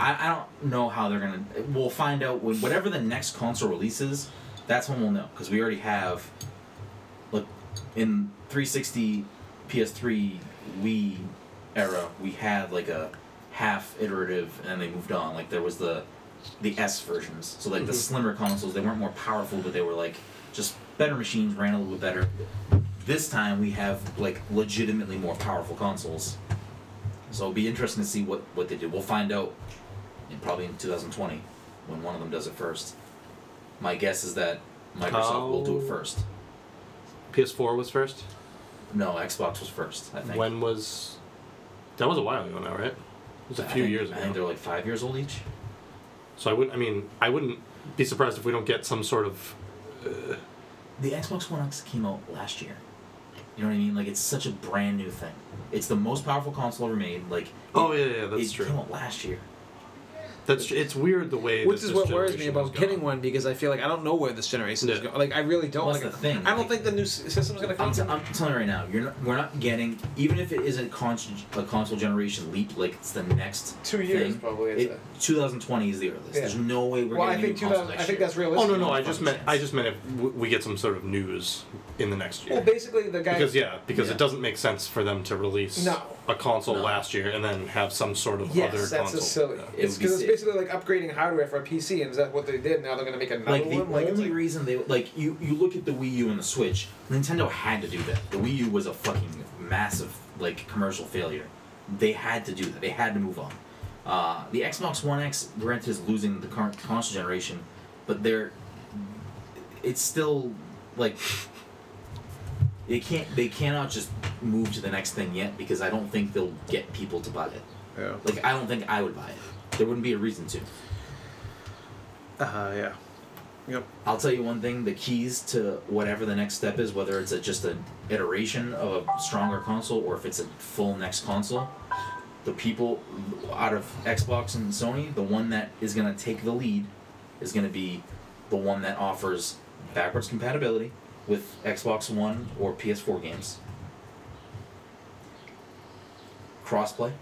[SPEAKER 1] I, I don't know how they're gonna. We'll find out when whatever the next console releases. That's when we'll know because we already have, look, in 360, PS3, Wii era, we had like a half iterative, and then they moved on. Like there was the the S versions, so like the slimmer consoles. They weren't more powerful, but they were like just better machines, ran a little bit better. This time we have like legitimately more powerful consoles. So it'll be interesting to see what, what they do. We'll find out in probably in 2020 when one of them does it first. My guess is that Microsoft will do it
[SPEAKER 5] How-
[SPEAKER 1] first.
[SPEAKER 5] PS4 was first.
[SPEAKER 1] No, Xbox was first, I think.
[SPEAKER 5] When was? That was a while ago now, right? It was a
[SPEAKER 1] I
[SPEAKER 5] few
[SPEAKER 1] think-
[SPEAKER 5] years ago.
[SPEAKER 1] I think they're like five years old each.
[SPEAKER 5] So I wouldn't. I mean, I wouldn't be surprised if we don't get some sort of.
[SPEAKER 1] The Xbox One X came out last year. You know what I mean? Like it's such a brand new thing. It's the most powerful console ever made. Like
[SPEAKER 5] Oh yeah, yeah,
[SPEAKER 1] it
[SPEAKER 5] that's
[SPEAKER 1] came
[SPEAKER 5] true.
[SPEAKER 1] out last year.
[SPEAKER 5] That's tr- it's weird the way.
[SPEAKER 6] Which
[SPEAKER 5] that
[SPEAKER 6] is
[SPEAKER 5] this
[SPEAKER 6] what worries me
[SPEAKER 5] generation
[SPEAKER 6] about
[SPEAKER 5] has
[SPEAKER 6] getting
[SPEAKER 5] gone.
[SPEAKER 6] one because I feel like I don't know where this generation is
[SPEAKER 5] Yeah.
[SPEAKER 6] going. Like I really don't.
[SPEAKER 1] Well,
[SPEAKER 6] like,
[SPEAKER 1] that's the thing,
[SPEAKER 6] I don't
[SPEAKER 1] like-
[SPEAKER 6] think the new s- system's gonna come.
[SPEAKER 1] I'm, t- I'm telling you right now, you're not, we're not getting even if it isn't cons- a console generation leap. Like it's the next
[SPEAKER 2] Two years,
[SPEAKER 1] thing,
[SPEAKER 2] probably, it's
[SPEAKER 1] It, 2020 is the earliest.
[SPEAKER 2] Yeah.
[SPEAKER 1] There's no way we're
[SPEAKER 2] well, I
[SPEAKER 1] getting
[SPEAKER 2] think
[SPEAKER 1] new consoles
[SPEAKER 2] 2000
[SPEAKER 1] next
[SPEAKER 2] I think
[SPEAKER 1] year.
[SPEAKER 2] that's realistic.
[SPEAKER 5] Oh no, no, I just meant I
[SPEAKER 1] chance.
[SPEAKER 5] just meant if w- we get some sort of news in the next year.
[SPEAKER 2] Well, basically, the guy.
[SPEAKER 5] because yeah, because
[SPEAKER 1] Yeah.
[SPEAKER 5] it doesn't make sense for them to release
[SPEAKER 2] No.
[SPEAKER 5] a console
[SPEAKER 1] No.
[SPEAKER 5] last year and then have some sort of
[SPEAKER 2] Yes,
[SPEAKER 5] other
[SPEAKER 2] that's
[SPEAKER 5] console.
[SPEAKER 2] a silly.
[SPEAKER 5] Yeah.
[SPEAKER 1] It
[SPEAKER 2] It's
[SPEAKER 1] would be
[SPEAKER 2] because it's
[SPEAKER 1] sick.
[SPEAKER 2] basically like upgrading hardware for a PC, and is that what they did? Now they're going to make another
[SPEAKER 1] Like the
[SPEAKER 2] one. Like, it's
[SPEAKER 1] only
[SPEAKER 2] like-
[SPEAKER 1] reason they like you you look at the Wii U and the Switch, Nintendo had to do that. The Wii U was a fucking massive like commercial failure. They had to do that. They had to move on. Uh, the Xbox One X, granted, is losing the current console generation, but they're it's still like they can't they cannot just move to the next thing yet because I don't think they'll get people to buy it.
[SPEAKER 6] yeah.
[SPEAKER 1] Like I don't think I would buy it. There wouldn't be a reason to.
[SPEAKER 5] Uh-huh,
[SPEAKER 6] Uh, yeah. Yep.
[SPEAKER 1] I'll tell you one thing: the keys to whatever the next step is, whether it's a, just an iteration of a stronger console or if it's a full next console, the people out of Xbox and Sony, the one that is going to take the lead, is going to be the one that offers backwards compatibility with Xbox One or PS4 games, crossplay.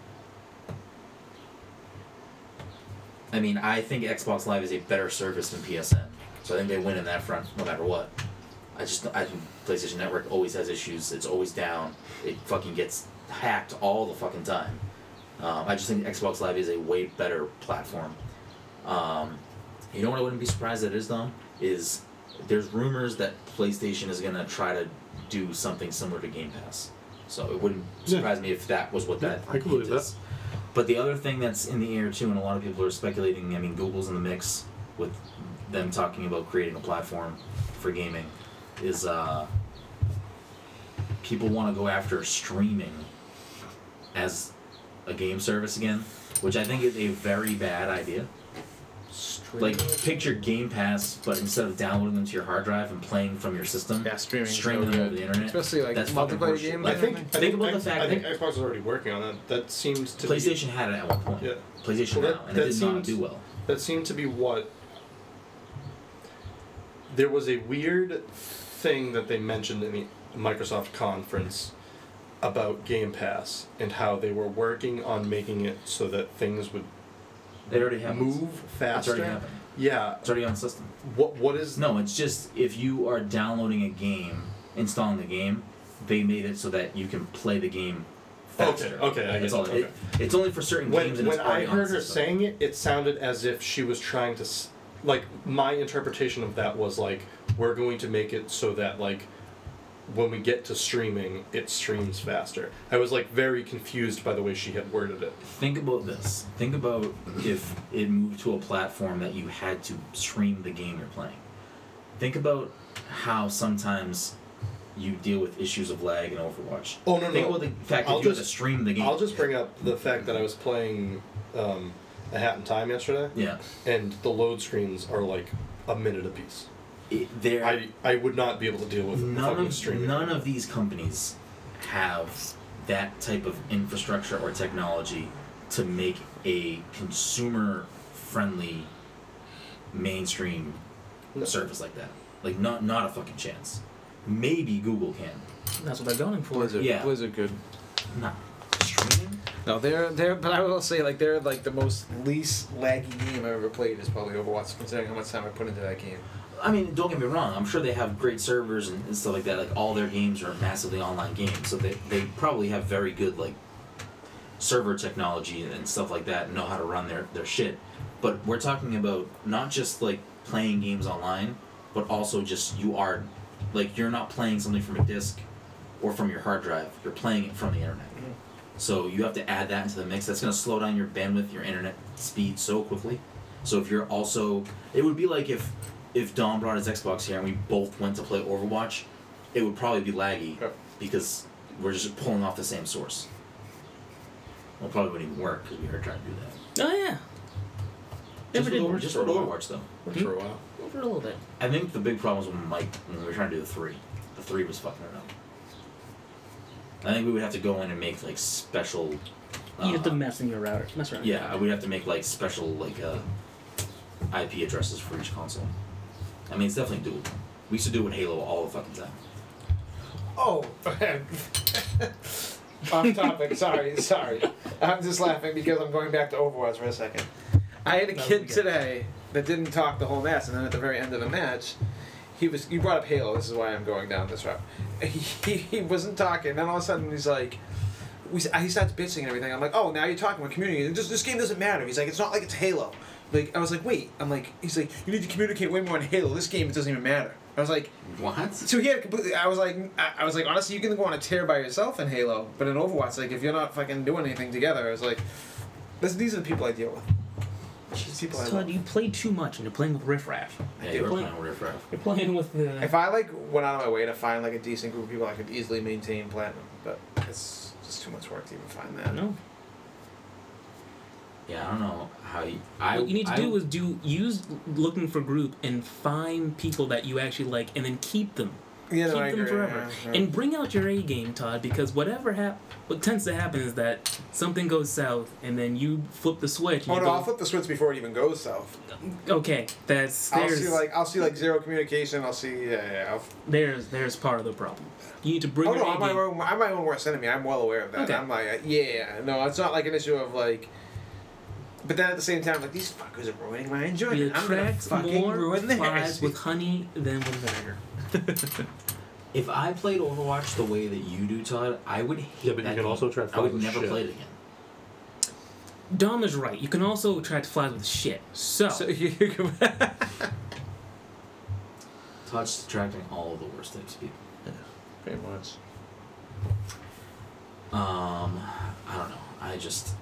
[SPEAKER 1] I mean, I think Xbox Live is a better service than PSN, so I think they win in that front no matter what. I just I think PlayStation Network always has issues. It's always down. It fucking gets hacked all the fucking time. Um, I just think Xbox Live is a way better platform. Um, you know what I wouldn't be surprised that it is though is there's rumors that PlayStation is gonna try to do something similar to Game Pass. So it wouldn't
[SPEAKER 5] Yeah.
[SPEAKER 1] surprise me if that was what
[SPEAKER 5] Yeah,
[SPEAKER 1] that
[SPEAKER 5] I can believe
[SPEAKER 1] hint is. But the other thing that's in the air too, and a lot of people are speculating. I mean, Google's in the mix with them talking about creating a platform for gaming. Is uh, people want to go after streaming as a game service again, which I think is a very bad idea. Like picture Game Pass, but instead of downloading them to your hard drive and playing from your system,
[SPEAKER 6] Yeah, streaming is no
[SPEAKER 1] streaming them over
[SPEAKER 6] good.
[SPEAKER 1] the internet.
[SPEAKER 6] Especially, like,
[SPEAKER 1] that's fucking
[SPEAKER 6] multiplayer
[SPEAKER 1] horseshit.
[SPEAKER 6] games,
[SPEAKER 1] Like,
[SPEAKER 6] I
[SPEAKER 5] I think, I think,
[SPEAKER 1] about the
[SPEAKER 5] X-
[SPEAKER 1] fact
[SPEAKER 5] I think
[SPEAKER 1] that
[SPEAKER 5] Xbox is already working on that. That seems to
[SPEAKER 1] PlayStation had it at one point.
[SPEAKER 5] Yeah.
[SPEAKER 1] PlayStation
[SPEAKER 5] Well, that-
[SPEAKER 1] now, and it
[SPEAKER 5] that
[SPEAKER 1] did not
[SPEAKER 5] seems-
[SPEAKER 1] do well.
[SPEAKER 5] be that seemed to be what there was a weird thing that they mentioned in the Microsoft conference about Game Pass and how they were working on making it so that things would
[SPEAKER 1] It already happened.
[SPEAKER 5] move
[SPEAKER 1] It's already
[SPEAKER 5] faster.
[SPEAKER 1] happened.
[SPEAKER 5] Yeah.
[SPEAKER 1] It's already on the system.
[SPEAKER 5] What what is
[SPEAKER 1] No, it's just if you are downloading a game, installing the game, they made it so that you can play the game faster.
[SPEAKER 5] okay, I
[SPEAKER 1] That's
[SPEAKER 5] get
[SPEAKER 1] all
[SPEAKER 5] that,
[SPEAKER 1] it-
[SPEAKER 5] okay.
[SPEAKER 1] it's only for certain games
[SPEAKER 5] when,
[SPEAKER 1] and
[SPEAKER 5] when
[SPEAKER 1] it's
[SPEAKER 5] I
[SPEAKER 1] already on
[SPEAKER 5] heard
[SPEAKER 1] the
[SPEAKER 5] her
[SPEAKER 1] system.
[SPEAKER 5] saying it, it sounded as if she was trying to, s- like, my interpretation of that was like, we're going to make it so that like, when we get to streaming, it streams faster. I was like very confused by the way she had worded it.
[SPEAKER 1] Think about this. Think about if it moved to a platform that you had to stream the game you're playing. Think about how sometimes you deal with issues of lag in Overwatch.
[SPEAKER 5] Oh, no,
[SPEAKER 1] Think
[SPEAKER 5] no.
[SPEAKER 1] about the fact that
[SPEAKER 5] I'll
[SPEAKER 1] you had to
[SPEAKER 5] just-
[SPEAKER 1] stream the game.
[SPEAKER 5] I'll just bring up the fact that I was playing um, a Hat in Time yesterday,
[SPEAKER 1] yeah.
[SPEAKER 5] and the load screens are like a minute apiece.
[SPEAKER 1] It, there,
[SPEAKER 5] I I would not be able to deal with
[SPEAKER 1] none
[SPEAKER 5] fucking
[SPEAKER 1] of
[SPEAKER 5] streaming.
[SPEAKER 1] none of these companies have that type of infrastructure or technology to make a consumer friendly mainstream service like that. Like not not a fucking chance. Maybe Google can.
[SPEAKER 3] That's what they're going for.
[SPEAKER 1] Yeah.
[SPEAKER 6] Blizzard good.
[SPEAKER 1] Nah. Streaming?
[SPEAKER 6] No, they're they're. But I will say, like they're like the most least laggy game I've ever played is probably Overwatch, considering how much time I put into that game.
[SPEAKER 1] I mean, don't get me wrong. I'm sure they have great servers and, and stuff like that. Like all their games are massively online games, so they they probably have very good like server technology and, and stuff like that, and know how to run their their shit. But we're talking about not just like playing games online, but also just you are like you're not playing something from a disc or from your hard drive. You're playing it from the internet. So you have to add that into the mix. That's going to slow down your bandwidth, your internet speed so quickly. So if you're also, it would be like if if Don brought his Xbox here and we both went to play Overwatch, it would probably be laggy
[SPEAKER 2] Yep.
[SPEAKER 1] because we're just pulling off the same source. Well, probably wouldn't even work because we were trying to do that.
[SPEAKER 3] Oh yeah.
[SPEAKER 1] Just
[SPEAKER 3] Never
[SPEAKER 1] with,
[SPEAKER 3] did
[SPEAKER 1] over,
[SPEAKER 3] work
[SPEAKER 1] just
[SPEAKER 4] for
[SPEAKER 1] with
[SPEAKER 4] a while.
[SPEAKER 1] Overwatch though.
[SPEAKER 5] Hmm?
[SPEAKER 4] Worked for a while.
[SPEAKER 3] for a little bit.
[SPEAKER 1] I think the big problem was when Mike when we were trying to do the three. The three was fucking it up. I think we would have to go in and make like special.
[SPEAKER 3] you have to
[SPEAKER 1] uh,
[SPEAKER 3] mess in your router. Mess around.
[SPEAKER 1] Yeah, I would have to make like special like uh, IP addresses for each console. I mean, it's definitely doable. We used to do it with Halo all the fucking time.
[SPEAKER 2] Oh, (laughs) off topic. Sorry, sorry. I'm just laughing because I'm going back to Overwatch for a second. I had a
[SPEAKER 3] No, we
[SPEAKER 2] kid
[SPEAKER 3] get it.
[SPEAKER 2] today that didn't talk the whole match, and then at the very end of the match, he was. You brought up Halo. This is why I'm going down this route. (laughs) He, he wasn't talking. Then all of a sudden he's like. We, s- he starts bitching and everything. I'm like, oh, now you're talking about community. This, this game doesn't matter. He's like, it's not like it's Halo. Like, I was like, wait. I'm like, he's like, you need to communicate way more in Halo. This game, it doesn't even matter. I was like,
[SPEAKER 1] What?
[SPEAKER 2] so he had completely. I was like, I, I was like, honestly, you can go on a tear by yourself in Halo, but in Overwatch, like, if you're not fucking doing anything together, I was like, this, these are the people I deal with. These people I
[SPEAKER 3] Todd,
[SPEAKER 2] love.
[SPEAKER 3] you play too much and you're playing with riffraff.
[SPEAKER 1] Yeah, you were playing Riff Raff.
[SPEAKER 3] You're playing with the.
[SPEAKER 2] If I like went out of my way to find like a decent group of people, I could easily maintain platinum, but it's just too much work to even find that.
[SPEAKER 3] no.
[SPEAKER 1] Yeah, I don't know how you. I,
[SPEAKER 3] what you need to
[SPEAKER 1] I,
[SPEAKER 3] do is do use looking for group and find people that you actually like, and then keep them.
[SPEAKER 2] Yeah, no,
[SPEAKER 3] keep
[SPEAKER 2] I
[SPEAKER 3] them
[SPEAKER 2] agree.
[SPEAKER 3] forever.
[SPEAKER 2] yeah, yeah.
[SPEAKER 3] And bring out your A game, Todd, because whatever hap- what tends to happen is that something goes south, and then you flip the switch. And
[SPEAKER 2] Oh
[SPEAKER 3] you
[SPEAKER 2] no!
[SPEAKER 3] go,
[SPEAKER 2] I'll flip the switch before it even goes south.
[SPEAKER 3] Okay, that's
[SPEAKER 2] I'll
[SPEAKER 3] there's
[SPEAKER 2] see like I'll see like zero communication. I'll see yeah yeah. I'll,
[SPEAKER 3] there's there's part of the problem. You need to bring
[SPEAKER 2] Oh
[SPEAKER 3] your
[SPEAKER 2] no,
[SPEAKER 3] A
[SPEAKER 2] I'm my,
[SPEAKER 3] game.
[SPEAKER 2] own, I'm my own worst enemy. I'm well aware of that.
[SPEAKER 3] Okay.
[SPEAKER 2] I'm like, uh, yeah, no, it's not like an issue of like. But then at the same time, like these fuckers are ruining my enjoyment.
[SPEAKER 3] You
[SPEAKER 2] I'm gonna
[SPEAKER 3] attract
[SPEAKER 2] fucking
[SPEAKER 3] more
[SPEAKER 2] ruin
[SPEAKER 3] flies
[SPEAKER 2] theirs.
[SPEAKER 3] with honey than with vinegar.
[SPEAKER 2] (laughs)
[SPEAKER 1] If I played Overwatch the way that you do, Todd, I would hate
[SPEAKER 5] Yeah, but you
[SPEAKER 1] that
[SPEAKER 5] can
[SPEAKER 1] game.
[SPEAKER 5] also try
[SPEAKER 1] I would
[SPEAKER 5] Frost's
[SPEAKER 1] never
[SPEAKER 5] shit.
[SPEAKER 1] play it again.
[SPEAKER 3] Dom is right. You can also attract flies with shit. So,
[SPEAKER 2] (laughs)
[SPEAKER 6] So you can.
[SPEAKER 1] Todd's attracting all of the worst types of people.
[SPEAKER 2] Pretty much.
[SPEAKER 1] Um, I don't know. I just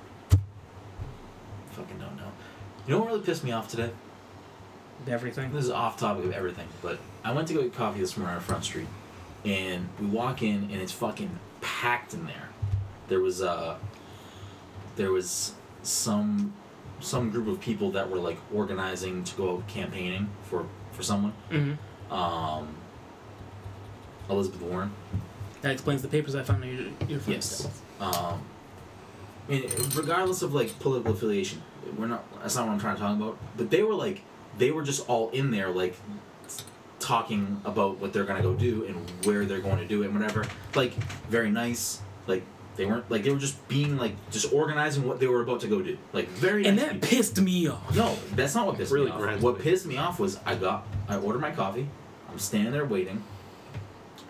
[SPEAKER 1] fucking don't know. You know what really pissed me off today?
[SPEAKER 3] (laughs) everything.
[SPEAKER 1] This is off topic of everything, but I went to go get coffee this morning on Front Street, and we walk in and it's fucking packed in there. There was uh, there was some some group of people that were like organizing to go out campaigning for for someone.
[SPEAKER 3] hmm
[SPEAKER 2] Mm-hmm.
[SPEAKER 1] Um, Elizabeth Warren.
[SPEAKER 3] That explains the papers I found on your, your phone.
[SPEAKER 1] Yes. Um, I mean, regardless of like political affiliation, we're not. That's not what I'm trying to talk about. But they were like, they were just all in there, like talking about what they're gonna go do and where they're going to do it and whatever. Like, very nice. Like they weren't like they were just being like just organizing what they were about to go do. Like very.
[SPEAKER 3] And
[SPEAKER 1] nice
[SPEAKER 3] that
[SPEAKER 1] people.
[SPEAKER 3] pissed me off.
[SPEAKER 1] No, that's not what pissed
[SPEAKER 5] Really
[SPEAKER 1] me off.
[SPEAKER 5] grinds
[SPEAKER 1] What
[SPEAKER 5] me.
[SPEAKER 1] pissed me off was I got I ordered my coffee. I'm standing there waiting.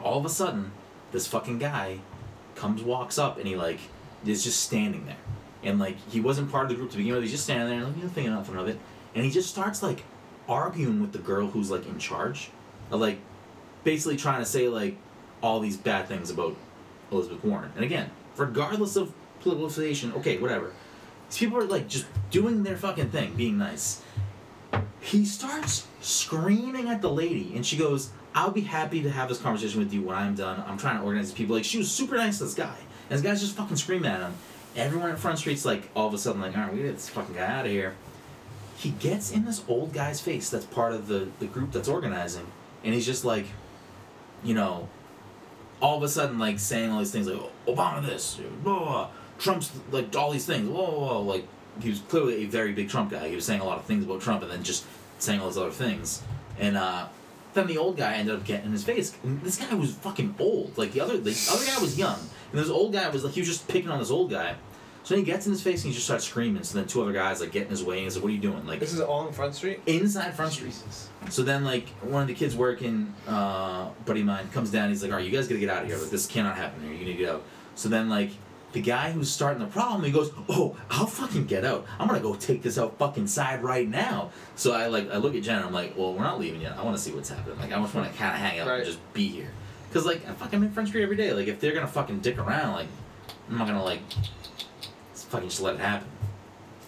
[SPEAKER 1] All of a sudden, this fucking guy comes walks up and he like is just standing there. And like he wasn't part of the group to begin with, he's just standing there and like, you know, thinking nothing of it. And he just starts like arguing with the girl who's like in charge. Of, like basically trying to say like all these bad things about Elizabeth Warren. And again, regardless of political affiliation, okay, whatever. These people are like just doing their fucking thing, being nice. He starts screaming at the lady, and she goes, I'll be happy to have this conversation with you when I'm done. I'm trying to organize these people. Like, she was super nice to this guy. And this guy's just fucking screaming at him. Everyone at Front Street's like, all of a sudden, like, all right, we get this fucking guy out of here. He gets in this old guy's face that's part of the, the group that's organizing, and he's just like, you know, all of a sudden like saying all these things like Obama this, blah, blah, blah. Trump's like all these things, blah, blah, blah. like he was clearly a very big Trump guy. He was saying a lot of things about Trump and then just saying all these other things. And uh, then the old guy ended up getting in his face. And this guy was fucking old. Like the other the other guy was young, and this old guy was like he was just picking on this old guy. So then he gets in his face and he just starts screaming. So then two other guys like get in his way and he's like, "What are you doing?" Like
[SPEAKER 2] This is all in Front Street.
[SPEAKER 1] inside Front Street.
[SPEAKER 2] Jesus.
[SPEAKER 1] So then like one of the kids working, uh, buddy of mine comes down. He's like, "All right, you guys gotta get out of here. Like this cannot happen here. You need to get out." So then like the guy who's starting the problem, he goes, "Oh, I'll fucking get out. I'm gonna go take this out fucking side right now." So I like I look at Jen and I'm like, "Well, we're not leaving yet. I want to see what's happening. Like I just want to kind of hang out
[SPEAKER 2] Right.
[SPEAKER 1] and just be here." Cause like I fucking in Front Street every day. Like if they're gonna fucking dick around, like I'm not gonna like just fucking just let it happen.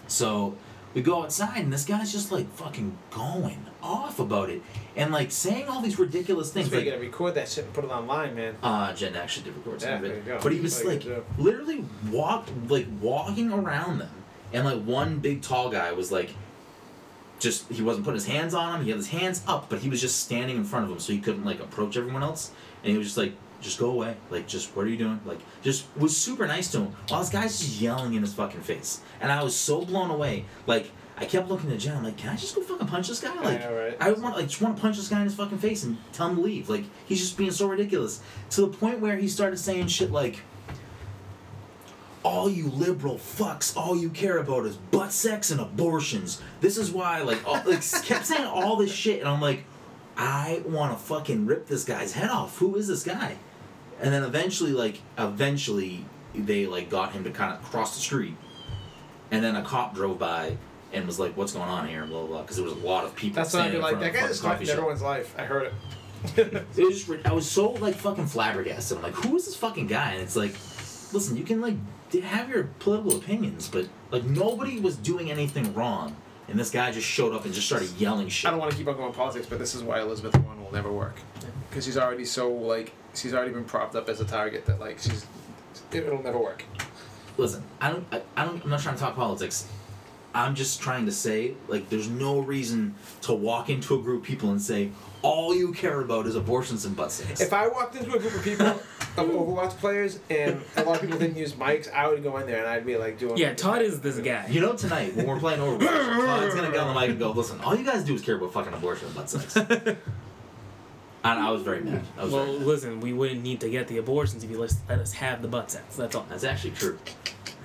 [SPEAKER 1] So we go outside and this guy's just like fucking going off about it and like saying all these ridiculous
[SPEAKER 2] Things
[SPEAKER 1] things.
[SPEAKER 2] so you
[SPEAKER 1] Like,
[SPEAKER 2] gotta record that shit and put it online, man.
[SPEAKER 1] uh, Jen actually did record some
[SPEAKER 2] Yeah,
[SPEAKER 1] of
[SPEAKER 2] there you
[SPEAKER 1] it,
[SPEAKER 2] go.
[SPEAKER 1] but he was
[SPEAKER 2] Like,
[SPEAKER 1] like
[SPEAKER 2] yeah.
[SPEAKER 1] literally walked like walking around them, and like one big tall guy was like, just he wasn't putting his hands on him. He had his hands up, but he was just standing in front of him, so he couldn't like approach everyone else. And he was just like, just go away, like just what are you doing? Like just was super nice to him. While this guy's just yelling in his fucking face, and I was so blown away. Like I kept looking at Jen, I'm like, can I just go fucking punch this guy? Like
[SPEAKER 2] know, right?
[SPEAKER 1] I want like just want to punch this guy in his fucking face and tell him to leave. Like he's just being so ridiculous to the point where he started saying shit like, "All you liberal fucks, all you care about is butt sex and abortions. This is why." Like, all, like kept saying all this shit, and I'm like, I want to fucking rip this guy's head off. Who is this guy? And then eventually, like, eventually they like got him to kind of cross the street, and then a cop drove by. And was like, "What's going on here?" and Blah blah. Because there was a lot of people.
[SPEAKER 2] That's why I'd
[SPEAKER 1] standing
[SPEAKER 2] be
[SPEAKER 1] in
[SPEAKER 2] like,
[SPEAKER 1] front of
[SPEAKER 2] that
[SPEAKER 1] the
[SPEAKER 2] guy
[SPEAKER 1] fucking
[SPEAKER 2] just threatened
[SPEAKER 1] coffee shop.
[SPEAKER 2] everyone's life. I heard it.
[SPEAKER 1] It was just, rid- I was so like fucking flabbergasted. I'm like, who is this fucking guy? And it's like, listen, you can like d- have your political opinions, but like nobody was doing anything wrong, and this guy just showed up and just started yelling shit.
[SPEAKER 2] I don't want to keep on going politics, but this is why Elizabeth Warren will never work. Because she's already so, like, she's already been propped up as a target that, like, she's. It, it'll never work.
[SPEAKER 1] listen, I don't, I, I don't, I'm not trying to talk politics. I'm just trying to say, like, there's no reason to walk into a group of people and say all you care about is abortions and butt sex.
[SPEAKER 2] If I walked into a group of people of Overwatch players and a lot of people didn't use mics, I would go in there and I'd be like doing.
[SPEAKER 3] Yeah, Todd is this guy.
[SPEAKER 1] You know, tonight when we're playing
[SPEAKER 2] (laughs)
[SPEAKER 1] Overwatch, Todd's gonna get on the mic and go, "Listen, all you guys do is care about fucking abortion and butt
[SPEAKER 2] (laughs)
[SPEAKER 1] sex." and I was very mad. I was
[SPEAKER 3] Well,
[SPEAKER 1] very mad.
[SPEAKER 3] listen, we wouldn't need to get the abortions if you let let us have the butt sex. That's all.
[SPEAKER 1] That's actually true.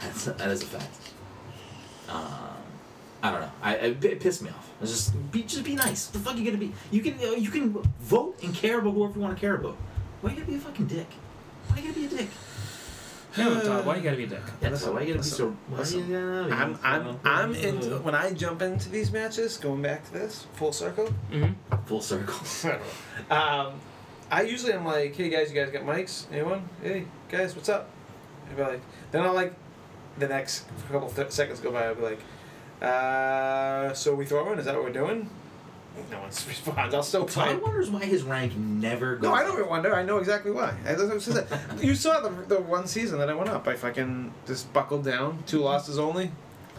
[SPEAKER 1] That's, that is a fact. Um, I don't know. I, I- it, pissed me off. It's just be just be nice. What the fuck you gonna be? You can uh, you can vote and care about whoever you want to care about. Why you gotta be a fucking dick? Why you gotta be a dick?
[SPEAKER 3] No, Todd, why you gotta be a dick?
[SPEAKER 1] Yeah,
[SPEAKER 2] Listen,
[SPEAKER 1] why you gotta be
[SPEAKER 2] listen,
[SPEAKER 1] so? Why
[SPEAKER 2] listen.
[SPEAKER 1] you gotta-
[SPEAKER 2] I'm, I'm, I'm into. When I jump into these matches, going back to this, full circle, (laughs)
[SPEAKER 3] Mm-hmm.
[SPEAKER 1] full circle.
[SPEAKER 2] I don't know. Um, I usually am like, hey guys, you guys got mics? Anyone? Hey guys, what's up? I'd be like, then I'll like, the next couple th- seconds go by, I'll be like, uh, so we throwing? Is that what we're doing? No one (laughs) responds. I'll still play.
[SPEAKER 1] Todd wonders why his rank never goes.
[SPEAKER 2] No, I
[SPEAKER 1] up.
[SPEAKER 2] don't wonder. I know exactly why. I, that's what I said. you saw the, the one season that I went up. I fucking just buckled down. Two losses only.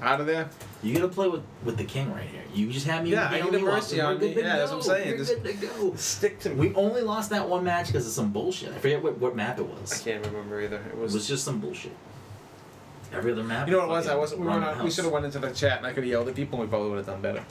[SPEAKER 2] Out of there.
[SPEAKER 1] You gotta play with, with the king right here. You just have me.
[SPEAKER 2] Yeah,
[SPEAKER 1] we
[SPEAKER 2] I need
[SPEAKER 1] only
[SPEAKER 2] a
[SPEAKER 1] lost
[SPEAKER 2] mercy
[SPEAKER 1] one.
[SPEAKER 2] on me.
[SPEAKER 1] We're good to
[SPEAKER 2] Yeah, that's what I'm
[SPEAKER 1] go.
[SPEAKER 2] saying.
[SPEAKER 1] We're good
[SPEAKER 2] Just-
[SPEAKER 1] to go.
[SPEAKER 2] Stick to
[SPEAKER 1] We only lost that one match because of some bullshit. I forget what, what map it was.
[SPEAKER 2] can't remember either.
[SPEAKER 1] It
[SPEAKER 2] It
[SPEAKER 1] was just some bullshit. Every other map.
[SPEAKER 2] You know what it was? I
[SPEAKER 1] fucking
[SPEAKER 2] wasn't. We, were
[SPEAKER 1] run the
[SPEAKER 2] not, we
[SPEAKER 1] house.
[SPEAKER 2] should have went into the chat, and I could have yelled at people, and we probably would have done better.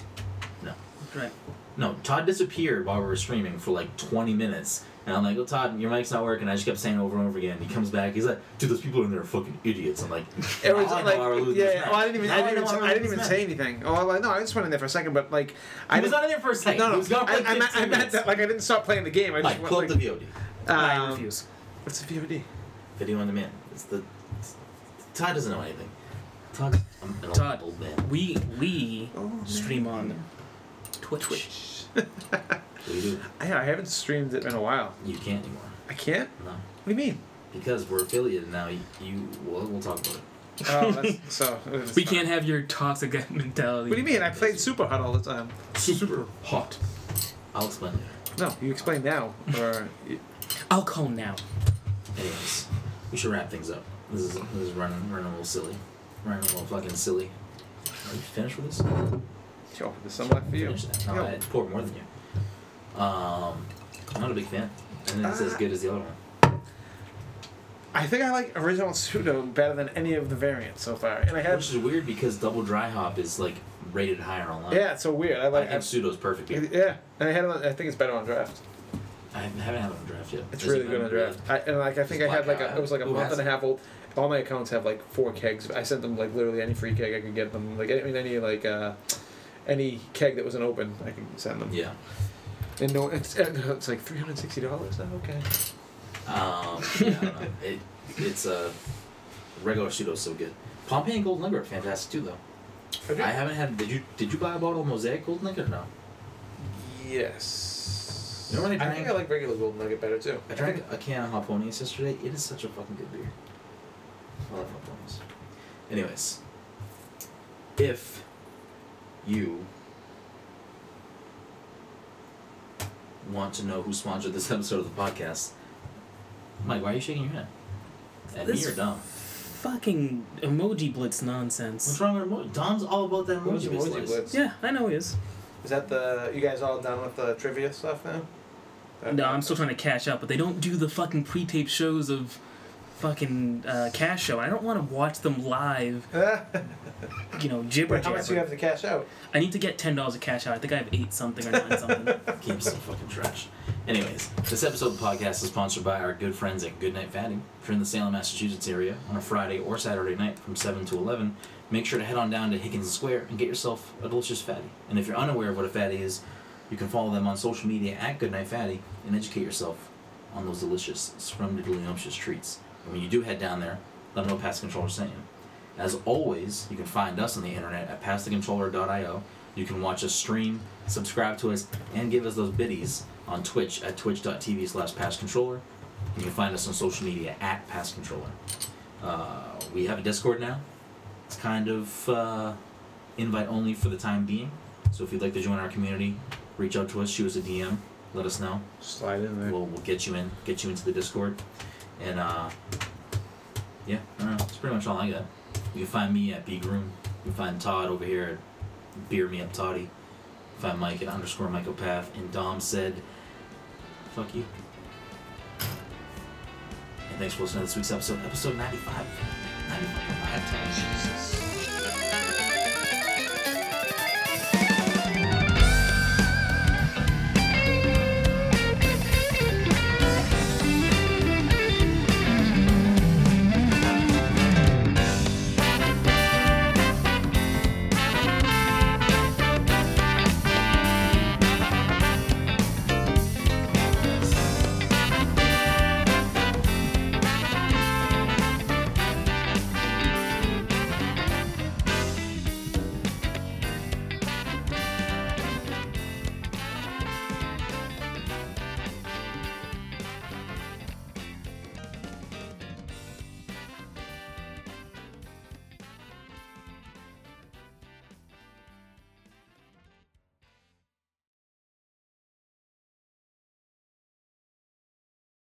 [SPEAKER 3] Right.
[SPEAKER 1] No, Todd disappeared while we were streaming for like 20 minutes. And I'm like, oh, Todd, your mic's not working. I just kept saying over and over again. He comes back. He's like, dude, those people in there are fucking idiots. I'm like,
[SPEAKER 2] (laughs) It was
[SPEAKER 1] "Now I know
[SPEAKER 2] like,
[SPEAKER 1] why we're losing
[SPEAKER 2] yeah.
[SPEAKER 1] this
[SPEAKER 2] yeah.
[SPEAKER 1] match.
[SPEAKER 2] Oh, I didn't even.
[SPEAKER 1] Now
[SPEAKER 2] I didn't
[SPEAKER 1] know
[SPEAKER 2] even,
[SPEAKER 1] why we're
[SPEAKER 2] I didn't
[SPEAKER 1] losing
[SPEAKER 2] even
[SPEAKER 1] this
[SPEAKER 2] say
[SPEAKER 1] match."
[SPEAKER 2] anything. Oh, I like, no, I just went in there for a second, but like, I
[SPEAKER 1] He was
[SPEAKER 2] didn't.
[SPEAKER 1] not in there for a second.
[SPEAKER 2] no,
[SPEAKER 1] He
[SPEAKER 2] no,
[SPEAKER 1] was gone for
[SPEAKER 2] I,
[SPEAKER 1] like
[SPEAKER 2] I, meant,
[SPEAKER 1] 15
[SPEAKER 2] I meant
[SPEAKER 1] minutes.
[SPEAKER 2] that like I didn't stop playing the game. I just
[SPEAKER 1] Mike,
[SPEAKER 2] went
[SPEAKER 1] pull
[SPEAKER 2] like,
[SPEAKER 1] up the VOD.
[SPEAKER 3] I
[SPEAKER 2] um,
[SPEAKER 3] refuse.
[SPEAKER 2] What's the VOD?
[SPEAKER 1] Video on demand. It's the Todd doesn't know anything. Todd, I'm an
[SPEAKER 3] Todd.
[SPEAKER 1] old man.
[SPEAKER 3] We we
[SPEAKER 2] Oh,
[SPEAKER 3] stream on Twitch.
[SPEAKER 1] (laughs) What do you do?
[SPEAKER 2] I, I haven't streamed it in a while.
[SPEAKER 1] You can't anymore.
[SPEAKER 2] I can't.
[SPEAKER 1] No,
[SPEAKER 2] What do you mean?
[SPEAKER 1] because we're affiliated now. You, you well, we'll talk about it.
[SPEAKER 2] Oh, that's, so it's
[SPEAKER 3] We
[SPEAKER 2] fine.
[SPEAKER 3] can't have your toxic (laughs) mentality.
[SPEAKER 2] What do you mean? I played Super Hot all the time.
[SPEAKER 1] Super hot. I'll explain later.
[SPEAKER 2] No, you explain now. Or
[SPEAKER 3] I'll call now.
[SPEAKER 1] Anyways, we should wrap things up. This is this is running running a little silly, running a little fucking silly. Are you finished with this?
[SPEAKER 2] sure, there's some left for you.
[SPEAKER 1] Finish that. No,
[SPEAKER 2] Yo.
[SPEAKER 1] I poured more than you. Um, I'm not a big fan. And it's as
[SPEAKER 2] Ah.
[SPEAKER 1] good as the other one.
[SPEAKER 2] I think I like original pseudo better than any of the variants so far, and I have.
[SPEAKER 1] Which is weird because double dry hop is like rated higher online.
[SPEAKER 2] Yeah, it's so weird. I
[SPEAKER 1] I
[SPEAKER 2] like. I
[SPEAKER 1] think pseudo's perfect. Here.
[SPEAKER 2] yeah, and I had. it on- I think it's better on draft.
[SPEAKER 1] I haven't had it on draft yet.
[SPEAKER 2] It's
[SPEAKER 1] Is it
[SPEAKER 2] really good on draft. I, and like I think I
[SPEAKER 1] Black
[SPEAKER 2] had like
[SPEAKER 1] Hat
[SPEAKER 2] a, it was like a
[SPEAKER 1] Who
[SPEAKER 2] month
[SPEAKER 1] has
[SPEAKER 2] and a half old.
[SPEAKER 6] all my accounts have like four kegs. I sent them like literally any free keg I could get them. Like I mean any like uh, any keg that wasn't open, I could send them.
[SPEAKER 1] Yeah.
[SPEAKER 6] And no, it's it's like three hundred sixty dollars now.
[SPEAKER 2] Oh,
[SPEAKER 6] Okay.
[SPEAKER 1] (laughs) Um, yeah, I don't know. It, it's a uh, regular pseudo so good. Pompeii and Gold Liquor, are fantastic too though. I haven't had. Did you did you buy a bottle of Mosaic Gold Liquor? No.
[SPEAKER 2] Yes.
[SPEAKER 1] You know what I
[SPEAKER 2] think
[SPEAKER 1] drank?
[SPEAKER 2] I like regular golden nugget better too.
[SPEAKER 1] I drank a can of Hoponius yesterday. It is such a fucking good beer. I love Hoponius. Anyways, if you want to know who sponsored this (laughs) episode of the podcast, Mike, why are you shaking your head? At me
[SPEAKER 3] This-
[SPEAKER 1] or Dom?
[SPEAKER 3] Fucking emoji blitz
[SPEAKER 1] What's
[SPEAKER 3] nonsense.
[SPEAKER 1] wrong with emoji? Dom's all about that
[SPEAKER 2] What was
[SPEAKER 1] emoji.
[SPEAKER 2] emoji
[SPEAKER 1] business.
[SPEAKER 2] blitz?
[SPEAKER 3] Yeah, I know he is.
[SPEAKER 2] Is that the you guys all done with the trivia stuff now?
[SPEAKER 3] No, I'm still trying to cash out, but they don't do the fucking pre-tape shows of fucking uh, cash show. I don't want to watch them (laughs) live. You know, jibber
[SPEAKER 2] Wait, how much do you
[SPEAKER 3] jabber.
[SPEAKER 2] have to cash out?
[SPEAKER 3] I need to get ten dollars of cash out. I think I have eight something or nine something.
[SPEAKER 1] Keep some fucking trash. Anyways, this episode of the podcast is sponsored by our good friends at Goodnight Fatting. If you're in the Salem, Massachusetts area on a Friday or Saturday night from 7 to 11, make sure to head on down to Hickens Square and get yourself a delicious fatty. And if you're unaware of what a fatty is, you can follow them on social media at Goodnight Fatty and educate yourself on those delicious, scrumdiddlyumptious treats. And when you do head down there, let them know Pass the Controller sent you. As always, you can find us on the internet at passthecontroller.io. You can watch us stream, subscribe to us, and give us those biddies on Twitch at twitch.tv slash passcontroller. And you can find us on social media at passcontroller. Uh, we have a Discord now. It's kind of uh, invite only for the time being. So if you'd like to join our community, reach out to us, shoot us a DM, let us know.
[SPEAKER 6] Slide in there.
[SPEAKER 1] We'll, we'll get you in, get you into the Discord, and uh, yeah, I don't know. That's pretty much all I got. You can find me at B Groom. You can find Todd over here at Beer Me Up Toddy. You can find Mike at underscore Michael Path. And Dom said, "Fuck you." And thanks for listening to this week's episode, episode ninety-five. Ninety-five. Jesus.